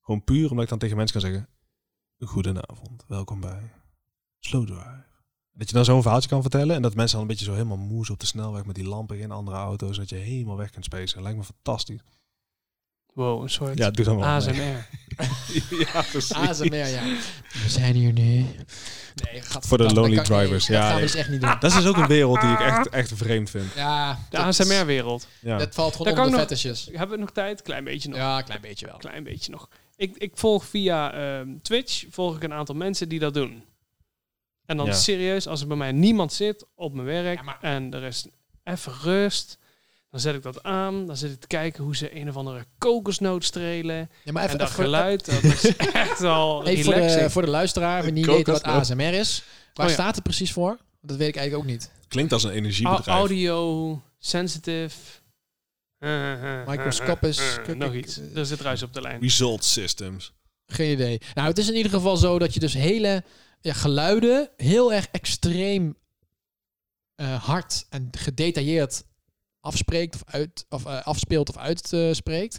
Speaker 3: Gewoon puur omdat ik dan tegen mensen kan zeggen... Goedenavond, welkom bij Slow Drive. Dat je dan zo'n verhaaltje kan vertellen... en dat mensen dan een beetje zo helemaal moes op de snelweg... met die lampen in andere auto's... dat je helemaal weg kunt spacen. Lijkt me fantastisch.
Speaker 2: Wow, een soort
Speaker 3: Ja, doe dan wel.
Speaker 2: ASMR.
Speaker 3: *laughs* ja, precies.
Speaker 1: ASMR, ja. We zijn hier nu. Nee, gaat
Speaker 3: Voor de
Speaker 1: dat-
Speaker 3: lonely
Speaker 1: dat kan- nee,
Speaker 3: drivers,
Speaker 1: Dat
Speaker 3: ja,
Speaker 1: gaan we
Speaker 3: nee.
Speaker 1: dus echt niet doen.
Speaker 3: Dat is dus ook een wereld die ik echt, echt vreemd vind.
Speaker 1: Ja,
Speaker 2: De
Speaker 1: dat-
Speaker 2: ASMR-wereld.
Speaker 3: Ja.
Speaker 1: Dat valt
Speaker 2: Daar
Speaker 1: gewoon
Speaker 2: kan
Speaker 1: onder de
Speaker 2: ik nog-
Speaker 1: fetishes.
Speaker 2: Hebben we nog tijd? Klein beetje nog.
Speaker 1: Ja, een klein beetje wel.
Speaker 2: Klein beetje nog. Ik, ik volg via ehm, Twitch volg ik een aantal mensen die dat doen. En dan
Speaker 3: Ja.
Speaker 2: serieus, als er bij mij niemand zit op mijn werk
Speaker 1: Ja, maar-
Speaker 2: en er is even rust, dan zet ik dat aan. Dan zit ik te kijken hoe ze een of andere kokosnoot strelen.
Speaker 1: Ja, maar
Speaker 2: en
Speaker 1: even,
Speaker 2: dat
Speaker 1: even, voor- *laughs*
Speaker 2: geluid, dat is echt al
Speaker 1: even voor,
Speaker 2: relaxing.
Speaker 1: de, voor de luisteraar die niet
Speaker 3: Kokos
Speaker 1: weet wat
Speaker 3: nou.
Speaker 1: ASMR is. Waar
Speaker 2: Oh ja.
Speaker 1: staat het precies voor? Dat weet ik eigenlijk ook niet.
Speaker 3: Klinkt als een
Speaker 2: Au-
Speaker 3: energiebedrijf.
Speaker 2: audio, sensitive. Eh,
Speaker 1: Microscopisch, kuk-
Speaker 2: nog
Speaker 1: ik- eh,
Speaker 2: iets. Er zit ruis op de lijn.
Speaker 3: Result systems.
Speaker 1: Geen idee. Nou, het is in ieder geval zo dat je dus hele ja, geluiden heel erg extreem eh, hard en gedetailleerd afspreekt of, uit, of eh, afspeelt of uitspreekt.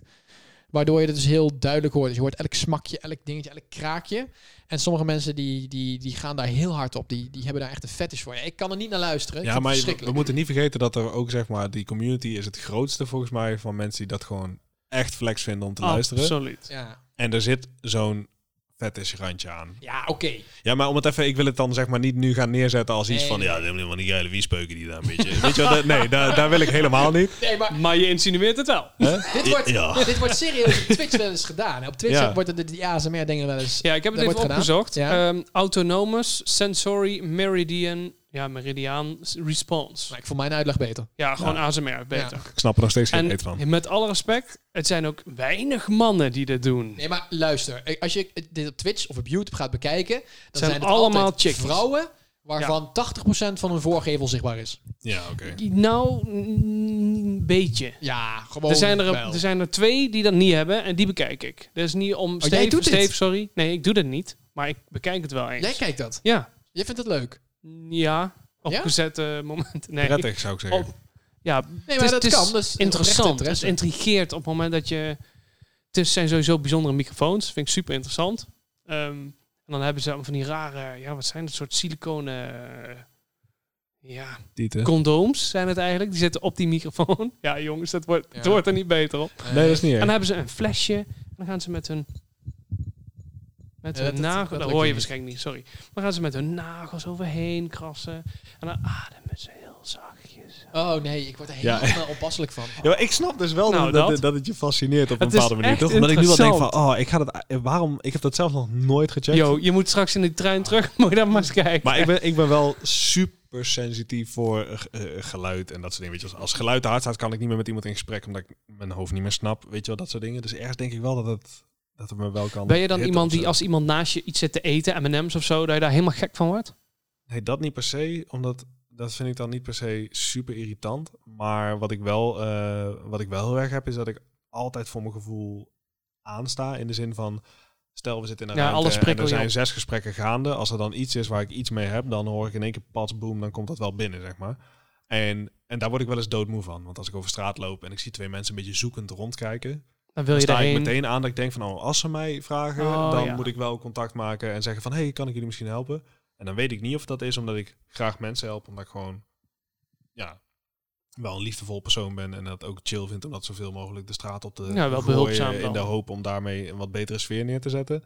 Speaker 1: waardoor je het dus heel duidelijk hoort. Dus je hoort elk smakje, elk dingetje, elk kraakje. En sommige mensen die, die, die gaan daar heel hard op. Die, die hebben daar echt een fetish voor. Ja, ik kan er niet naar luisteren.
Speaker 3: Ja, maar je- we moeten niet vergeten dat er ook, zeg maar, die community is het grootste volgens mij van mensen die dat gewoon echt flex vinden
Speaker 2: Oh,
Speaker 3: om te luisteren.
Speaker 2: Absoluut.
Speaker 1: Ja,
Speaker 3: En er zit zo'n fetish randje aan.
Speaker 1: ja oké.
Speaker 3: Ja, maar om het even, ik wil het dan zeg maar niet nu gaan neerzetten als iets
Speaker 1: Nee.
Speaker 3: van, ja, dat is helemaal niet geile wiespeuken die daar een beetje. *laughs* Weet je wat, dat- nee, daar, daar wil ik helemaal
Speaker 1: *laughs*
Speaker 3: niet.
Speaker 1: Nee, maar
Speaker 2: Maar je insinueert het wel.
Speaker 3: Hè?
Speaker 1: dit wordt,
Speaker 3: Ja.
Speaker 1: dit wordt serieus op Twitch wel eens gedaan. Op Twitch
Speaker 3: Ja.
Speaker 1: wordt het, die ASMR-dingen wel eens
Speaker 2: Ja, ik heb het
Speaker 1: Dat
Speaker 2: even
Speaker 1: wordt gedaan.
Speaker 2: opgezocht.
Speaker 1: Ja.
Speaker 2: Ehm, autonomous sensory meridian, ja, meridian s- response.
Speaker 1: Maar ik vond mijn uitleg beter.
Speaker 2: Ja, gewoon ASMR, beter.
Speaker 3: Ik snap er nog steeds geen
Speaker 2: En
Speaker 3: reet van.
Speaker 2: met alle respect, het zijn ook weinig mannen die dit doen.
Speaker 1: Nee, maar luister. eh, Als je dit op Twitch of op YouTube gaat bekijken... dan zijn, het
Speaker 2: allemaal
Speaker 1: altijd
Speaker 2: chickies.
Speaker 1: vrouwen... waarvan 80% van hun voorgevel zichtbaar is.
Speaker 3: Ja, oké.
Speaker 2: Nou, een beetje.
Speaker 1: Ja, gewoon
Speaker 2: Er zijn er,
Speaker 1: wel.
Speaker 2: er zijn er twee die dat niet hebben en die bekijk ik. Dat is niet om...
Speaker 1: Oh, jij
Speaker 2: Steve,
Speaker 1: doet dit?
Speaker 2: Steve, sorry. Nee, ik doe dat niet. Maar ik bekijk het wel eens.
Speaker 1: Jij kijkt dat.
Speaker 2: Ja.
Speaker 1: Je vindt het leuk.
Speaker 2: Ja. Op
Speaker 1: Ja?
Speaker 2: gezette momenten. Nee.
Speaker 3: Prettig zou ik zeggen.
Speaker 2: Op- Ja,
Speaker 1: Nee,
Speaker 2: Het
Speaker 1: maar
Speaker 2: is-
Speaker 1: dat
Speaker 2: het is
Speaker 1: kan. Dus
Speaker 2: interessant. Het
Speaker 1: interesse.
Speaker 2: intrigeert op het moment dat je... Het is- zijn sowieso bijzondere microfoons. Vind ik super interessant. Ehm, en dan hebben ze allemaal van die rare... Ja, wat zijn het? soort siliconen... eh, ja,
Speaker 3: Tieten.
Speaker 2: condooms zijn het eigenlijk. Die zitten op die microfoon. *laughs* Ja, jongens, dat wordt, het
Speaker 1: Ja.
Speaker 2: wordt er niet beter op.
Speaker 3: Nee, dat is niet
Speaker 2: En dan
Speaker 3: erg.
Speaker 2: hebben ze een flesje. En dan gaan ze met hun... Met
Speaker 1: Ja,
Speaker 2: hun
Speaker 1: dat- dat- dat
Speaker 2: nagels... Dat
Speaker 1: lukt
Speaker 2: hoor je
Speaker 1: niet.
Speaker 2: waarschijnlijk niet, sorry. Dan gaan ze met hun nagels overheen krassen. En dan ademen ze heel zachtjes.
Speaker 1: Oh nee, ik word er
Speaker 3: Ja.
Speaker 1: helemaal *laughs* oppasselijk van.
Speaker 3: Ja, maar ik snap dus wel
Speaker 2: Nou,
Speaker 3: dat,
Speaker 2: dat.
Speaker 3: dat, het je fascineert op een
Speaker 2: Het is
Speaker 3: bepaalde manier,
Speaker 2: echt
Speaker 3: toch? Omdat ik nu wel denk van,
Speaker 2: interessant.
Speaker 3: oh, ik ga dat... eh, Waarom? Ik heb dat zelf nog nooit gecheckt.
Speaker 2: Yo, je moet straks in de trein terug. *laughs* Moet je dat maar eens kijken.
Speaker 3: Maar ik ben, ik ben wel super sensitief voor eh, eh, geluid en dat soort dingen. Weet je, als, als geluid te hard staat, kan ik niet meer met iemand in gesprek, omdat ik mijn hoofd niet meer snap. Weet je wel, dat soort dingen. Dus ergens denk ik wel dat het, dat het me wel kan...
Speaker 2: ben je dan
Speaker 3: hitten
Speaker 2: iemand
Speaker 3: of zo.
Speaker 2: die als iemand naast je iets zit te eten, M&M's of zo, dat je daar helemaal gek van wordt?
Speaker 3: Nee, dat niet per se, omdat dat vind ik dan niet per se super irritant. Maar wat ik wel, eh, wat ik wel heel erg heb, is dat ik altijd voor mijn gevoel aansta. In de zin van, stel we zitten in een
Speaker 2: Ja,
Speaker 3: ruimte
Speaker 2: alles
Speaker 3: en
Speaker 2: prikkel
Speaker 3: er
Speaker 2: je
Speaker 3: zijn
Speaker 2: op.
Speaker 3: zes gesprekken gaande. Als er dan iets is waar ik iets mee heb, dan hoor ik in één keer pats, boem, dan komt dat wel binnen, zeg maar. En, en daar word ik wel eens doodmoe van. Want als ik over straat loop en ik zie twee mensen een beetje zoekend rondkijken,
Speaker 2: Dan wil
Speaker 3: dan
Speaker 2: je
Speaker 3: sta
Speaker 2: daarheen.
Speaker 3: ik meteen aan dat ik denk van, oh, als ze mij vragen,
Speaker 2: Oh,
Speaker 3: dan
Speaker 2: ja.
Speaker 3: moet ik wel contact maken en zeggen van, hey, kan ik jullie misschien helpen? En dan weet ik niet of dat is omdat ik graag mensen help, omdat ik gewoon, ja, wel een liefdevol persoon ben en dat ook chill vind om dat zoveel mogelijk de straat op te
Speaker 2: Ja, wel
Speaker 3: gooien
Speaker 2: behulpzaam
Speaker 3: in
Speaker 2: dan.
Speaker 3: de hoop om daarmee een wat betere sfeer neer te zetten.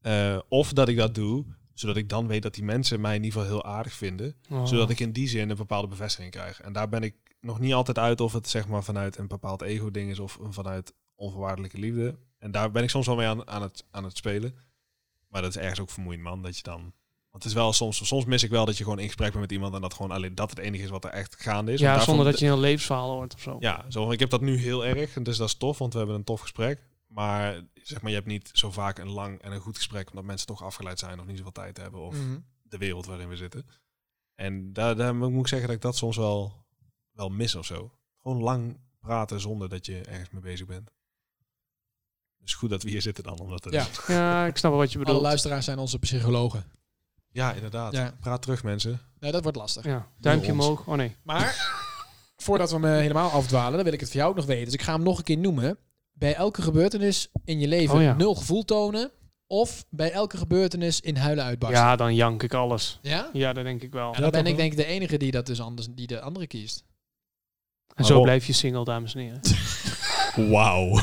Speaker 3: Eh, of dat ik dat doe, zodat ik dan weet dat die mensen mij in ieder geval heel aardig vinden.
Speaker 2: Oh.
Speaker 3: Zodat ik in die zin een bepaalde bevestiging krijg. En daar ben ik nog niet altijd uit of het zeg maar vanuit een bepaald ego-ding is of een vanuit onvoorwaardelijke liefde. En daar ben ik soms wel mee aan, aan, het, aan het spelen. Maar dat is ergens ook vermoeiend, man. Dat je dan. Want het is wel soms, soms mis ik wel dat je gewoon in gesprek bent met iemand en dat gewoon alleen dat het enige is wat er echt gaande is.
Speaker 2: ja,
Speaker 3: Want daarvan-
Speaker 2: zonder dat je een heel levensverhaal hoort of zo.
Speaker 3: Ja, zo, ik heb dat nu heel erg. En dus dat is tof, want we hebben een tof gesprek. Maar zeg maar, je hebt niet zo vaak een lang en een goed gesprek, omdat mensen toch afgeleid zijn of niet zoveel tijd hebben of
Speaker 1: Mhm.
Speaker 3: de wereld waarin we zitten. En daar, daar moet ik zeggen dat ik dat soms wel, wel mis of zo. Gewoon lang praten zonder dat je ergens mee bezig bent. Dus goed dat we hier zitten dan, omdat het
Speaker 1: Ja.
Speaker 2: Ja, ik snap wel wat je
Speaker 1: Alle
Speaker 2: bedoelt.
Speaker 1: luisteraars zijn onze psychologen.
Speaker 3: Ja, inderdaad.
Speaker 1: Ja.
Speaker 3: Praat terug, mensen.
Speaker 1: Nee, dat wordt lastig.
Speaker 2: Ja, duimpje
Speaker 3: Door ons.
Speaker 2: omhoog. Oh nee.
Speaker 1: Maar *laughs* voordat we hem eh, helemaal afdwalen, dan wil ik het voor jou ook nog weten. Dus ik ga hem nog een keer noemen. Bij elke gebeurtenis in je leven
Speaker 2: Oh ja.
Speaker 1: nul gevoel tonen. Of bij elke gebeurtenis in huilen uitbarsten.
Speaker 2: Ja, dan jank ik alles.
Speaker 1: Ja?
Speaker 2: Ja, dat denk ik wel.
Speaker 1: En
Speaker 3: dat
Speaker 1: dan ben
Speaker 3: ook
Speaker 1: ik
Speaker 3: wel.
Speaker 1: denk ik de enige die dat dus anders, die de andere kiest.
Speaker 2: En zo
Speaker 3: Waarom?
Speaker 2: blijf je single, dames en heren.
Speaker 3: Wauw.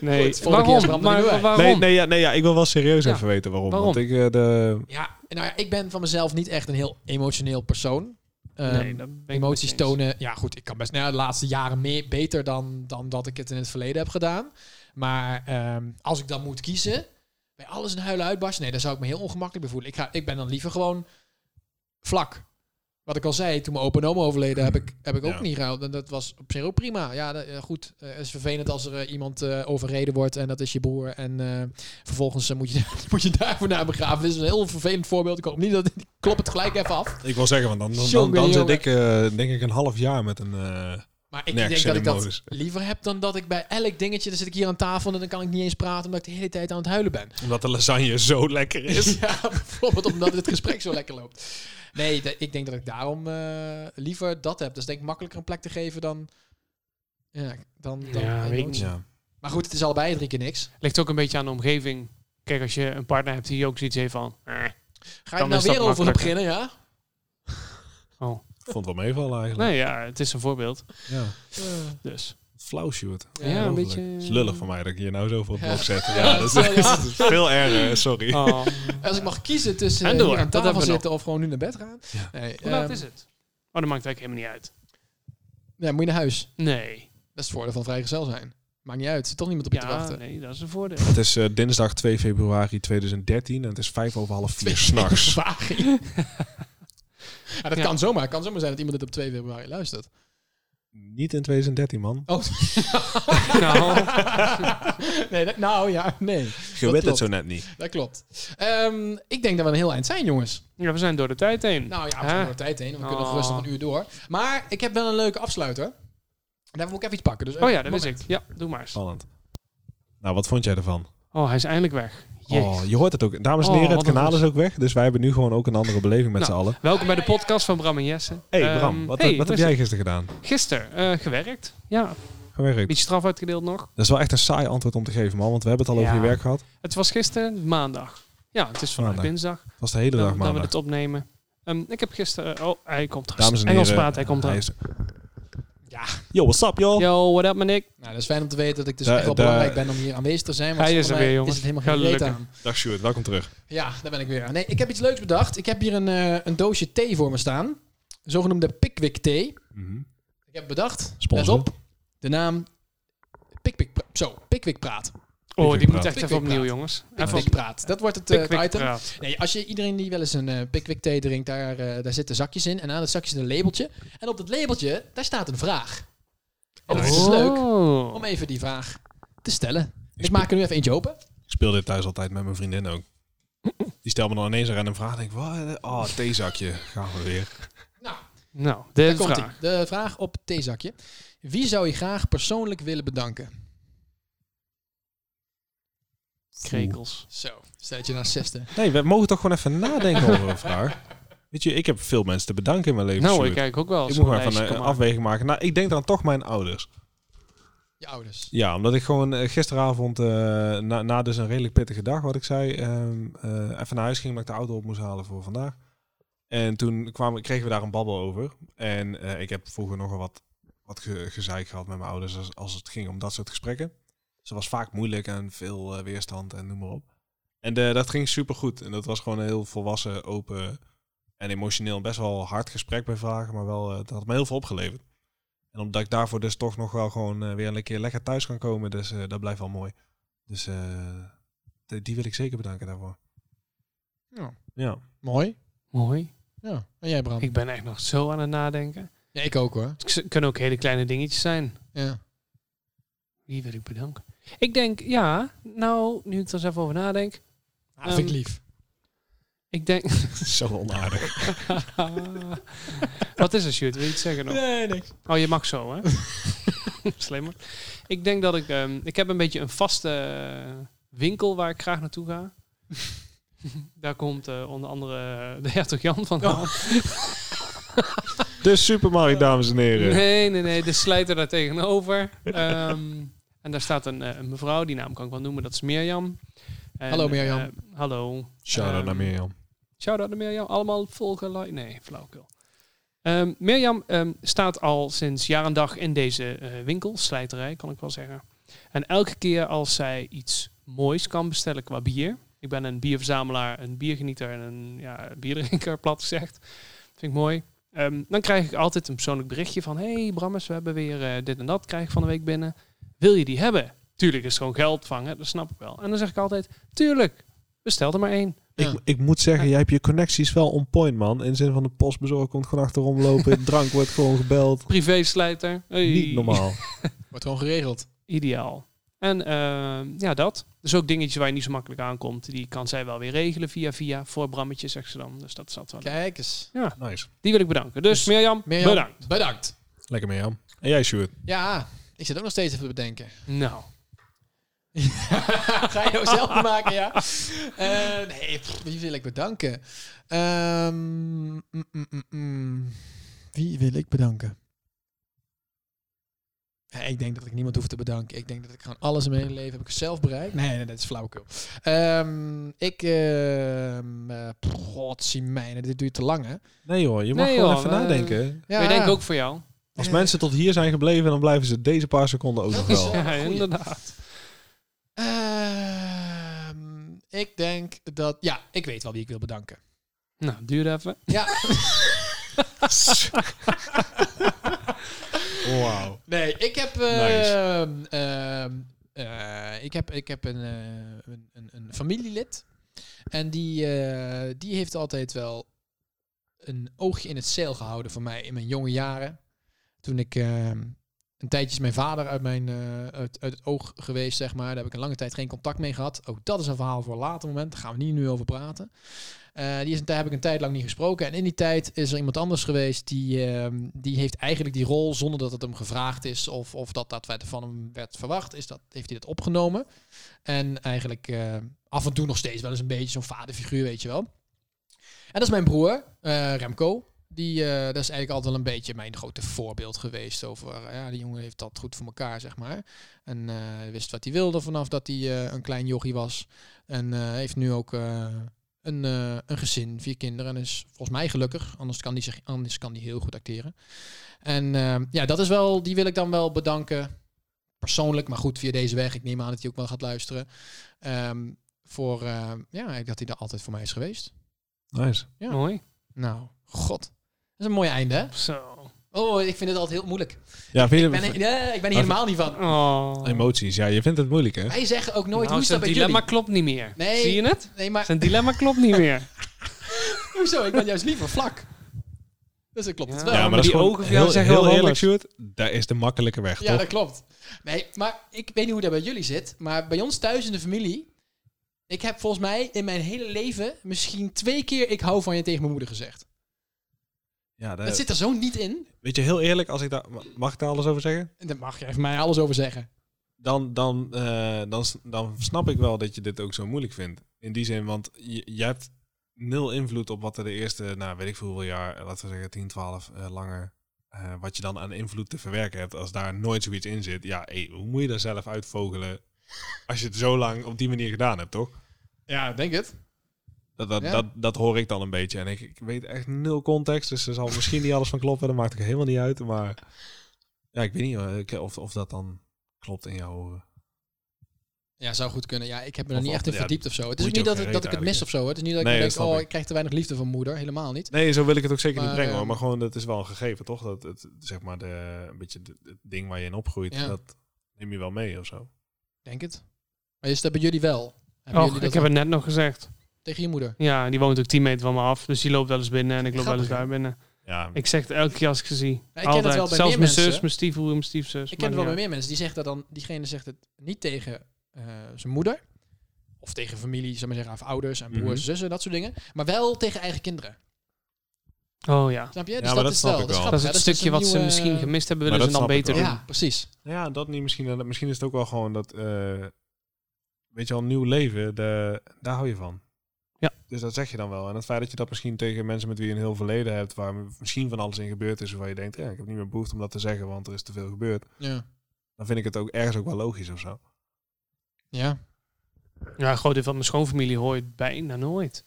Speaker 2: Nee,
Speaker 1: Goed, volgende keer is
Speaker 2: waarom?
Speaker 1: Bram er
Speaker 2: Maar,
Speaker 1: weer bij.
Speaker 2: waarom?
Speaker 3: Nee, nee, ja, nee ja, ik wil wel serieus
Speaker 2: Ja.
Speaker 3: even weten waarom.
Speaker 2: Waarom?
Speaker 3: Want ik, eh, de,
Speaker 1: Ja, en nou ja, ik ben van mezelf niet echt een heel emotioneel persoon. Ehm,
Speaker 2: Nee, dat ben ik
Speaker 1: emoties
Speaker 2: met je eens.
Speaker 1: tonen. Ja, goed, ik kan best nou, ja, de laatste jaren meer, beter dan, dan dat ik het in het verleden heb gedaan. Maar ehm, als ik dan moet kiezen, bij alles een huilen uitbarsten, nee, daar zou ik me heel ongemakkelijk bij voelen. Ik, ga, ik ben dan liever gewoon vlak. Wat ik al zei, toen mijn opa en oma overleden, heb ik, heb ik ook
Speaker 3: Ja.
Speaker 1: niet gehuild. En dat was op zich ook prima. Ja, dat- eh, goed. Eh, het is vervelend als er eh, iemand eh, overreden wordt en dat is je broer. En eh, vervolgens eh, moet, je, *laughs* moet je daarvoor naar begraven. Dit is een heel vervelend voorbeeld. Ik hoop niet dat... *laughs* Ik klop het gelijk even af.
Speaker 3: ik wil zeggen, want dan, dan, dan,
Speaker 1: Jongen,
Speaker 3: dan zit
Speaker 1: jongen.
Speaker 3: ik eh, denk ik een half jaar met een... eh,
Speaker 1: Maar ik
Speaker 3: Nergens
Speaker 1: denk dat ik
Speaker 3: in de
Speaker 1: dat
Speaker 3: modus.
Speaker 1: liever heb dan dat ik bij elk dingetje... dan zit ik hier aan tafel en dan kan ik niet eens praten... omdat ik de hele tijd aan het huilen ben.
Speaker 3: omdat de lasagne zo lekker is.
Speaker 1: *laughs* Ja, bijvoorbeeld omdat het gesprek zo lekker loopt. Nee, de- ik denk dat ik daarom eh, liever dat heb. Dat is denk ik makkelijker een plek te geven dan... Ja, dan, dan
Speaker 2: Ja, weet ik
Speaker 1: emotie.
Speaker 2: niet.
Speaker 3: Ja.
Speaker 1: Maar goed, het is allebei drie keer niks.
Speaker 2: Ligt ook een beetje aan de omgeving. Kijk, als je een partner hebt die ook zoiets heeft van... eh,
Speaker 1: Ga je er
Speaker 2: Dan
Speaker 1: nou
Speaker 2: is dat
Speaker 1: weer over
Speaker 2: makkelijker.
Speaker 1: beginnen, ja?
Speaker 2: Oh.
Speaker 3: Vond wel meevallen eigenlijk.
Speaker 2: Nou ja, het is een voorbeeld.
Speaker 3: Ja.
Speaker 2: Dus.
Speaker 3: Flauw shoot.
Speaker 2: Ja,
Speaker 1: Ja,
Speaker 2: een
Speaker 3: Ongelooflijk.
Speaker 2: beetje...
Speaker 3: Het is lullig van mij dat ik hier nou zo voor op
Speaker 1: Ja.
Speaker 3: blok zet. Ja,
Speaker 1: Ja,
Speaker 3: dat is, *laughs*
Speaker 1: sorry.
Speaker 3: dat is veel erger, eh,
Speaker 2: *laughs*
Speaker 3: sorry.
Speaker 2: Oh.
Speaker 1: Als ik mag kiezen tussen
Speaker 2: En
Speaker 1: eh,
Speaker 2: door,
Speaker 1: hier aan
Speaker 2: dat hebben
Speaker 1: tafel
Speaker 2: we nog.
Speaker 1: zitten of gewoon nu naar bed gaan...
Speaker 3: Ja.
Speaker 1: Nee,
Speaker 2: Hoe laat
Speaker 1: ehm,
Speaker 2: is het? Oh, dat maakt eigenlijk helemaal niet uit.
Speaker 1: ja, moet je naar huis.
Speaker 2: Nee.
Speaker 1: Dat is het voordeel van vrijgezel zijn. Maakt niet uit, zit toch niemand op je te
Speaker 2: Ja,
Speaker 1: wachten.
Speaker 2: nee, dat is een voordeel.
Speaker 3: Het is eh, dinsdag 2 februari 2013 en het is vijf over half vier *laughs* s'nachts.
Speaker 1: Vertraging. ja, dat
Speaker 2: Ja.
Speaker 1: kan zomaar. Het kan zomaar zijn dat iemand dit op 2 februari luistert.
Speaker 3: Niet in 2013, man.
Speaker 2: *laughs*
Speaker 1: Oh.
Speaker 2: Nou.
Speaker 1: nee, dat- nou ja, nee.
Speaker 3: Je weet het
Speaker 1: klopt.
Speaker 3: zo net niet.
Speaker 1: Dat klopt. Ehm, ik denk dat we een heel eind zijn, jongens.
Speaker 2: Ja, we zijn door de tijd heen.
Speaker 1: Nou ja, we
Speaker 2: Hè?
Speaker 1: zijn door de tijd heen. We kunnen nog
Speaker 2: Oh.
Speaker 1: rustig een uur door. Maar ik heb wel een leuke afsluiter. Daarvoor moet ik even iets pakken. Dus
Speaker 2: oh
Speaker 1: even
Speaker 2: ja, dat wist
Speaker 1: moment.
Speaker 2: ik. Ja, doe maar eens.
Speaker 3: Spannend. Nou, wat vond jij ervan?
Speaker 2: Oh, hij is eindelijk weg. Jeet.
Speaker 3: Oh, je hoort het ook. Dames en
Speaker 2: Oh,
Speaker 3: heren, het
Speaker 2: wat een
Speaker 3: kanaal
Speaker 2: goed.
Speaker 3: is ook weg. Dus wij hebben nu gewoon ook een andere beleving met
Speaker 2: Nou.
Speaker 3: z'n allen.
Speaker 2: Welkom bij de podcast van Bram en Jesse.
Speaker 3: Hé, hey,
Speaker 2: Ehm,
Speaker 3: Bram, wat,
Speaker 2: hey,
Speaker 3: wat
Speaker 2: hoe
Speaker 3: heb
Speaker 2: is
Speaker 3: jij gisteren gedaan?
Speaker 2: het? Gisteren eh, gewerkt. Ja,
Speaker 3: Gewerkt.
Speaker 2: beetje straf uitgedeeld nog.
Speaker 3: Dat is wel echt een saai antwoord om te geven, man. Want we hebben het al over
Speaker 2: Ja.
Speaker 3: je werk gehad.
Speaker 2: Het was gisteren maandag. Ja, het is vandaag
Speaker 3: Maandag.
Speaker 2: dinsdag
Speaker 3: Het was de hele dag
Speaker 2: dat, dat Nou, we
Speaker 3: maandag.
Speaker 2: dit opnemen. Ehm, ik heb gisteren... Oh, hij komt eraan.
Speaker 3: Dames en
Speaker 2: Engels
Speaker 3: heren.
Speaker 2: praat, hij komt
Speaker 3: hij
Speaker 2: eraan.
Speaker 3: is-
Speaker 1: Ja.
Speaker 3: Yo, what's up, joh?
Speaker 2: Yo, what up, Manik?
Speaker 1: Nou, dat is fijn om te weten dat ik dus
Speaker 3: Da-
Speaker 1: echt wel
Speaker 3: da-
Speaker 1: belangrijk ben om hier aanwezig te zijn. Want
Speaker 2: Hij is
Speaker 1: zonder
Speaker 2: er weer,
Speaker 1: mij
Speaker 2: jongens.
Speaker 1: Is het helemaal geen reet
Speaker 2: Gelukkig.
Speaker 1: aan.
Speaker 3: Dag, Stuart. Welkom terug.
Speaker 1: Ja, daar ben ik weer. Nee, ik heb iets leuks bedacht. Ik heb hier een, eh, een doosje thee voor me staan. Een zogenoemde Pickwick thee.
Speaker 3: Mhm.
Speaker 1: Ik heb bedacht,
Speaker 3: Sponsor.
Speaker 1: let op, de naam Pickwick, Pra- zo, Pickwick Praat.
Speaker 2: Oh, die moet
Speaker 3: praat.
Speaker 2: echt even
Speaker 1: Pickwick
Speaker 2: opnieuw,
Speaker 1: praat.
Speaker 2: jongens. Even
Speaker 1: Pickwick Praat, dat wordt het, eh, het
Speaker 2: Pickwick
Speaker 1: item.
Speaker 2: praat.
Speaker 1: Nee, als je iedereen die wel eens een eh, Pickwick thee drinkt, daar, eh, daar zitten zakjes in. En aan dat zakje zit een labeltje. En op dat labeltje, daar staat een vraag. En het is dus leuk
Speaker 2: Oh.
Speaker 1: om even die vraag te stellen.
Speaker 3: Ik
Speaker 1: Ik maak er nu even eentje open.
Speaker 3: Ik speel dit thuis altijd met mijn vriendin ook. Die stelt me dan ineens een random vraag. Denk, ik, wat? Oh, theezakje. Gaan we weer.
Speaker 1: Nou,
Speaker 2: Nou,
Speaker 1: daar
Speaker 2: de
Speaker 1: komt
Speaker 2: vraag.
Speaker 1: De vraag op het theezakje. Wie zou je graag persoonlijk willen bedanken?
Speaker 2: Krekels.
Speaker 1: Zo, stel je naar zesde.
Speaker 3: Nee, we mogen toch gewoon even nadenken over een vraag. Weet je, ik heb veel mensen te bedanken in mijn leven.
Speaker 2: Nou,
Speaker 3: Stuart.
Speaker 2: ik kijk ook wel.
Speaker 3: ik
Speaker 2: als
Speaker 3: moet
Speaker 2: zo'n
Speaker 3: maar even
Speaker 2: lijstje
Speaker 3: een
Speaker 2: kan maken.
Speaker 3: afweging maken. Nou, ik denk dan toch mijn ouders.
Speaker 1: Je ouders.
Speaker 3: Ja, omdat ik gewoon eh, gisteravond, eh, na, na dus een redelijk pittige dag, wat ik zei, ehm, eh, even naar huis ging, omdat ik de auto op moest halen voor vandaag. En toen kwamen, kregen we daar een babbel over. En eh, ik heb vroeger nogal wat, wat ge- gezeik gehad met mijn ouders als, als het ging om dat soort gesprekken. Ze was vaak moeilijk en veel eh, weerstand en noem maar op. En eh, dat ging supergoed. En dat was gewoon een heel volwassen, open en emotioneel best wel hard gesprek bij vragen, maar wel, eh, dat had me heel veel opgeleverd. En omdat ik daarvoor dus toch nog wel gewoon eh, weer een keer lekker thuis kan komen. Dus eh, dat blijft wel mooi. Dus eh, de- die wil ik zeker bedanken daarvoor.
Speaker 1: Ja.
Speaker 3: Ja.
Speaker 1: Mooi.
Speaker 2: Mooi.
Speaker 1: Ja. En jij, Bram?
Speaker 2: Ik ben echt nog zo aan het nadenken.
Speaker 1: ja, ik ook hoor.
Speaker 2: Het kunnen ook hele kleine dingetjes zijn.
Speaker 1: Ja.
Speaker 2: Wie wil ik bedanken? Ik denk, ja, nou, nu ik er eens even over nadenk.
Speaker 3: Ah,
Speaker 1: Dat Ah, vind ik
Speaker 2: Ehm,
Speaker 1: lief.
Speaker 2: Ik denk,
Speaker 3: Zo onaardig.
Speaker 2: *laughs* wat is er, Sjoerd? Wil je iets zeggen nog?
Speaker 1: Nee, niks.
Speaker 2: Oh, je mag zo, hè? *laughs* Slimmer. Ik denk dat ik... ehm, ik heb een beetje een vaste eh, winkel waar ik graag naartoe
Speaker 1: *laughs*
Speaker 2: ga. Daar komt eh, onder andere eh, de hertog Jan van.
Speaker 1: Oh.
Speaker 3: De supermarkt, dames en heren.
Speaker 2: Nee, nee, nee. De slijter daar tegenover. Ehm, en daar staat een, eh, een mevrouw, die naam kan ik wel noemen. Dat is Mirjam. En,
Speaker 1: Hallo, Mirjam.
Speaker 2: eh, hallo.
Speaker 3: Shout-out
Speaker 2: Ehm,
Speaker 3: naar Mirjam.
Speaker 2: Shout-out naar Mirjam. Allemaal volgen. like- Nee, flauwkul. Ehm Mirjam ehm, staat al sinds jaar en dag in deze eh, winkel, slijterij kan ik wel zeggen. En elke keer als zij iets moois kan bestellen qua bier. Ik ben een bierverzamelaar, een biergenieter en een ja, bierdrinker, *laughs* plat gezegd. Vind ik mooi. Ehm, dan krijg ik altijd een persoonlijk berichtje van... hey, Brammers, we hebben weer eh, dit en dat krijg ik van de week binnen. Wil je die hebben? Tuurlijk is gewoon geld vangen, dat snap ik wel. En dan zeg ik altijd, tuurlijk, bestel er maar één.
Speaker 1: Ja.
Speaker 3: Ik, ik moet zeggen, jij hebt je connecties wel on point, man. In de zin van de postbezorger komt gewoon achterom lopen. drank wordt gewoon gebeld.
Speaker 2: Privé-slijter. Hey.
Speaker 3: Niet normaal.
Speaker 1: Wordt gewoon geregeld.
Speaker 2: Ideaal. En ehm, ja, dat. Dus ook dingetjes waar je niet zo makkelijk aankomt. Die kan zij wel weer regelen via via. Voor Brammetje, zegt ze dan. Dus dat zat wel.
Speaker 1: Oh, Kijk eens.
Speaker 3: Nice.
Speaker 2: Die wil ik bedanken. Dus,
Speaker 1: Dus
Speaker 2: Mirjam,
Speaker 1: Mirjam,
Speaker 2: bedankt.
Speaker 1: Bedankt.
Speaker 3: Lekker Mirjam. En jij, Sjoerd?
Speaker 1: Ja, ik zit ook nog steeds even te bedenken.
Speaker 2: Nou,
Speaker 1: *laughs* Ga je ook zelf maken, ja? *laughs* Eh, nee, pff, wie wil ik bedanken? Ehm, mm, mm, mm, mm. Wie wil ik bedanken? Ja, ik denk dat ik niemand hoef te bedanken. Ik denk dat ik gewoon alles in mijn hele leven heb ik zelf bereikt. Nee, nee, dat is flauwekul. Ehm, ik... ehm eh God, zie mijne, dit duurt te lang, hè?
Speaker 3: Nee hoor, je mag
Speaker 2: Nee,
Speaker 3: gewoon
Speaker 2: joh,
Speaker 3: even
Speaker 2: we-
Speaker 3: nadenken.
Speaker 1: Ja,
Speaker 2: ik denk ook voor jou.
Speaker 3: Als
Speaker 1: Eh.
Speaker 3: mensen tot hier zijn gebleven, dan blijven ze deze paar seconden ook nog
Speaker 1: Dat is
Speaker 3: wel.
Speaker 1: wel
Speaker 2: Ja,
Speaker 1: een goeie.
Speaker 2: inderdaad.
Speaker 1: Ehm, ik denk dat... Ja, ik weet wel wie ik wil
Speaker 2: *laughs*
Speaker 1: bedanken.
Speaker 2: Nou, duurde even.
Speaker 1: Ja,
Speaker 3: Wauw.
Speaker 1: Nee, ik heb. eh,
Speaker 3: Nice.
Speaker 1: ehm, eh, ik heb, ik heb een, eh, een, een, een familielid. En die, eh, die heeft altijd wel een oogje in het zeil gehouden voor mij in mijn jonge jaren. Toen ik. ehm, een tijdje is mijn vader uit, mijn, eh, uit, uit het oog geweest, zeg maar. Daar heb ik een lange tijd geen contact mee gehad. Ook dat is een verhaal voor een later moment. Daar gaan we niet nu over praten. Eh, die is een, daar heb ik een tijd lang niet gesproken. En in die tijd is er iemand anders geweest die, ehm, die heeft eigenlijk die rol zonder dat het hem gevraagd is of, of dat dat werd van hem werd verwacht. Is dat, heeft hij dat opgenomen. En eigenlijk eh, af en toe nog steeds wel eens een beetje zo'n vaderfiguur, weet je wel. En dat is mijn broer, eh, Remco. Die, eh, dat is eigenlijk altijd wel een beetje mijn grote voorbeeld geweest over, eh, ja, die jongen heeft dat goed voor elkaar, zeg maar. En eh, wist wat hij wilde vanaf dat hij eh, een klein jochie was. En eh, heeft nu ook eh, een, eh, een gezin, vier kinderen. En is volgens mij gelukkig, anders kan die, zich, anders kan die heel goed acteren. En eh, ja, dat is wel, die wil ik dan wel bedanken. Persoonlijk, maar goed, via deze weg. Ik neem aan dat hij ook wel gaat luisteren. Ehm, voor, eh, ja, eigenlijk dat hij er altijd voor mij is geweest.
Speaker 3: Nice.
Speaker 1: Ja.
Speaker 2: Mooi.
Speaker 1: Nou, god. Dat is een mooi einde, hè?
Speaker 2: Zo.
Speaker 1: Oh, ik vind het altijd heel moeilijk.
Speaker 3: Ja, vind je
Speaker 1: Ik ben, eh, ik ben hier
Speaker 3: Maar-
Speaker 1: helemaal niet van.
Speaker 2: Oh.
Speaker 3: Emoties, ja, je vindt het moeilijk, hè?
Speaker 1: Wij zeggen ook nooit,
Speaker 2: Nou,
Speaker 1: hoe is dat
Speaker 2: zijn
Speaker 1: bij
Speaker 2: dilemma
Speaker 1: jullie?
Speaker 2: klopt niet meer.
Speaker 1: Nee.
Speaker 2: Zie je het?
Speaker 1: Nee, maar *laughs*
Speaker 2: Zijn dilemma klopt niet meer.
Speaker 1: hoezo? Ik ben juist liever vlak. Dus dat klopt het wel.
Speaker 2: Ja, maar die ogen van jou
Speaker 3: heel,
Speaker 2: zeggen
Speaker 3: heel
Speaker 2: wel
Speaker 3: eerlijk,
Speaker 2: alles.
Speaker 3: Sjoerd. Daar is de makkelijke weg,
Speaker 1: Ja,
Speaker 3: toch?
Speaker 1: dat klopt. Nee, maar ik weet niet hoe dat bij jullie zit, maar bij ons thuis in de familie, ik heb volgens mij in mijn hele leven misschien twee keer ik hou van je tegen mijn moeder gezegd.
Speaker 3: Ja, daar-
Speaker 1: Dat zit er zo niet in.
Speaker 3: Weet je, heel eerlijk, als ik daar, ma- mag ik daar alles over zeggen?
Speaker 1: En daar mag jij van mij alles over zeggen.
Speaker 3: Dan, dan, eh, dan, s- dan snap ik wel dat je dit ook zo moeilijk vindt. In die zin, want je, je hebt nul invloed op wat er de eerste, nou weet ik veel hoeveel jaar, eh, laten we zeggen 10, 12 eh, langer, eh, wat je dan aan invloed te verwerken hebt. Als daar nooit zoiets in zit, ja, hé, hoe moet je daar zelf uitvogelen als je het zo lang op die manier gedaan hebt, toch?
Speaker 1: Ja, denk het.
Speaker 3: Dat, dat,
Speaker 1: Ja.
Speaker 3: dat, dat hoor ik dan een beetje. En ik, ik weet echt nul context, dus
Speaker 1: *laughs*
Speaker 3: er zal misschien niet alles van kloppen. Dat maakt ook helemaal niet uit. Maar ja, ik weet niet hoor, ik- of, of dat dan klopt in eh. jouw oren.
Speaker 1: Ja, zou goed kunnen. Ja, ik heb me er
Speaker 3: Of-
Speaker 1: niet
Speaker 3: of-
Speaker 1: echt in
Speaker 3: ja,
Speaker 1: verdiept of zo. Het is
Speaker 3: moet
Speaker 1: ook niet
Speaker 3: je ook
Speaker 1: dat,
Speaker 3: geen
Speaker 1: ik-
Speaker 3: reet
Speaker 1: dat ik het mis
Speaker 3: eigenlijk.
Speaker 1: of zo. hoor. Het is niet dat ik
Speaker 3: Nee,
Speaker 1: denk,
Speaker 3: dat snap
Speaker 1: oh,
Speaker 3: ik.
Speaker 1: ik krijg te weinig liefde van moeder. Helemaal niet.
Speaker 3: Nee, zo wil ik het ook zeker
Speaker 1: Maar,
Speaker 3: niet brengen
Speaker 1: eh,
Speaker 3: hoor. Maar gewoon, dat is wel een gegeven toch? Dat het, zeg maar, de, een beetje de- het ding waar je in opgroeit,
Speaker 1: Ja.
Speaker 3: dat neem je wel mee of zo.
Speaker 1: Denk het. Maar is dat bij jullie wel? Hebben
Speaker 2: Och,
Speaker 1: jullie
Speaker 2: ik
Speaker 1: dat
Speaker 2: heb
Speaker 1: ook
Speaker 2: het net nog gezegd.
Speaker 1: tegen je moeder?
Speaker 2: Ja, die woont ook 10 meter van me af. Dus die loopt wel eens binnen en ik loop wel eens
Speaker 1: Grappig,
Speaker 2: daar binnen.
Speaker 3: Ja,
Speaker 2: Ik zeg het elke keer als ik ze zie.
Speaker 1: ken
Speaker 2: Altijd.
Speaker 1: dat wel bij
Speaker 2: Zelfs
Speaker 1: meer
Speaker 2: mijn zus,
Speaker 1: mensen.
Speaker 2: mijn stiefbroer, mijn stiefzus.
Speaker 3: Dus
Speaker 1: Ik ken
Speaker 2: maakt
Speaker 1: er wel
Speaker 2: niet
Speaker 1: bij meer mensen. Die zegt dat dan, diegene zegt het niet tegen eh, zijn moeder. Of tegen familie, zou maar zeggen, of ouders en broers,
Speaker 3: Mhm.
Speaker 1: zussen, dat soort dingen. Maar wel tegen eigen kinderen.
Speaker 2: uit. Oh ja.
Speaker 1: Snap je?
Speaker 3: Ja,
Speaker 1: dus
Speaker 3: maar
Speaker 1: dat,
Speaker 3: dat
Speaker 1: is
Speaker 3: snap
Speaker 1: wel.
Speaker 3: ik wel.
Speaker 2: Dat is het stukje wat ze misschien
Speaker 1: gemist
Speaker 2: gemist hebben,
Speaker 3: Maar
Speaker 2: willen ze
Speaker 3: dat
Speaker 2: dan
Speaker 3: snap
Speaker 2: beter
Speaker 3: ik
Speaker 2: doen.
Speaker 3: wel.
Speaker 1: Ja, precies.
Speaker 3: Nou ja, dat niet misschien. eh, Misschien is het ook wel gewoon dat, eh, weet je wel, nieuw leven, de, daar hou je van.
Speaker 2: Ja.
Speaker 3: Dus dat zeg je dan wel. En het feit dat je dat misschien tegen mensen met wie je een heel verleden hebt, waar misschien van alles in gebeurd is, waar je denkt, ja, ik heb niet meer behoefte om dat te zeggen, want er is te veel gebeurd.
Speaker 1: Ja.
Speaker 3: Dan vind ik het ook ergens ook wel logisch of zo.
Speaker 1: ja.
Speaker 2: Ja, een groot deel van mijn schoonfamilie hoor je bijna nooit.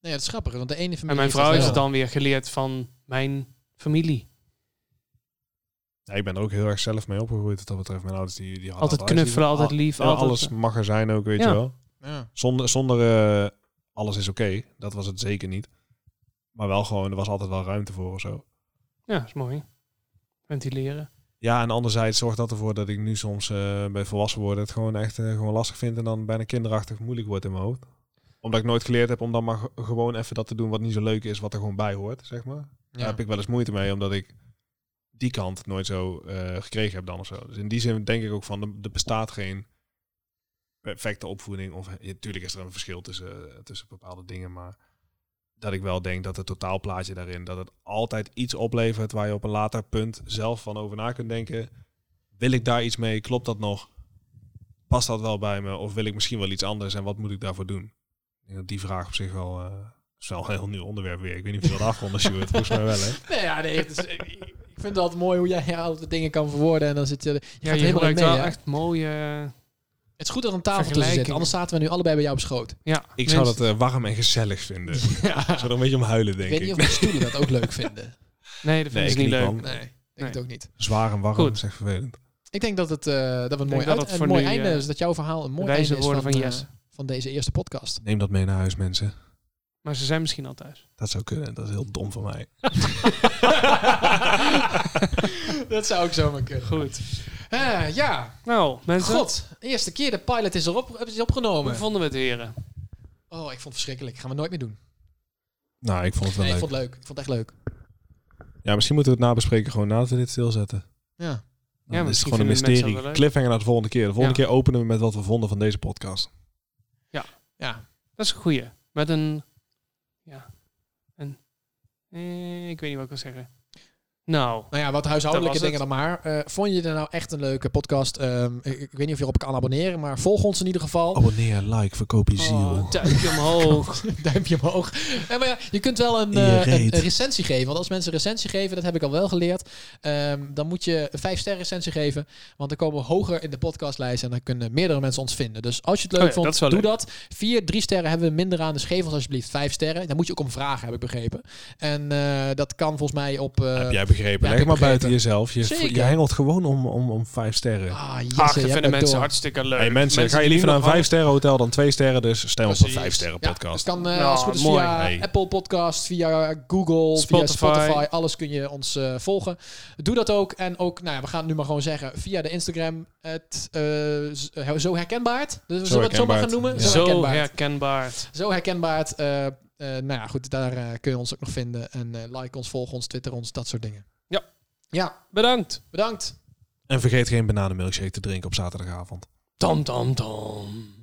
Speaker 1: Nee, dat is grappig, want de ene familie...
Speaker 2: En mijn
Speaker 1: heeft dat
Speaker 2: vrouw heeft
Speaker 1: wel.
Speaker 2: het dan weer geleerd van mijn familie.
Speaker 3: Ja, ik ben er ook heel erg zelf mee opgegroeid wat dat betreft. Mijn ouders die, die hadden
Speaker 2: Altijd
Speaker 3: wel-
Speaker 2: knuffelen,
Speaker 3: Al-
Speaker 2: altijd lief.
Speaker 3: ja,
Speaker 2: altijd, eh,
Speaker 3: alles mag er zijn ook, weet
Speaker 2: Ja.
Speaker 3: je wel.
Speaker 1: Ja.
Speaker 3: Zonder, zonder eh, alles is oké. Dat was het zeker niet. Maar wel gewoon, er was altijd wel ruimte voor of zo.
Speaker 2: Ja, is mooi. Ventileren.
Speaker 3: Ja, en anderzijds zorgt dat ervoor dat ik nu soms eh, bij volwassen worden het gewoon echt eh, gewoon lastig vind. En dan bijna kinderachtig moeilijk wordt in mijn hoofd. Omdat ik nooit geleerd heb om dan maar ge- gewoon even dat te doen wat niet zo leuk is. Wat er gewoon bij hoort, zeg maar. Daar
Speaker 1: Ja.
Speaker 3: heb ik wel eens moeite mee, omdat ik die kant nooit zo eh, gekregen heb dan of zo. Dus in die zin denk ik ook van, er- er bestaat geen perfecte opvoeding. Of natuurlijk is er een verschil tussen, eh, tussen bepaalde dingen, maar dat ik wel denk dat het totaalplaatje daarin, dat het altijd iets oplevert waar je op een later punt zelf van over na kunt denken. Wil ik daar iets mee? Klopt dat nog? Past dat wel bij me? Of wil ik misschien wel iets anders en wat moet ik daarvoor doen? Ik denk dat die vraag op zich wel... eh is wel een heel nieuw onderwerp weer. Ik weet niet of je dat afronden, Sjoerd.
Speaker 1: *laughs*
Speaker 3: Volgens mij wel, hè?
Speaker 1: Nee, ja, nee, het is- ik- ik vind het altijd mooi hoe jij *laughs* altijd dingen kan verwoorden. En dan zit je... je gaat
Speaker 2: Ja,
Speaker 1: er
Speaker 2: je
Speaker 1: helemaal in
Speaker 2: gebruikt
Speaker 1: mee,
Speaker 2: wel
Speaker 1: hè?
Speaker 2: echt mooie... eh,
Speaker 1: Het is goed dat er een tafel tussen zit.
Speaker 2: Vergelijking.
Speaker 1: Anders zaten we nu allebei bij jou op schoot.
Speaker 2: Ja,
Speaker 3: Ik zou
Speaker 2: mensen-
Speaker 3: dat eh, warm en gezellig vinden.
Speaker 2: *laughs*
Speaker 3: Ik
Speaker 1: Ja.
Speaker 3: zou er een beetje om huilen,
Speaker 1: Ik
Speaker 3: denk
Speaker 1: weet
Speaker 3: ik.
Speaker 1: niet of mijn stoelen dat ook leuk vinden.
Speaker 2: Nee, dat vind
Speaker 3: eh,
Speaker 2: ik
Speaker 3: Nee,
Speaker 2: dus niet
Speaker 3: ik niet,
Speaker 2: leuk.
Speaker 3: man.
Speaker 1: Nee, ik
Speaker 2: Nee.
Speaker 1: denk het ook niet.
Speaker 3: Zwaar en warm,
Speaker 2: Goed.
Speaker 3: dat is echt vervelend.
Speaker 1: Ik denk dat, het, eh, dat we een mooi,
Speaker 2: dat
Speaker 1: uit,
Speaker 2: het
Speaker 1: een
Speaker 2: voor
Speaker 1: mooi
Speaker 2: nu,
Speaker 1: einde
Speaker 2: eh,
Speaker 1: is. Dat jouw verhaal een mooi
Speaker 2: wijze
Speaker 1: einde is
Speaker 2: woorden
Speaker 1: van,
Speaker 2: van
Speaker 1: eh,
Speaker 2: Jesse.
Speaker 1: van deze eerste
Speaker 2: *laughs*
Speaker 1: podcast. *laughs*
Speaker 3: Neem dat mee naar huis, mensen.
Speaker 2: Maar ze zijn misschien al thuis.
Speaker 3: Dat zou kunnen. Dat is heel dom van mij.
Speaker 1: dat zou ook zomaar kunnen.
Speaker 2: Goed.
Speaker 1: Eh, ja,
Speaker 2: Nou, mensen.
Speaker 1: god. Eerste keer de pilot is, erop, is
Speaker 2: Hoe
Speaker 1: opgenomen.
Speaker 2: vonden we het, heren?
Speaker 1: Oh, ik vond het verschrikkelijk. Gaan we nooit meer doen.
Speaker 3: Nou, ik vond het wel
Speaker 1: Nee, ik
Speaker 3: leuk.
Speaker 1: vond het leuk. Ik vond het echt leuk.
Speaker 3: Ja, misschien moeten we het nabespreken gewoon nadat we dit stilzetten.
Speaker 1: Ja.
Speaker 3: Dan
Speaker 2: Ja,
Speaker 3: is het
Speaker 2: misschien
Speaker 3: gewoon een
Speaker 2: vinden de mensen
Speaker 3: mysterie.
Speaker 2: dat wel leuk.
Speaker 3: Cliffhanger naar de volgende keer. De volgende
Speaker 2: Ja.
Speaker 3: keer openen we met wat we vonden van deze podcast.
Speaker 1: Ja.
Speaker 2: Dat is een goeie. Met een... Ja. Een... Eh, ik weet niet wat ik wil zeggen. Nou.
Speaker 1: Nou ja, wat huishoudelijke
Speaker 2: Dat was
Speaker 1: dingen dan maar. Eh, vond je er nou echt een leuke podcast? Ehm, ik, ik weet niet of je erop kan abonneren, maar volg ons in ieder
Speaker 3: Oh,
Speaker 1: geval.
Speaker 3: Abonneer, like, verkoop je ziel.
Speaker 2: Oh, duimpje omhoog.
Speaker 1: *laughs* Duimpje omhoog. Nee, maar ja, je kunt wel een,
Speaker 3: In je
Speaker 1: eh, een,
Speaker 3: reet.
Speaker 1: een recensie geven. Want als mensen een recensie geven, dat heb ik al wel geleerd. ehm, dan moet je een vijf sterren recensie geven. Want dan komen we hoger in de podcastlijst. En dan kunnen meerdere mensen ons vinden. Dus als je het leuk
Speaker 2: Oh ja,
Speaker 1: vond,
Speaker 2: dat is wel
Speaker 1: doe
Speaker 2: leuk.
Speaker 1: dat. Vier, drie sterren hebben we minder aan. Dus geef ons alsjeblieft vijf sterren. Daar moet je ook om vragen, heb ik begrepen. En eh, dat kan volgens mij op... eh,
Speaker 3: Heb jij begrepen?
Speaker 1: ja,
Speaker 3: Leg
Speaker 1: ik
Speaker 3: maar
Speaker 1: heb
Speaker 3: buiten
Speaker 1: begrepen.
Speaker 3: jezelf. Je,
Speaker 1: Zeker.
Speaker 3: je hengelt gewoon om, om, om vijf sterren.
Speaker 1: Ah, yes,
Speaker 2: Ach,
Speaker 1: je
Speaker 2: dat
Speaker 1: hebt
Speaker 2: vinden
Speaker 1: het
Speaker 2: mensen
Speaker 1: door.
Speaker 2: hartstikke leuk.
Speaker 3: hey mensen, ga je
Speaker 2: die
Speaker 3: liever
Speaker 2: nu
Speaker 3: naar een
Speaker 2: nog
Speaker 3: vijf sterren hotel dan twee sterren? Dus stem op een
Speaker 2: Precies.
Speaker 3: vijf sterren
Speaker 1: Ja,
Speaker 3: podcast.
Speaker 1: Het kan eh,
Speaker 2: Ja,
Speaker 1: als het goed is
Speaker 2: mooi.
Speaker 1: via
Speaker 3: Hey.
Speaker 1: Apple Podcast, via Google, via
Speaker 2: Spotify.
Speaker 1: Spotify. Alles kun je ons eh, volgen. Doe dat ook. En ook, nou ja, we gaan het nu maar gewoon zeggen, via de Instagram, het, eh, z- eh, zo herkenbaar. Dus we zullen we het zo maar
Speaker 3: herkenbaar.
Speaker 1: gaan noemen.
Speaker 3: Ja.
Speaker 1: Zo
Speaker 2: Zo
Speaker 1: herkenbaar.
Speaker 2: herkenbaar.
Speaker 1: zo herkenbaar. eh, eh, nou ja, goed, daar eh, kun je ons ook nog vinden. En eh, like ons, volg ons, twitter ons, dat soort dingen.
Speaker 2: Ja.
Speaker 1: Ja,
Speaker 2: Bedankt.
Speaker 1: bedankt.
Speaker 3: En vergeet geen bananenmilkshake te drinken op zaterdagavond.
Speaker 2: Tam tam tam.